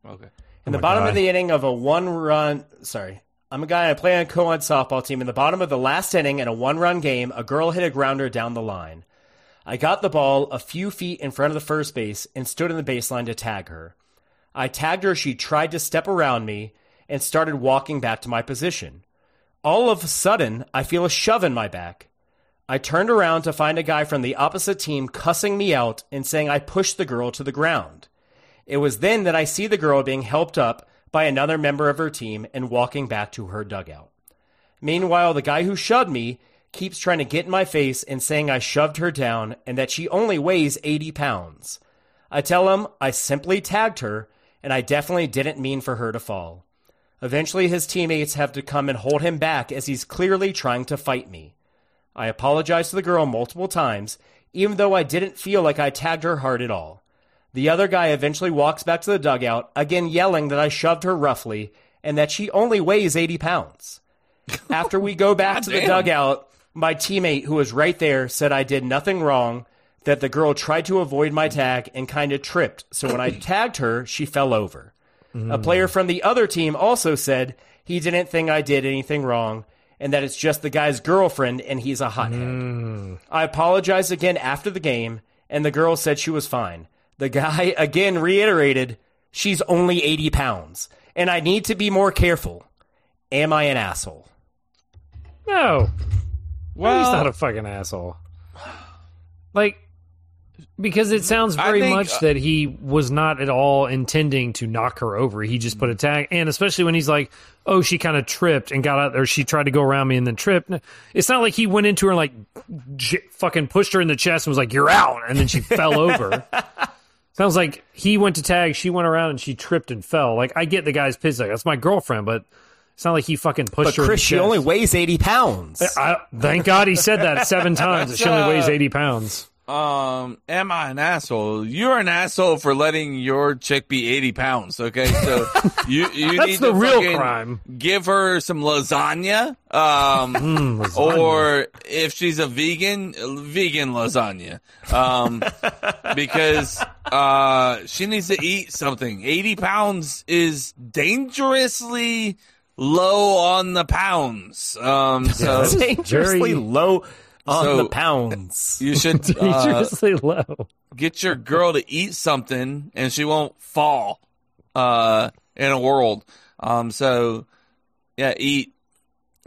[SPEAKER 3] Okay.
[SPEAKER 17] Oh
[SPEAKER 1] In the
[SPEAKER 17] my
[SPEAKER 1] bottom
[SPEAKER 17] God.
[SPEAKER 1] of the inning of a one run, sorry. I'm a guy and I play on a co ed softball team. In the bottom of the last inning in a one run game, a girl hit a grounder down the line. I got the ball a few feet in front of the first base and stood in the baseline to tag her. I tagged her. She tried to step around me and started walking back to my position. All of a sudden, I feel a shove in my back. I turned around to find a guy from the opposite team cussing me out and saying I pushed the girl to the ground. It was then that I see the girl being helped up by another member of her team and walking back to her dugout. Meanwhile, the guy who shoved me keeps trying to get in my face and saying I shoved her down and that she only weighs 80 pounds. I tell him I simply tagged her and I definitely didn't mean for her to fall. Eventually, his teammates have to come and hold him back as he's clearly trying to fight me. I apologized to the girl multiple times, even though I didn't feel like I tagged her hard at all. The other guy eventually walks back to the dugout, again yelling that I shoved her roughly and that she only weighs 80 pounds. After we go back to the
[SPEAKER 17] Goddamn.
[SPEAKER 1] dugout, my teammate who was right there said I did nothing wrong, that the girl tried to avoid my tag and kind of tripped. So when I tagged her, she fell over. A player from the other team also said he didn't think I did anything wrong and that it's just the guy's girlfriend and he's a hothead. I apologized again after the game and the girl said she was fine. The guy [laughs] again reiterated, she's only 80 pounds and I need to be more careful. Am I an asshole?
[SPEAKER 2] No.
[SPEAKER 1] Well-
[SPEAKER 2] he's not a fucking asshole. Like, because it sounds
[SPEAKER 3] I
[SPEAKER 2] very
[SPEAKER 3] think-
[SPEAKER 1] uh,
[SPEAKER 2] much that he was not at all intending to knock her over. He just put a tag, and especially when he's like, "Oh, she kind of tripped and got out, or she tried to go around me and then tripped." No, It's not like he went into her and like j- fucking pushed her in the chest and was like, "You're out," and then she
[SPEAKER 1] [laughs]
[SPEAKER 2] fell over. Sounds like he went to tag, she went around, and she tripped and fell. Like I get the guy's pissed, like that's my girlfriend, but it's not like he fucking pushed
[SPEAKER 1] But
[SPEAKER 2] her. in the
[SPEAKER 1] Chris, she
[SPEAKER 2] chest.
[SPEAKER 1] only weighs 80 pounds.
[SPEAKER 2] I, thank God he said that seven times.
[SPEAKER 3] That's,
[SPEAKER 2] It only weighs
[SPEAKER 3] uh,
[SPEAKER 2] 80 pounds.
[SPEAKER 3] Um, am I an asshole? You're an asshole for letting your chick be 80 pounds. Okay,
[SPEAKER 2] [laughs]
[SPEAKER 3] so you you
[SPEAKER 2] That's
[SPEAKER 3] need
[SPEAKER 2] the
[SPEAKER 3] to
[SPEAKER 2] real
[SPEAKER 3] fucking
[SPEAKER 2] crime.
[SPEAKER 3] Give her some lasagna.
[SPEAKER 2] [laughs]
[SPEAKER 3] Um,
[SPEAKER 2] Mm, lasagna.
[SPEAKER 3] or if she's a vegan, vegan lasagna.
[SPEAKER 2] [laughs]
[SPEAKER 3] Um, because uh, she needs to eat something. 80 pounds is dangerously low on the pounds.
[SPEAKER 2] [laughs]
[SPEAKER 3] Um,
[SPEAKER 2] uh,
[SPEAKER 3] so
[SPEAKER 1] That's dangerously low on
[SPEAKER 3] So-
[SPEAKER 1] the pounds.
[SPEAKER 2] [laughs]
[SPEAKER 3] You should uh,
[SPEAKER 2] Dangerously low.
[SPEAKER 3] get your girl to eat something and she won't fall uh, in a world. Um, so yeah, eat.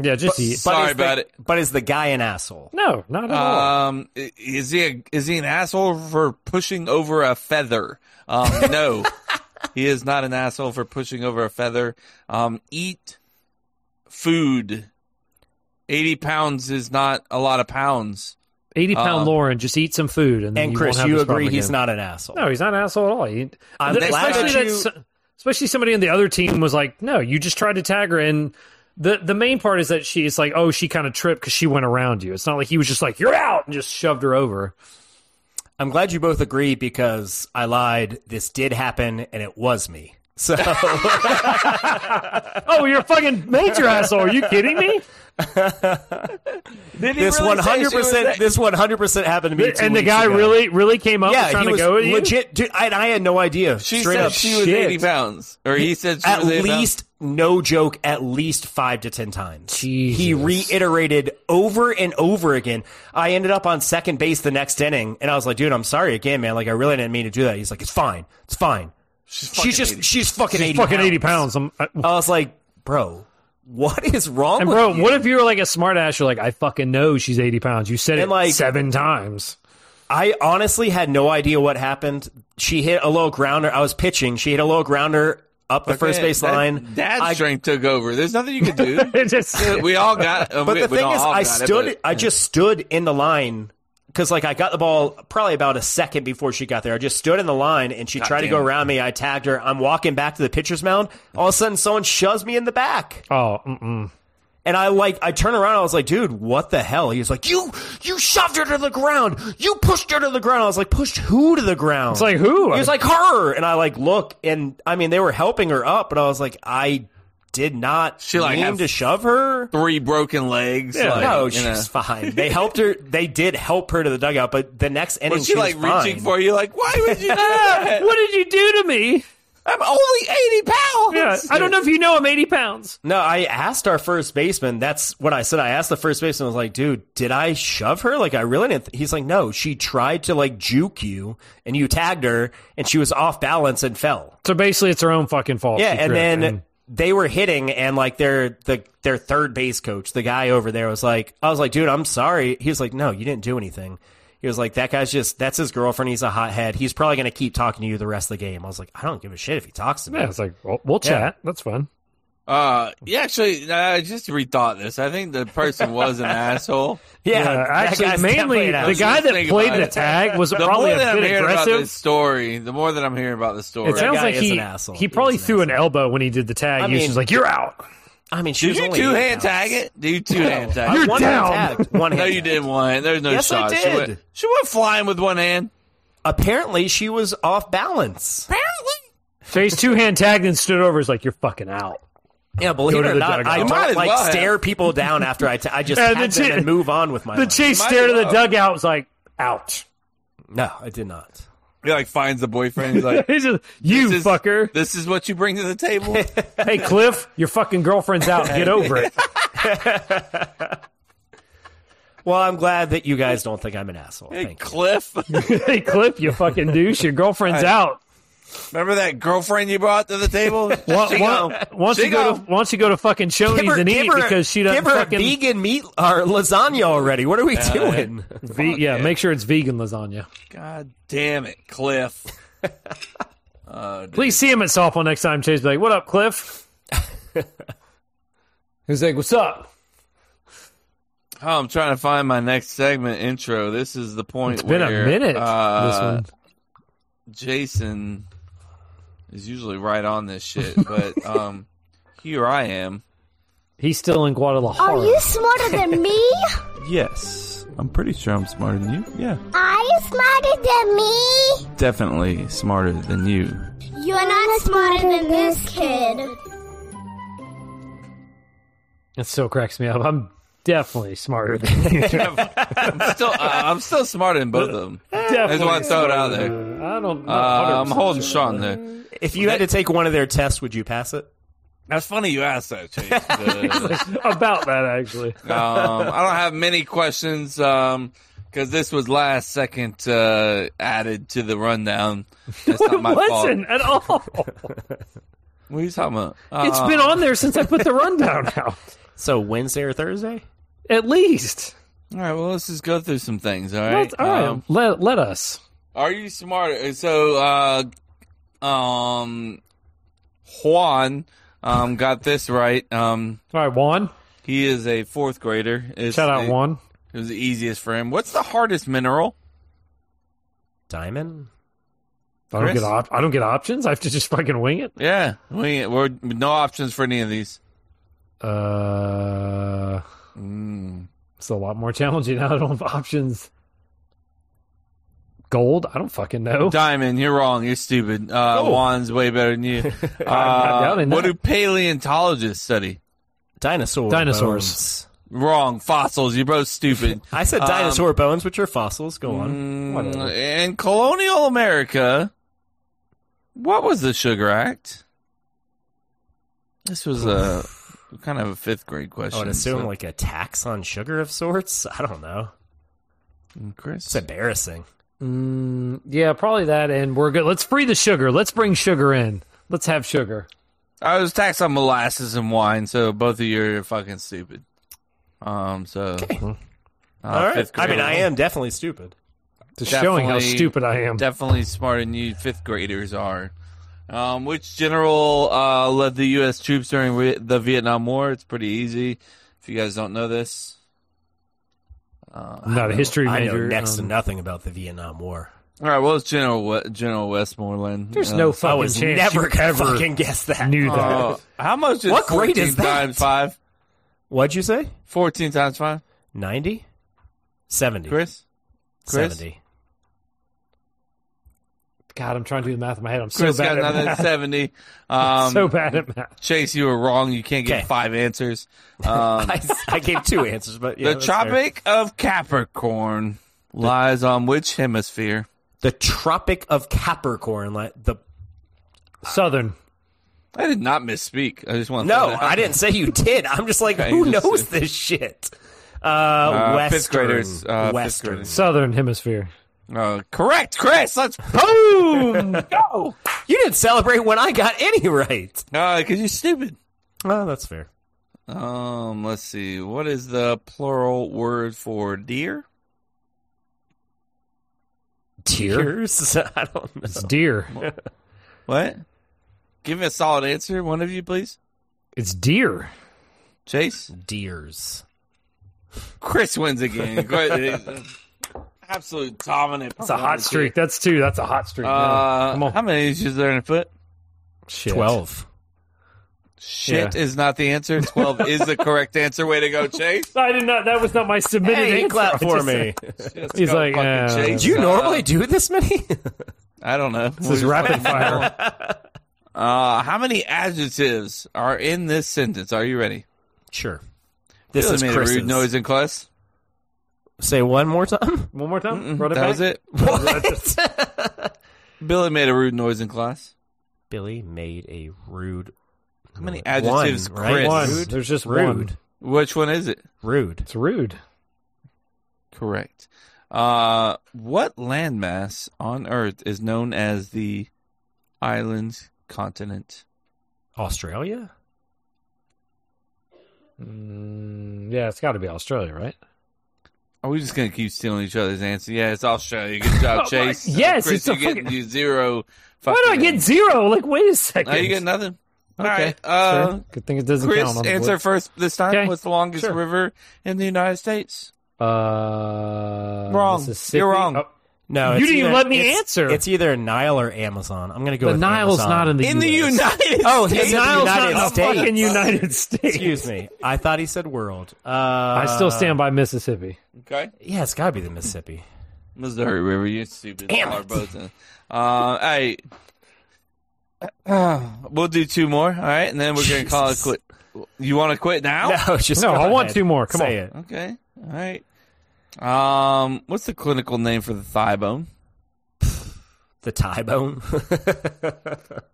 [SPEAKER 2] Yeah,
[SPEAKER 3] just But- eat. sorry
[SPEAKER 1] is the-
[SPEAKER 3] about it.
[SPEAKER 1] But is the guy an asshole?
[SPEAKER 2] No, not at all.
[SPEAKER 3] Um, i- is he a, is he an asshole for pushing over a feather? Um, no, he is not an asshole for pushing over a feather. Um, eat food. Eighty pounds is not a lot of pounds.
[SPEAKER 2] 80 pound
[SPEAKER 3] Um,
[SPEAKER 2] Lauren, just eat some food. And, then
[SPEAKER 1] And
[SPEAKER 2] you
[SPEAKER 1] Chris,
[SPEAKER 2] won't have
[SPEAKER 1] you
[SPEAKER 2] this problem
[SPEAKER 1] agree he's
[SPEAKER 2] again.
[SPEAKER 1] not an asshole.
[SPEAKER 2] No, he's not an asshole at all. He,
[SPEAKER 1] I'm
[SPEAKER 2] Th-
[SPEAKER 1] glad
[SPEAKER 2] especially,
[SPEAKER 1] that
[SPEAKER 2] that
[SPEAKER 1] you-
[SPEAKER 2] so- especially somebody on the other team was like, no, you just tried to tag her. And the, the main part is that she's like, oh, she kind of tripped because she went around you. It's not like he was just like, you're out and just shoved her over.
[SPEAKER 1] I'm glad you both agree because I lied. This did happen, and it was me.
[SPEAKER 3] [laughs]
[SPEAKER 1] So
[SPEAKER 2] Oh, you're a fucking major [laughs] asshole. Are you kidding me?
[SPEAKER 1] this 100 percent, this 100 percent happened to me. two
[SPEAKER 2] And the
[SPEAKER 1] weeks
[SPEAKER 2] guy
[SPEAKER 1] ago.
[SPEAKER 2] really, really came up
[SPEAKER 1] yeah,
[SPEAKER 2] and trying
[SPEAKER 1] he was
[SPEAKER 2] to go at you?
[SPEAKER 1] legit. Dude, I, I had no idea.
[SPEAKER 3] She
[SPEAKER 1] Straight
[SPEAKER 3] said
[SPEAKER 1] up,
[SPEAKER 3] she was
[SPEAKER 1] Shit.
[SPEAKER 3] eighty pounds, or he said she
[SPEAKER 1] at
[SPEAKER 3] was 80 pounds.
[SPEAKER 1] least no joke at least five to ten times he reiterated over and over again i ended up on second base the next inning and i was like dude i'm sorry again man like i really didn't mean to do that he's like it's fine it's fine she's, just she's fucking
[SPEAKER 2] She's
[SPEAKER 1] 80
[SPEAKER 2] fucking
[SPEAKER 1] pounds.
[SPEAKER 2] 80 pounds. I'm, I,
[SPEAKER 1] i was like bro what is wrong
[SPEAKER 2] And
[SPEAKER 1] with
[SPEAKER 2] bro,
[SPEAKER 1] you?
[SPEAKER 2] what if you were like a smart ass? You're like, I fucking know she's 80 pounds. You said it
[SPEAKER 1] And, like-
[SPEAKER 2] like seven times. [laughs]
[SPEAKER 1] I honestly had no idea what happened. She hit a low grounder. I was pitching. She hit a low grounder up the first base line.
[SPEAKER 3] Dad strength took over. There's nothing you can
[SPEAKER 1] [laughs]
[SPEAKER 3] do. we all got. uh,
[SPEAKER 1] but
[SPEAKER 3] we-
[SPEAKER 1] the
[SPEAKER 3] we
[SPEAKER 1] thing
[SPEAKER 3] don't
[SPEAKER 1] is,
[SPEAKER 3] all
[SPEAKER 1] I
[SPEAKER 3] got it,
[SPEAKER 1] stood.
[SPEAKER 3] but-
[SPEAKER 1] I just stood in the line because, like, I got the ball probably about a second before she got there. I just stood in the line, and she
[SPEAKER 3] God
[SPEAKER 1] tried to
[SPEAKER 3] damn
[SPEAKER 1] go
[SPEAKER 3] it.
[SPEAKER 1] around me. I tagged her. I'm walking back to the pitcher's mound. All of a sudden, someone shoves me in the back.
[SPEAKER 2] Oh, mm-mm.
[SPEAKER 1] and I like, I turn around. I was like, dude, what the hell? He was like, you, you shoved her to the ground. You pushed her to the ground. I was like, pushed who to the ground?
[SPEAKER 2] It's like, who?
[SPEAKER 1] He was like, her. And I like look, and I mean, they were helping her up, but I was like, I did not
[SPEAKER 3] She like
[SPEAKER 1] mean
[SPEAKER 3] had
[SPEAKER 1] to shove her.
[SPEAKER 3] Three broken legs.
[SPEAKER 1] Yeah,
[SPEAKER 3] like,
[SPEAKER 1] no,
[SPEAKER 3] you
[SPEAKER 1] she's
[SPEAKER 3] know.
[SPEAKER 1] fine. They helped her. They did help her to the dugout, but the next inning
[SPEAKER 3] Was she like
[SPEAKER 1] fine.
[SPEAKER 3] reaching for you? Like, why would
[SPEAKER 1] [laughs]
[SPEAKER 3] you do that?
[SPEAKER 2] what did you do to me?
[SPEAKER 3] I'm only eighty
[SPEAKER 1] [laughs]
[SPEAKER 3] pounds.
[SPEAKER 2] Yeah, I don't know if you know I'm 80 pounds.
[SPEAKER 1] No, I asked our first baseman. That's what I said. I asked the first baseman. I was like, "Dude, did I shove her? Like, I really didn't." Th-. He's like, "No, she tried to like juke you, and you tagged her, and she was off balance and fell."
[SPEAKER 2] So basically, it's her own fucking fault.
[SPEAKER 1] yeah,
[SPEAKER 2] She
[SPEAKER 1] and
[SPEAKER 2] tripped,
[SPEAKER 1] then
[SPEAKER 2] and-
[SPEAKER 1] they were hitting, and like their the their third base coach, the guy over there, was like, "I was like, dude, I'm sorry." He was like, "No, you didn't do anything." He was like, "That guy's just that's his girlfriend. He's a hothead. He's probably gonna keep talking to you the rest of the game." I was like, "I don't give a shit if he talks to me."
[SPEAKER 2] yeah, it's like we'll, we'll
[SPEAKER 1] Yeah.
[SPEAKER 2] chat. That's fun.
[SPEAKER 3] Uh, yeah, actually, I just rethought this. I think the person
[SPEAKER 1] [laughs]
[SPEAKER 3] was an asshole.
[SPEAKER 2] actually, mainly the guy that
[SPEAKER 3] Think
[SPEAKER 2] played
[SPEAKER 3] about
[SPEAKER 2] the
[SPEAKER 3] it.
[SPEAKER 2] tag was
[SPEAKER 3] the
[SPEAKER 2] probably
[SPEAKER 3] more
[SPEAKER 2] a
[SPEAKER 3] that I'm
[SPEAKER 2] bit
[SPEAKER 3] hearing About
[SPEAKER 2] aggressive.
[SPEAKER 3] this story, the more that I'm hearing about the story,
[SPEAKER 2] It sounds like he he probably threw an elbow when he did the tag.
[SPEAKER 3] I
[SPEAKER 2] he was
[SPEAKER 3] mean-
[SPEAKER 2] just like, "You're out."
[SPEAKER 1] I mean, she
[SPEAKER 3] Did
[SPEAKER 1] was
[SPEAKER 3] you
[SPEAKER 1] only
[SPEAKER 3] two
[SPEAKER 1] eight pounds.
[SPEAKER 3] hand tag it? Do you two hand tag?
[SPEAKER 1] I-
[SPEAKER 3] it?
[SPEAKER 1] You're one hand down.
[SPEAKER 3] [laughs]
[SPEAKER 1] tagged, one
[SPEAKER 3] no,
[SPEAKER 1] hand
[SPEAKER 3] you did one. There's no
[SPEAKER 1] Yes, I
[SPEAKER 3] shot. She
[SPEAKER 1] did.
[SPEAKER 3] went- She went flying with one hand.
[SPEAKER 1] Apparently, she was off balance.
[SPEAKER 2] So he's two hand tagged and stood over. Is like, "You're fucking out."
[SPEAKER 1] Yeah, believe
[SPEAKER 2] Go
[SPEAKER 1] it
[SPEAKER 2] to
[SPEAKER 1] or
[SPEAKER 2] the
[SPEAKER 1] not,
[SPEAKER 2] dugout.
[SPEAKER 1] I
[SPEAKER 2] You
[SPEAKER 1] don't
[SPEAKER 2] might as
[SPEAKER 1] like
[SPEAKER 2] well have.
[SPEAKER 1] stare people down after I, t- I
[SPEAKER 2] [laughs]
[SPEAKER 1] just
[SPEAKER 2] Yeah,
[SPEAKER 1] tag
[SPEAKER 2] the
[SPEAKER 1] them
[SPEAKER 2] chi-
[SPEAKER 1] and move on with my.
[SPEAKER 2] the
[SPEAKER 1] life.
[SPEAKER 2] chief stared at the dugout. Was like, "Out."
[SPEAKER 1] No, I did not.
[SPEAKER 3] He like finds the boyfriend. He's like,
[SPEAKER 2] He's just, "You
[SPEAKER 3] this is-
[SPEAKER 2] fucker."
[SPEAKER 3] [laughs] This is what you bring to
[SPEAKER 2] [laughs]
[SPEAKER 3] the table.
[SPEAKER 2] hey, Cliff, your fucking girlfriend's out. Get over it. [laughs]
[SPEAKER 1] Well, I'm glad that you guys don't think I'm an asshole. Thank you.
[SPEAKER 3] Cliff,
[SPEAKER 2] hey, Cliff, you fucking douche. Your girlfriend's
[SPEAKER 3] Hey.
[SPEAKER 2] out.
[SPEAKER 3] remember that girlfriend you brought to
[SPEAKER 2] [laughs]
[SPEAKER 3] the table?
[SPEAKER 2] Once, once,
[SPEAKER 3] She go.
[SPEAKER 2] once
[SPEAKER 3] She
[SPEAKER 2] you go to once you go to fucking Shoney's
[SPEAKER 1] Give her,
[SPEAKER 2] and
[SPEAKER 1] give
[SPEAKER 2] eat
[SPEAKER 1] her,
[SPEAKER 2] because she doesn't
[SPEAKER 1] give her
[SPEAKER 2] fucking
[SPEAKER 1] a vegan meat or lasagna already. What are we doing?
[SPEAKER 2] Ve- yeah, make sure it's vegan lasagna.
[SPEAKER 3] God damn it, Cliff. Uh,
[SPEAKER 2] Please see him at softball next time. Chase be like, "What up, Cliff?" He's like, "What's up?"
[SPEAKER 3] Oh, I'm trying to find my next segment intro. This is the point.
[SPEAKER 2] It's been a
[SPEAKER 3] where,
[SPEAKER 2] minute,
[SPEAKER 3] Uh,
[SPEAKER 2] this one.
[SPEAKER 3] Jason is usually right on this
[SPEAKER 2] [laughs]
[SPEAKER 3] shit, but um, here I am.
[SPEAKER 2] He's still in Guadalajara.
[SPEAKER 17] smarter than me?
[SPEAKER 3] Yes, I'm pretty sure I'm smarter than you. Yeah,
[SPEAKER 17] Are you smarter than me?
[SPEAKER 3] definitely smarter than you.
[SPEAKER 17] You're not smarter than this kid.
[SPEAKER 2] It still cracks me up. I'm definitely smarter
[SPEAKER 3] [laughs]
[SPEAKER 2] than you.
[SPEAKER 3] I'm [laughs] still, I- I'm still smarter than both of
[SPEAKER 2] [laughs]
[SPEAKER 3] them.
[SPEAKER 2] Definitely
[SPEAKER 3] That's why I throw it out there.
[SPEAKER 2] I don't.
[SPEAKER 3] Uh,
[SPEAKER 2] know.
[SPEAKER 3] I'm holding strong there.
[SPEAKER 1] If you had to take one of their tests, would you pass it?
[SPEAKER 3] That's funny you asked that, [laughs] Chase. The-
[SPEAKER 2] [laughs] about that actually.
[SPEAKER 3] um, I don't have many questions because this was last second uh, added to the rundown. It's
[SPEAKER 2] [laughs]
[SPEAKER 3] not my
[SPEAKER 2] it
[SPEAKER 3] fault.
[SPEAKER 2] wasn't at all.
[SPEAKER 3] What are you talking about? Uh,
[SPEAKER 2] it's been on there since I put the rundown [laughs] out.
[SPEAKER 1] So Wednesday or Thursday?
[SPEAKER 2] At least.
[SPEAKER 3] All right. Well, let's just go through some things. All right.
[SPEAKER 2] Let's- all right,
[SPEAKER 3] Um,
[SPEAKER 2] let let us.
[SPEAKER 3] are you smarter? So, uh, um, Juan um, got this right. Um,
[SPEAKER 2] All right, Juan.
[SPEAKER 3] He is a fourth grader. It's-
[SPEAKER 2] Shout out
[SPEAKER 3] it-
[SPEAKER 2] Juan.
[SPEAKER 3] It was the easiest for him. What's the hardest mineral?
[SPEAKER 1] Diamond.
[SPEAKER 2] I don't
[SPEAKER 3] Chris?
[SPEAKER 2] get op- I don't get options. I have to just fucking wing it.
[SPEAKER 3] Yeah, we we're no options for any of these.
[SPEAKER 2] Uh,
[SPEAKER 3] Mm.
[SPEAKER 2] it's a lot more challenging. now. I don't have options. Gold? I don't fucking know.
[SPEAKER 3] Diamond, you're wrong. You're stupid. Uh,
[SPEAKER 2] Oh.
[SPEAKER 3] Juan's way better
[SPEAKER 2] [laughs]
[SPEAKER 3] than you.
[SPEAKER 2] not
[SPEAKER 3] Uh,
[SPEAKER 2] doubting
[SPEAKER 3] what
[SPEAKER 2] that.
[SPEAKER 3] do paleontologists study?
[SPEAKER 1] Dinosaur
[SPEAKER 2] Dinosaurs.
[SPEAKER 1] bones.
[SPEAKER 3] Wrong. Fossils. You're
[SPEAKER 2] [laughs]
[SPEAKER 3] both stupid.
[SPEAKER 1] I said
[SPEAKER 3] Um,
[SPEAKER 1] dinosaur bones, which are fossils. Go on.
[SPEAKER 3] mm, in colonial America, what was the Sugar Act? This
[SPEAKER 2] [sighs]
[SPEAKER 3] was a kind of a fifth grade
[SPEAKER 1] I
[SPEAKER 3] question.
[SPEAKER 1] would assume
[SPEAKER 3] so-
[SPEAKER 1] like a tax on sugar of sorts. I don't know.
[SPEAKER 3] Mm, Chris,
[SPEAKER 1] It's embarrassing.
[SPEAKER 2] Mm, yeah, probably that. And we're good. Let's free the sugar. Let's bring sugar in. Let's have sugar.
[SPEAKER 3] I was taxed on molasses and wine, so both of you are fucking stupid. Um, so uh,
[SPEAKER 1] All right.
[SPEAKER 3] fifth
[SPEAKER 1] I mean,
[SPEAKER 3] grade.
[SPEAKER 1] I am definitely stupid.
[SPEAKER 2] Just showing how
[SPEAKER 3] Definitely-
[SPEAKER 2] stupid I am.
[SPEAKER 3] Definitely smarter than you fifth graders are. Um, which general uh, led the U.S. troops during re- the Vietnam War? It's pretty easy. If you guys don't know this, uh,
[SPEAKER 1] I'm not a history I know major, next to um, nothing about the Vietnam War.
[SPEAKER 3] All right, well, it's General we- General Westmoreland.
[SPEAKER 2] There's
[SPEAKER 3] Uh,
[SPEAKER 2] no [laughs] fucking
[SPEAKER 1] I was
[SPEAKER 2] chance
[SPEAKER 1] never
[SPEAKER 2] you
[SPEAKER 1] gonna
[SPEAKER 2] ever
[SPEAKER 1] fucking guess that.
[SPEAKER 2] Knew that.
[SPEAKER 3] Oh, how much is
[SPEAKER 1] What grade
[SPEAKER 3] 14
[SPEAKER 1] is that?
[SPEAKER 3] times five?
[SPEAKER 1] What'd you say?
[SPEAKER 3] Fourteen times five.
[SPEAKER 1] 90? 70.
[SPEAKER 3] Chris? Chris?
[SPEAKER 1] 70.
[SPEAKER 2] God, I'm trying to do the math in my head. I'm so
[SPEAKER 3] Chris
[SPEAKER 2] bad at
[SPEAKER 3] got another
[SPEAKER 2] math. [laughs]
[SPEAKER 3] seventy. [laughs] Um,
[SPEAKER 2] so bad at math.
[SPEAKER 3] Chase, you were wrong. You can't get
[SPEAKER 1] Okay.
[SPEAKER 3] five answers. Um,
[SPEAKER 1] I, I gave two answers, but yeah,
[SPEAKER 3] the
[SPEAKER 1] that's fair.
[SPEAKER 3] Tropic of Capricorn lies on which hemisphere?
[SPEAKER 1] The Tropic of Capricorn. Like the
[SPEAKER 2] Southern.
[SPEAKER 3] I did not misspeak. I just want to
[SPEAKER 1] No, I didn't say you did. I'm just like,
[SPEAKER 3] Okay,
[SPEAKER 1] who
[SPEAKER 3] you just
[SPEAKER 1] knows
[SPEAKER 3] did.
[SPEAKER 1] this shit? Uh,
[SPEAKER 3] Uh,
[SPEAKER 1] Western.
[SPEAKER 3] fifth graders, uh, fifth
[SPEAKER 1] Western.
[SPEAKER 3] graders.
[SPEAKER 2] Southern Hemisphere.
[SPEAKER 3] Uh, correct, Chris. Let's [laughs]
[SPEAKER 1] boom go. You didn't celebrate when I got any right.
[SPEAKER 3] because Uh, you're stupid.
[SPEAKER 1] Oh, that's fair.
[SPEAKER 3] Um, let's see. What is the plural word for deer?
[SPEAKER 1] Tears? [laughs] I don't know.
[SPEAKER 3] Oh.
[SPEAKER 2] It's deer.
[SPEAKER 3] What? Give me a solid answer, one of you, please.
[SPEAKER 2] It's deer.
[SPEAKER 3] Chase,
[SPEAKER 1] Deers.
[SPEAKER 3] Chris wins again. Great.
[SPEAKER 1] [laughs]
[SPEAKER 3] Absolute dominant.
[SPEAKER 2] That's a hot streak. That's two. That's a hot streak.
[SPEAKER 3] Uh,
[SPEAKER 2] Yeah. Come on.
[SPEAKER 3] How many inches are in a foot?
[SPEAKER 2] Shit.
[SPEAKER 1] 12.
[SPEAKER 3] Shit
[SPEAKER 2] Yeah.
[SPEAKER 3] is not the answer. Twelve is the correct answer. Way to go, Chase.
[SPEAKER 2] I did not. That was not my submitted
[SPEAKER 1] Hey,
[SPEAKER 2] answer.
[SPEAKER 1] clap
[SPEAKER 2] [laughs] I
[SPEAKER 1] for
[SPEAKER 2] just-
[SPEAKER 1] me.
[SPEAKER 3] Let's
[SPEAKER 2] He's
[SPEAKER 3] go,
[SPEAKER 2] like,
[SPEAKER 3] fucking
[SPEAKER 2] uh,
[SPEAKER 1] Did
[SPEAKER 3] Chase.
[SPEAKER 1] you
[SPEAKER 3] Uh,
[SPEAKER 1] normally do this many? [laughs]
[SPEAKER 3] I don't know.
[SPEAKER 2] This is
[SPEAKER 3] [laughs]
[SPEAKER 2] rapid fire.
[SPEAKER 3] Uh, how many adjectives are in this sentence? Are you ready?
[SPEAKER 1] sure. This
[SPEAKER 3] Really
[SPEAKER 1] is
[SPEAKER 3] made a
[SPEAKER 1] Chris's.
[SPEAKER 3] rude noise in class.
[SPEAKER 1] Say one more time.
[SPEAKER 2] One more time.
[SPEAKER 3] Mm-mm,
[SPEAKER 2] Run it
[SPEAKER 3] that
[SPEAKER 2] back.
[SPEAKER 3] was it.
[SPEAKER 1] What? [laughs]
[SPEAKER 3] Billy made a rude noise in class.
[SPEAKER 1] Billy made a rude.
[SPEAKER 3] How many
[SPEAKER 1] One,
[SPEAKER 3] adjectives,
[SPEAKER 1] right?
[SPEAKER 3] Chris?
[SPEAKER 2] One.
[SPEAKER 1] Rude.
[SPEAKER 2] There's just
[SPEAKER 1] Rude.
[SPEAKER 2] one.
[SPEAKER 3] Which one is it?
[SPEAKER 1] Rude.
[SPEAKER 2] It's rude.
[SPEAKER 3] Correct. Uh, what landmass on Earth is known as the island continent?
[SPEAKER 1] Australia?
[SPEAKER 2] Mm, yeah, it's got to be Australia, right?
[SPEAKER 3] Are we just gonna keep stealing each other's answer? Yeah, it's Australia.
[SPEAKER 2] [laughs]
[SPEAKER 3] Good job, Chase.
[SPEAKER 2] yes,
[SPEAKER 3] Chris,
[SPEAKER 2] Oh it's a
[SPEAKER 3] you get
[SPEAKER 2] fucking-
[SPEAKER 3] you zero.
[SPEAKER 2] Why do I get zero? Like, wait a second.
[SPEAKER 3] No, you get nothing. All
[SPEAKER 2] Okay.
[SPEAKER 3] right. Uh,
[SPEAKER 2] Fair. Good thing it doesn't
[SPEAKER 3] Chris,
[SPEAKER 2] count. On the
[SPEAKER 3] answer first this time.
[SPEAKER 2] Okay.
[SPEAKER 3] What's the longest
[SPEAKER 2] Sure.
[SPEAKER 3] river in the United States?
[SPEAKER 2] board. Uh,
[SPEAKER 3] Wrong.
[SPEAKER 2] Mississippi?
[SPEAKER 3] You're wrong.
[SPEAKER 2] Oh,
[SPEAKER 1] No,
[SPEAKER 2] You
[SPEAKER 1] it's
[SPEAKER 2] didn't even
[SPEAKER 1] either-
[SPEAKER 2] let me
[SPEAKER 1] it's-
[SPEAKER 2] answer.
[SPEAKER 1] It's either Nile or Amazon. I'm gonna go.
[SPEAKER 2] the
[SPEAKER 1] with
[SPEAKER 2] Nile's
[SPEAKER 1] Amazon.
[SPEAKER 2] not in the
[SPEAKER 3] in the
[SPEAKER 2] US.
[SPEAKER 3] United
[SPEAKER 1] Oh,
[SPEAKER 3] States.
[SPEAKER 1] his
[SPEAKER 2] The Nile's not in the
[SPEAKER 1] United States.
[SPEAKER 2] fucking United States.
[SPEAKER 1] [laughs] Excuse me. I thought he said world. Uh, I
[SPEAKER 2] I still stand by Mississippi.
[SPEAKER 3] Okay.
[SPEAKER 1] Yeah, it's gotta be the Mississippi.
[SPEAKER 3] Missouri River, you stupid.
[SPEAKER 1] Damn
[SPEAKER 3] Y'all are
[SPEAKER 1] it.
[SPEAKER 3] both in- Uh, hey, [clears throat] we'll do two more, all right, and then we're gonna call it
[SPEAKER 1] Jesus.
[SPEAKER 3] quit. You want to quit now?
[SPEAKER 1] [laughs] No, just
[SPEAKER 2] No,
[SPEAKER 1] go
[SPEAKER 2] I want
[SPEAKER 1] ahead.
[SPEAKER 2] two more. Come
[SPEAKER 1] Say
[SPEAKER 2] on.
[SPEAKER 1] it.
[SPEAKER 3] Okay, all right. Um, what's the clinical name for the thigh bone?
[SPEAKER 1] The tie bone.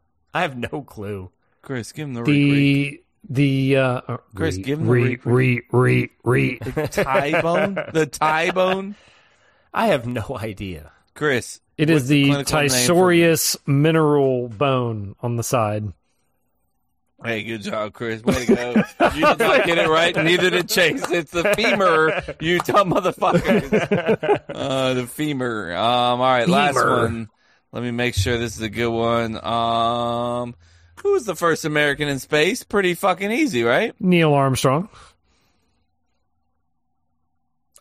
[SPEAKER 1] [laughs] I have no clue.
[SPEAKER 3] Chris, give him the, re-
[SPEAKER 2] The the uh, uh,
[SPEAKER 3] Chris,
[SPEAKER 2] re,
[SPEAKER 3] give him the
[SPEAKER 2] re re re re.
[SPEAKER 3] re- thigh bone. The thigh
[SPEAKER 2] [laughs]
[SPEAKER 3] bone.
[SPEAKER 1] I have no idea.
[SPEAKER 3] Chris,
[SPEAKER 2] It is the
[SPEAKER 3] clinical name for-
[SPEAKER 2] Tysorius mineral bone on the side.
[SPEAKER 3] Hey, good job, Chris. Way to go. You did not get it right. Neither did Chase. It's the femur, you dumb motherfucker. Uh, the femur. Um, all right, last
[SPEAKER 1] Femur.
[SPEAKER 3] one. Let me make sure this is a good one. Um, who was the first American in space? Pretty fucking easy, right?
[SPEAKER 2] Neil Armstrong.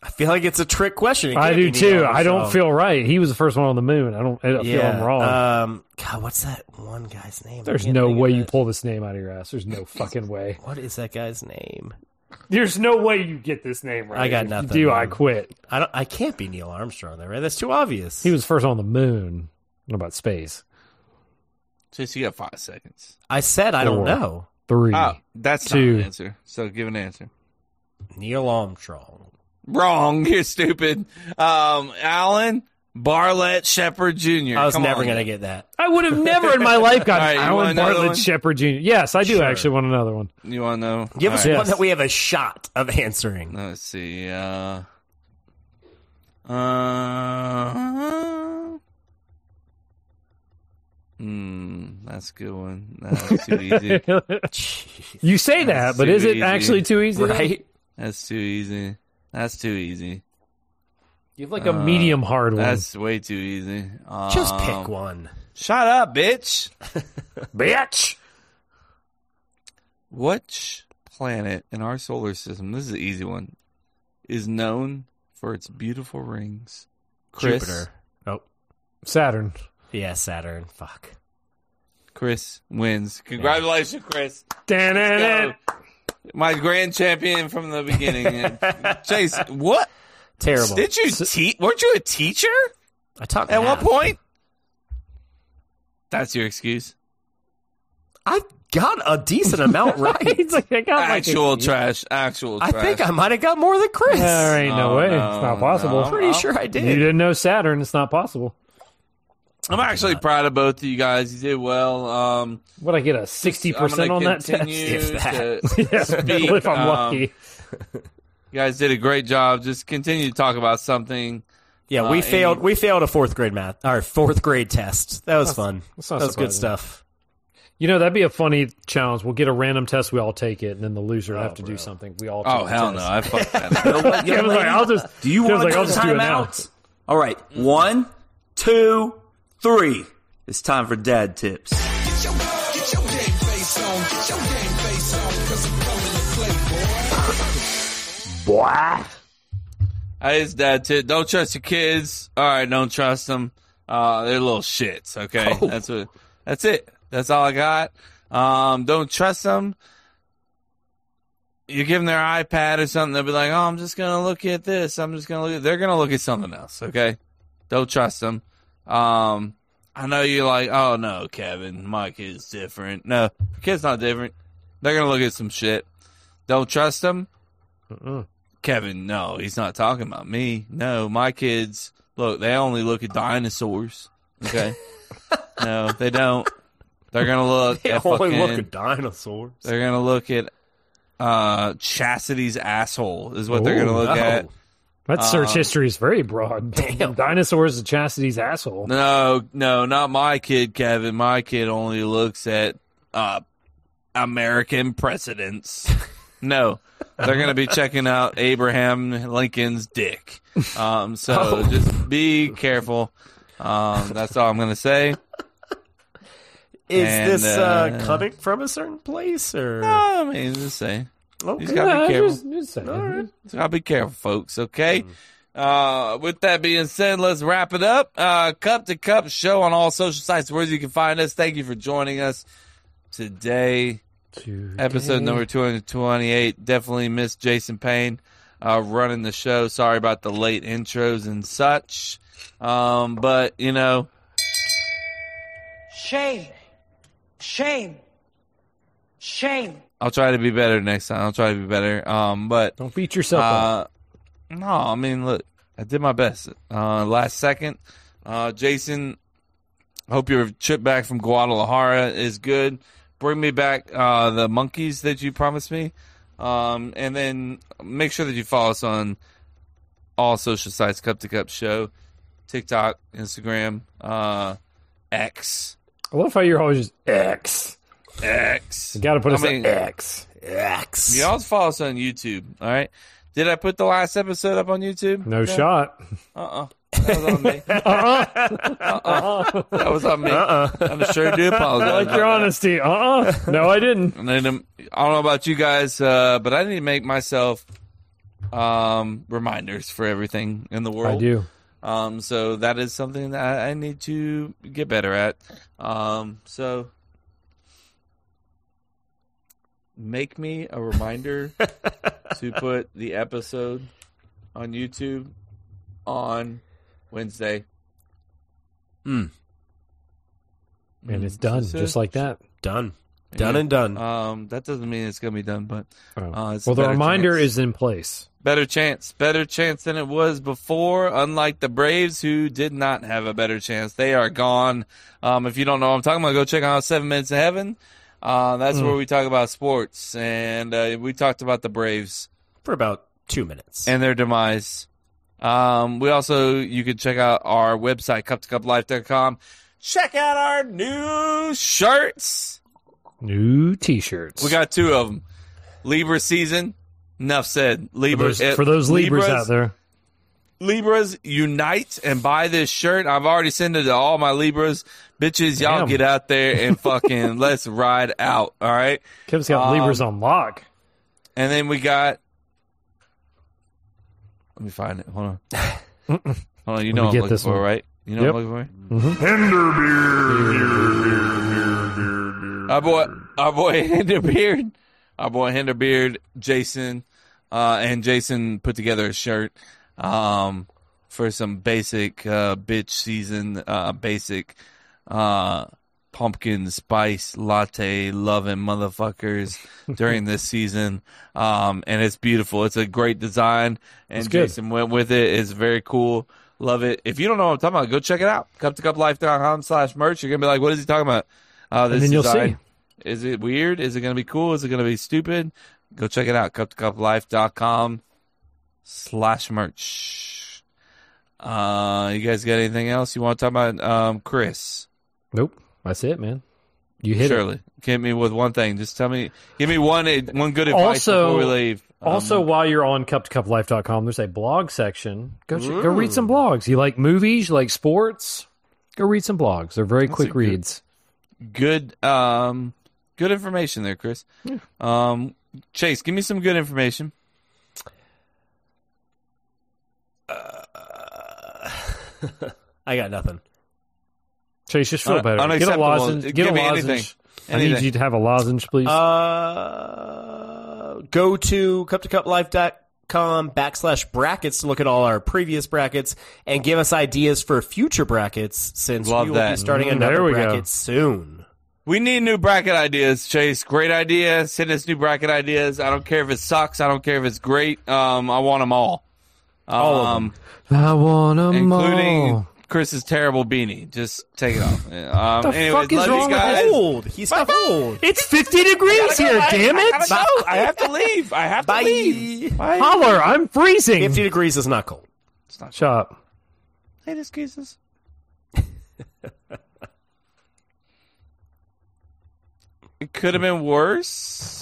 [SPEAKER 1] I feel like it's a trick question. It
[SPEAKER 2] I
[SPEAKER 1] can't
[SPEAKER 2] do
[SPEAKER 1] be Neil
[SPEAKER 2] too. I don't
[SPEAKER 1] Armstrong.
[SPEAKER 2] feel right. He was the first one on the moon. I don't. I don't feel I'm wrong.
[SPEAKER 1] Um, God, what's that one guy's name? I
[SPEAKER 2] There's
[SPEAKER 1] can't
[SPEAKER 2] no
[SPEAKER 1] think of
[SPEAKER 2] way
[SPEAKER 1] it.
[SPEAKER 2] you pull this name out of your ass. There's [laughs] no fucking way.
[SPEAKER 1] What is that guy's name?
[SPEAKER 2] There's no way you get this name right.
[SPEAKER 1] I got
[SPEAKER 2] If you
[SPEAKER 1] nothing,
[SPEAKER 2] do I
[SPEAKER 1] man.
[SPEAKER 2] quit?
[SPEAKER 1] I don't. I can't be Neil Armstrong, though, right? That's too obvious.
[SPEAKER 2] He was first on the moon. What about space?
[SPEAKER 3] Chase, you got five seconds.
[SPEAKER 1] I said I don't
[SPEAKER 2] Four.
[SPEAKER 1] know.
[SPEAKER 2] Three.
[SPEAKER 3] Oh, that's not
[SPEAKER 2] Two.
[SPEAKER 3] an answer. So give an answer.
[SPEAKER 1] Neil Armstrong.
[SPEAKER 3] Wrong. [laughs] You're stupid. Um, Alan Barlett Shepherd Jr.
[SPEAKER 1] I was
[SPEAKER 3] Come
[SPEAKER 1] never
[SPEAKER 3] on.
[SPEAKER 1] gonna get that.
[SPEAKER 2] I would have never in my life gotten
[SPEAKER 3] [laughs] All right, you want
[SPEAKER 2] Alan
[SPEAKER 3] another one?
[SPEAKER 2] Bartlett Shepard Jr. Yes, I do
[SPEAKER 1] Sure.
[SPEAKER 2] actually want another
[SPEAKER 3] [laughs]
[SPEAKER 2] one.
[SPEAKER 3] You want to know?
[SPEAKER 1] Give
[SPEAKER 3] All
[SPEAKER 1] us
[SPEAKER 3] right. Um,
[SPEAKER 2] Yes.
[SPEAKER 1] one that we have a shot of answering.
[SPEAKER 3] Let's see. Uh, uh, hmm, that's a good one.
[SPEAKER 1] [laughs]
[SPEAKER 3] That's too easy.
[SPEAKER 2] you say that,
[SPEAKER 3] That's
[SPEAKER 2] but
[SPEAKER 3] too
[SPEAKER 2] is it
[SPEAKER 3] easy.
[SPEAKER 2] actually too easy? though?
[SPEAKER 1] Right?
[SPEAKER 3] That's too easy. That's too easy. Uh,
[SPEAKER 2] You have like a medium hard one.
[SPEAKER 3] That's way too easy.
[SPEAKER 1] Just
[SPEAKER 3] Um,
[SPEAKER 1] pick one.
[SPEAKER 3] Shut up, bitch.
[SPEAKER 2] bitch.
[SPEAKER 3] Which planet in our solar system, this is an easy one, is known for its beautiful rings? Chris.
[SPEAKER 1] Jupiter.
[SPEAKER 2] Nope. Saturn. [laughs]
[SPEAKER 1] Yeah, Saturn. Fuck.
[SPEAKER 3] Chris wins. Congratulations, Chris.
[SPEAKER 2] Dan
[SPEAKER 3] Let's go. [laughs] My grand champion from the
[SPEAKER 2] [laughs]
[SPEAKER 3] beginning. Chase, what?
[SPEAKER 1] Terrible.
[SPEAKER 3] Did you teach? Weren't you a teacher?
[SPEAKER 1] I taught
[SPEAKER 3] At what
[SPEAKER 1] math.
[SPEAKER 3] point? That's your excuse.
[SPEAKER 1] I got a decent
[SPEAKER 2] [laughs]
[SPEAKER 1] amount right.
[SPEAKER 2] He's like, I got like a-
[SPEAKER 3] Actual trash. Actual
[SPEAKER 1] I
[SPEAKER 3] trash.
[SPEAKER 1] think I might have got more than Chris.
[SPEAKER 2] There ain't no
[SPEAKER 3] Oh, No,
[SPEAKER 2] way.
[SPEAKER 3] no,
[SPEAKER 2] it's not possible.
[SPEAKER 3] no.
[SPEAKER 1] Pretty sure I did.
[SPEAKER 2] You didn't know Saturn. It's not possible.
[SPEAKER 3] I'm actually proud of both of you guys. You did well. Um,
[SPEAKER 2] What I get a sixty percent on that test? [laughs]
[SPEAKER 3] If
[SPEAKER 2] If
[SPEAKER 3] [laughs]
[SPEAKER 2] that- [laughs] if I'm lucky.
[SPEAKER 3] um, you guys did a great job. Just continue to talk about something.
[SPEAKER 1] Yeah, we
[SPEAKER 3] Uh,
[SPEAKER 1] failed.
[SPEAKER 3] and-
[SPEAKER 1] We failed a fourth grade math, our fourth grade test. That was
[SPEAKER 2] That's-
[SPEAKER 1] fun.
[SPEAKER 2] that's
[SPEAKER 1] that
[SPEAKER 2] not
[SPEAKER 1] was good
[SPEAKER 2] surprising.
[SPEAKER 1] stuff.
[SPEAKER 2] You know that'd be a funny challenge. We'll get a random test. We all take it, and then the loser would have to do something. We all.
[SPEAKER 3] Oh
[SPEAKER 2] take the
[SPEAKER 3] hell
[SPEAKER 2] [laughs]
[SPEAKER 3] no!
[SPEAKER 2] test.
[SPEAKER 3] I fucked that.
[SPEAKER 2] [laughs]
[SPEAKER 3] up.
[SPEAKER 2] Yeah, I was like, I'll just.
[SPEAKER 14] Do you
[SPEAKER 2] I was
[SPEAKER 14] want
[SPEAKER 2] like,
[SPEAKER 14] to
[SPEAKER 2] I'll
[SPEAKER 14] go
[SPEAKER 2] just do it now.
[SPEAKER 14] timeout? All right, one, two, three. It's time for dad
[SPEAKER 1] [laughs]
[SPEAKER 14] tips.
[SPEAKER 3] Boy. That is dad tip. Don't trust your kids. All right, don't trust them. Uh, they're little shits. Okay, that's what. That's it. That's all I got. Um, don't trust them. You give them their iPad or something, they'll be like, "Oh, I'm just gonna look at this. I'm just gonna look." At... They're gonna look at something else. Okay, don't trust them. Um, I know you're like, "Oh no, Kevin, my kid's different." No, your kid's not different. They're gonna look at some shit. Don't trust them. Kevin, no, he's not talking about me. No, my kids look, they only look at dinosaurs.
[SPEAKER 1] [laughs]
[SPEAKER 3] Okay. no, they don't. They're gonna look
[SPEAKER 1] They
[SPEAKER 3] at
[SPEAKER 1] only
[SPEAKER 3] fucking-
[SPEAKER 1] look at dinosaurs.
[SPEAKER 3] they're gonna look at uh Chastity's asshole is what they're
[SPEAKER 2] Ooh,
[SPEAKER 3] gonna look
[SPEAKER 2] no.
[SPEAKER 3] at.
[SPEAKER 2] That search
[SPEAKER 3] Um,
[SPEAKER 2] history is very
[SPEAKER 3] [laughs]
[SPEAKER 2] broad. Damn, dinosaurs is Chastity's asshole.
[SPEAKER 3] No, no, not my kid, Kevin. My kid only looks at uh,
[SPEAKER 2] [laughs]
[SPEAKER 3] American presidents. No, they're going to be checking out Abraham Lincoln's dick. Um, so
[SPEAKER 2] [laughs] Oh.
[SPEAKER 3] just be careful. Um, that's all I'm going to say.
[SPEAKER 1] Is
[SPEAKER 3] And,
[SPEAKER 1] this uh,
[SPEAKER 3] uh,
[SPEAKER 1] coming from a certain place or?
[SPEAKER 3] I mean, just say.
[SPEAKER 1] Okay.
[SPEAKER 3] He's got to be careful.
[SPEAKER 2] Just- just saying.
[SPEAKER 3] I'll be careful, folks. Okay. Uh, with that being said, let's wrap it up. Uh, cup to cup show on all social sites where you can find us. Thank you for joining us today. Episode number 228. Definitely miss Jason Payne uh, running the show. Sorry about the late intros and such. Um, but, you know,
[SPEAKER 4] Shame. Shame. Shame.
[SPEAKER 3] I'll try to be better next time. I'll try to be better. Um, but
[SPEAKER 2] don't beat yourself
[SPEAKER 3] up. Uh, No, I mean, look, I did my best. Uh, last second, uh, Jason. Hope your trip back from Guadalajara is good. Bring me back uh, the monkeys that you promised me, um, and then make sure that you follow us on all social sites: Cup to Cup Show, TikTok, Instagram, uh, X,
[SPEAKER 2] I love how you're always just X.
[SPEAKER 3] X.
[SPEAKER 2] You gotta put
[SPEAKER 3] I
[SPEAKER 2] us at
[SPEAKER 3] mean-
[SPEAKER 2] X. X.
[SPEAKER 3] You always follow us on YouTube. All right. Did I put the last episode up on YouTube?
[SPEAKER 2] No shot.
[SPEAKER 3] Uh uh That was
[SPEAKER 2] [laughs]
[SPEAKER 3] on me. Uh-uh. That was on me.
[SPEAKER 2] Uh-uh.
[SPEAKER 3] I'm sure do apologize.
[SPEAKER 2] I like your honesty. Uh uh No, I didn't.
[SPEAKER 3] And then, um, I don't know about you guys, uh, but I need to make myself um, reminders for everything in the world.
[SPEAKER 2] I do.
[SPEAKER 3] Um, so that is something that I, I need to get better at. Um, so make me
[SPEAKER 2] [laughs]
[SPEAKER 3] a reminder to put the episode on YouTube on Wednesday. mm,
[SPEAKER 2] And it's done
[SPEAKER 3] So-
[SPEAKER 2] just like that.
[SPEAKER 1] Done.
[SPEAKER 3] Yeah.
[SPEAKER 1] Done and done.
[SPEAKER 3] Um, that doesn't mean it's gonna be done, but uh, it's a
[SPEAKER 2] Oh. Well, the
[SPEAKER 3] better
[SPEAKER 2] reminder
[SPEAKER 3] chance.
[SPEAKER 2] is in place.
[SPEAKER 3] better chance, better chance than it was before. Unlike the Braves, who did not have a better chance, they are gone. Um, if you don't know, what I'm talking about. Go check out Seven Minutes of Heaven. Uh, that's
[SPEAKER 2] Hmm.
[SPEAKER 1] Mm.
[SPEAKER 3] where we talk about sports, and uh, we talked about the Braves
[SPEAKER 1] for about two minutes.
[SPEAKER 3] and their demise. Um, we also you can check out our website cup to cup life.com. Check out our new shirts.
[SPEAKER 2] New t shirts.
[SPEAKER 3] We got two of them. Libra eh, season. Enough said. Libra
[SPEAKER 2] for those, for those Libras out there.
[SPEAKER 3] Libras unite and buy this shirt. I've already sent it to all my Libras. Bitches, y'all
[SPEAKER 2] Damn.
[SPEAKER 3] get out there and fucking [laughs] let's ride out. All right.
[SPEAKER 2] Kim's got
[SPEAKER 3] Um,
[SPEAKER 2] Libras on lock.
[SPEAKER 3] And then we got. Let me find it. Hold on. Hold on. You
[SPEAKER 2] Let
[SPEAKER 3] know
[SPEAKER 2] me
[SPEAKER 3] I'm
[SPEAKER 2] get
[SPEAKER 3] looking
[SPEAKER 2] this
[SPEAKER 3] for,
[SPEAKER 2] one.
[SPEAKER 3] it, right? You know
[SPEAKER 2] Yep. Mm-hmm.
[SPEAKER 3] what I'm looking
[SPEAKER 8] Tender
[SPEAKER 3] for? Our boy, our boy [laughs] Hinderbeard. Our boy Hinderbeard, Jason. Uh, and Jason put together a shirt um, for some basic uh, bitch season, uh, basic uh, pumpkin spice latte loving motherfuckers during this season. Um, and it's beautiful. It's a great design. And
[SPEAKER 2] It's good.
[SPEAKER 3] Jason went with it. It's very cool. Love it. If you don't know what I'm talking about, go check it out. Cup to cuplife.com slash merch. You're going to be like, what is he talking about? Uh,
[SPEAKER 2] And
[SPEAKER 3] this
[SPEAKER 2] then you'll
[SPEAKER 3] design.
[SPEAKER 2] see.
[SPEAKER 3] Is it weird? Is it going to be cool? Is it going to be stupid? Go check it out. Cup to cuplife.com slash merch. Uh, you guys got anything else you want to talk about? Um, Chris.
[SPEAKER 2] Nope. That's it, man. You hit
[SPEAKER 3] Surely.
[SPEAKER 2] it.
[SPEAKER 3] Give me with one thing. Just tell me. Give me one eh, one good advice
[SPEAKER 2] Also-
[SPEAKER 3] before we leave. Um,
[SPEAKER 2] Also, while you're on cup2cuplife.com, there's a blog section. Go ch- go
[SPEAKER 3] Ooh.
[SPEAKER 2] read some blogs. You like movies? You like sports? Go read some blogs. They're very
[SPEAKER 3] That's a
[SPEAKER 2] quick
[SPEAKER 3] good-
[SPEAKER 2] reads.
[SPEAKER 3] good um good information there, Chris.
[SPEAKER 2] Yeah.
[SPEAKER 3] Um, Chase, give me some good information.
[SPEAKER 1] [laughs] I got nothing.
[SPEAKER 2] Chase, just feel
[SPEAKER 1] Un-
[SPEAKER 2] better. Get a
[SPEAKER 1] unacceptable.
[SPEAKER 2] lozenge. Get
[SPEAKER 1] Give
[SPEAKER 2] a
[SPEAKER 1] me
[SPEAKER 2] lozenge.
[SPEAKER 1] anything.
[SPEAKER 2] I need
[SPEAKER 1] Anything.
[SPEAKER 2] you to have a lozenge, please.
[SPEAKER 1] Uh, go to cuptocuplife.com backslash brackets to look at all our previous brackets and give us ideas for future brackets since
[SPEAKER 3] Love
[SPEAKER 1] we will be
[SPEAKER 3] that.
[SPEAKER 1] starting
[SPEAKER 3] Mm, there
[SPEAKER 1] another
[SPEAKER 3] we go.
[SPEAKER 1] bracket soon.
[SPEAKER 3] We need new bracket ideas, Chase. Great idea. Send us new bracket ideas. I don't care if it sucks. I don't care if it's great. Um, I want them all.
[SPEAKER 2] All of
[SPEAKER 3] um,
[SPEAKER 2] I want them
[SPEAKER 3] including
[SPEAKER 2] all.
[SPEAKER 3] Chris's terrible beanie. Just take
[SPEAKER 2] [laughs]
[SPEAKER 3] it off. Um,
[SPEAKER 2] What the
[SPEAKER 3] anyways,
[SPEAKER 2] fuck is
[SPEAKER 3] love you
[SPEAKER 2] wrong with
[SPEAKER 3] guys.
[SPEAKER 1] Old. He's not old.
[SPEAKER 2] It's 50 degrees
[SPEAKER 3] I gotta
[SPEAKER 2] here,
[SPEAKER 3] go. I-
[SPEAKER 2] damn
[SPEAKER 3] I
[SPEAKER 2] it.
[SPEAKER 3] gotta go. I have to leave. I have
[SPEAKER 1] Bye.
[SPEAKER 3] to leave. Bye.
[SPEAKER 2] Holler, I'm freezing.
[SPEAKER 1] 50 degrees is not cold.
[SPEAKER 2] Shop.
[SPEAKER 3] Hate
[SPEAKER 2] [laughs]
[SPEAKER 3] excuses. It could have been worse.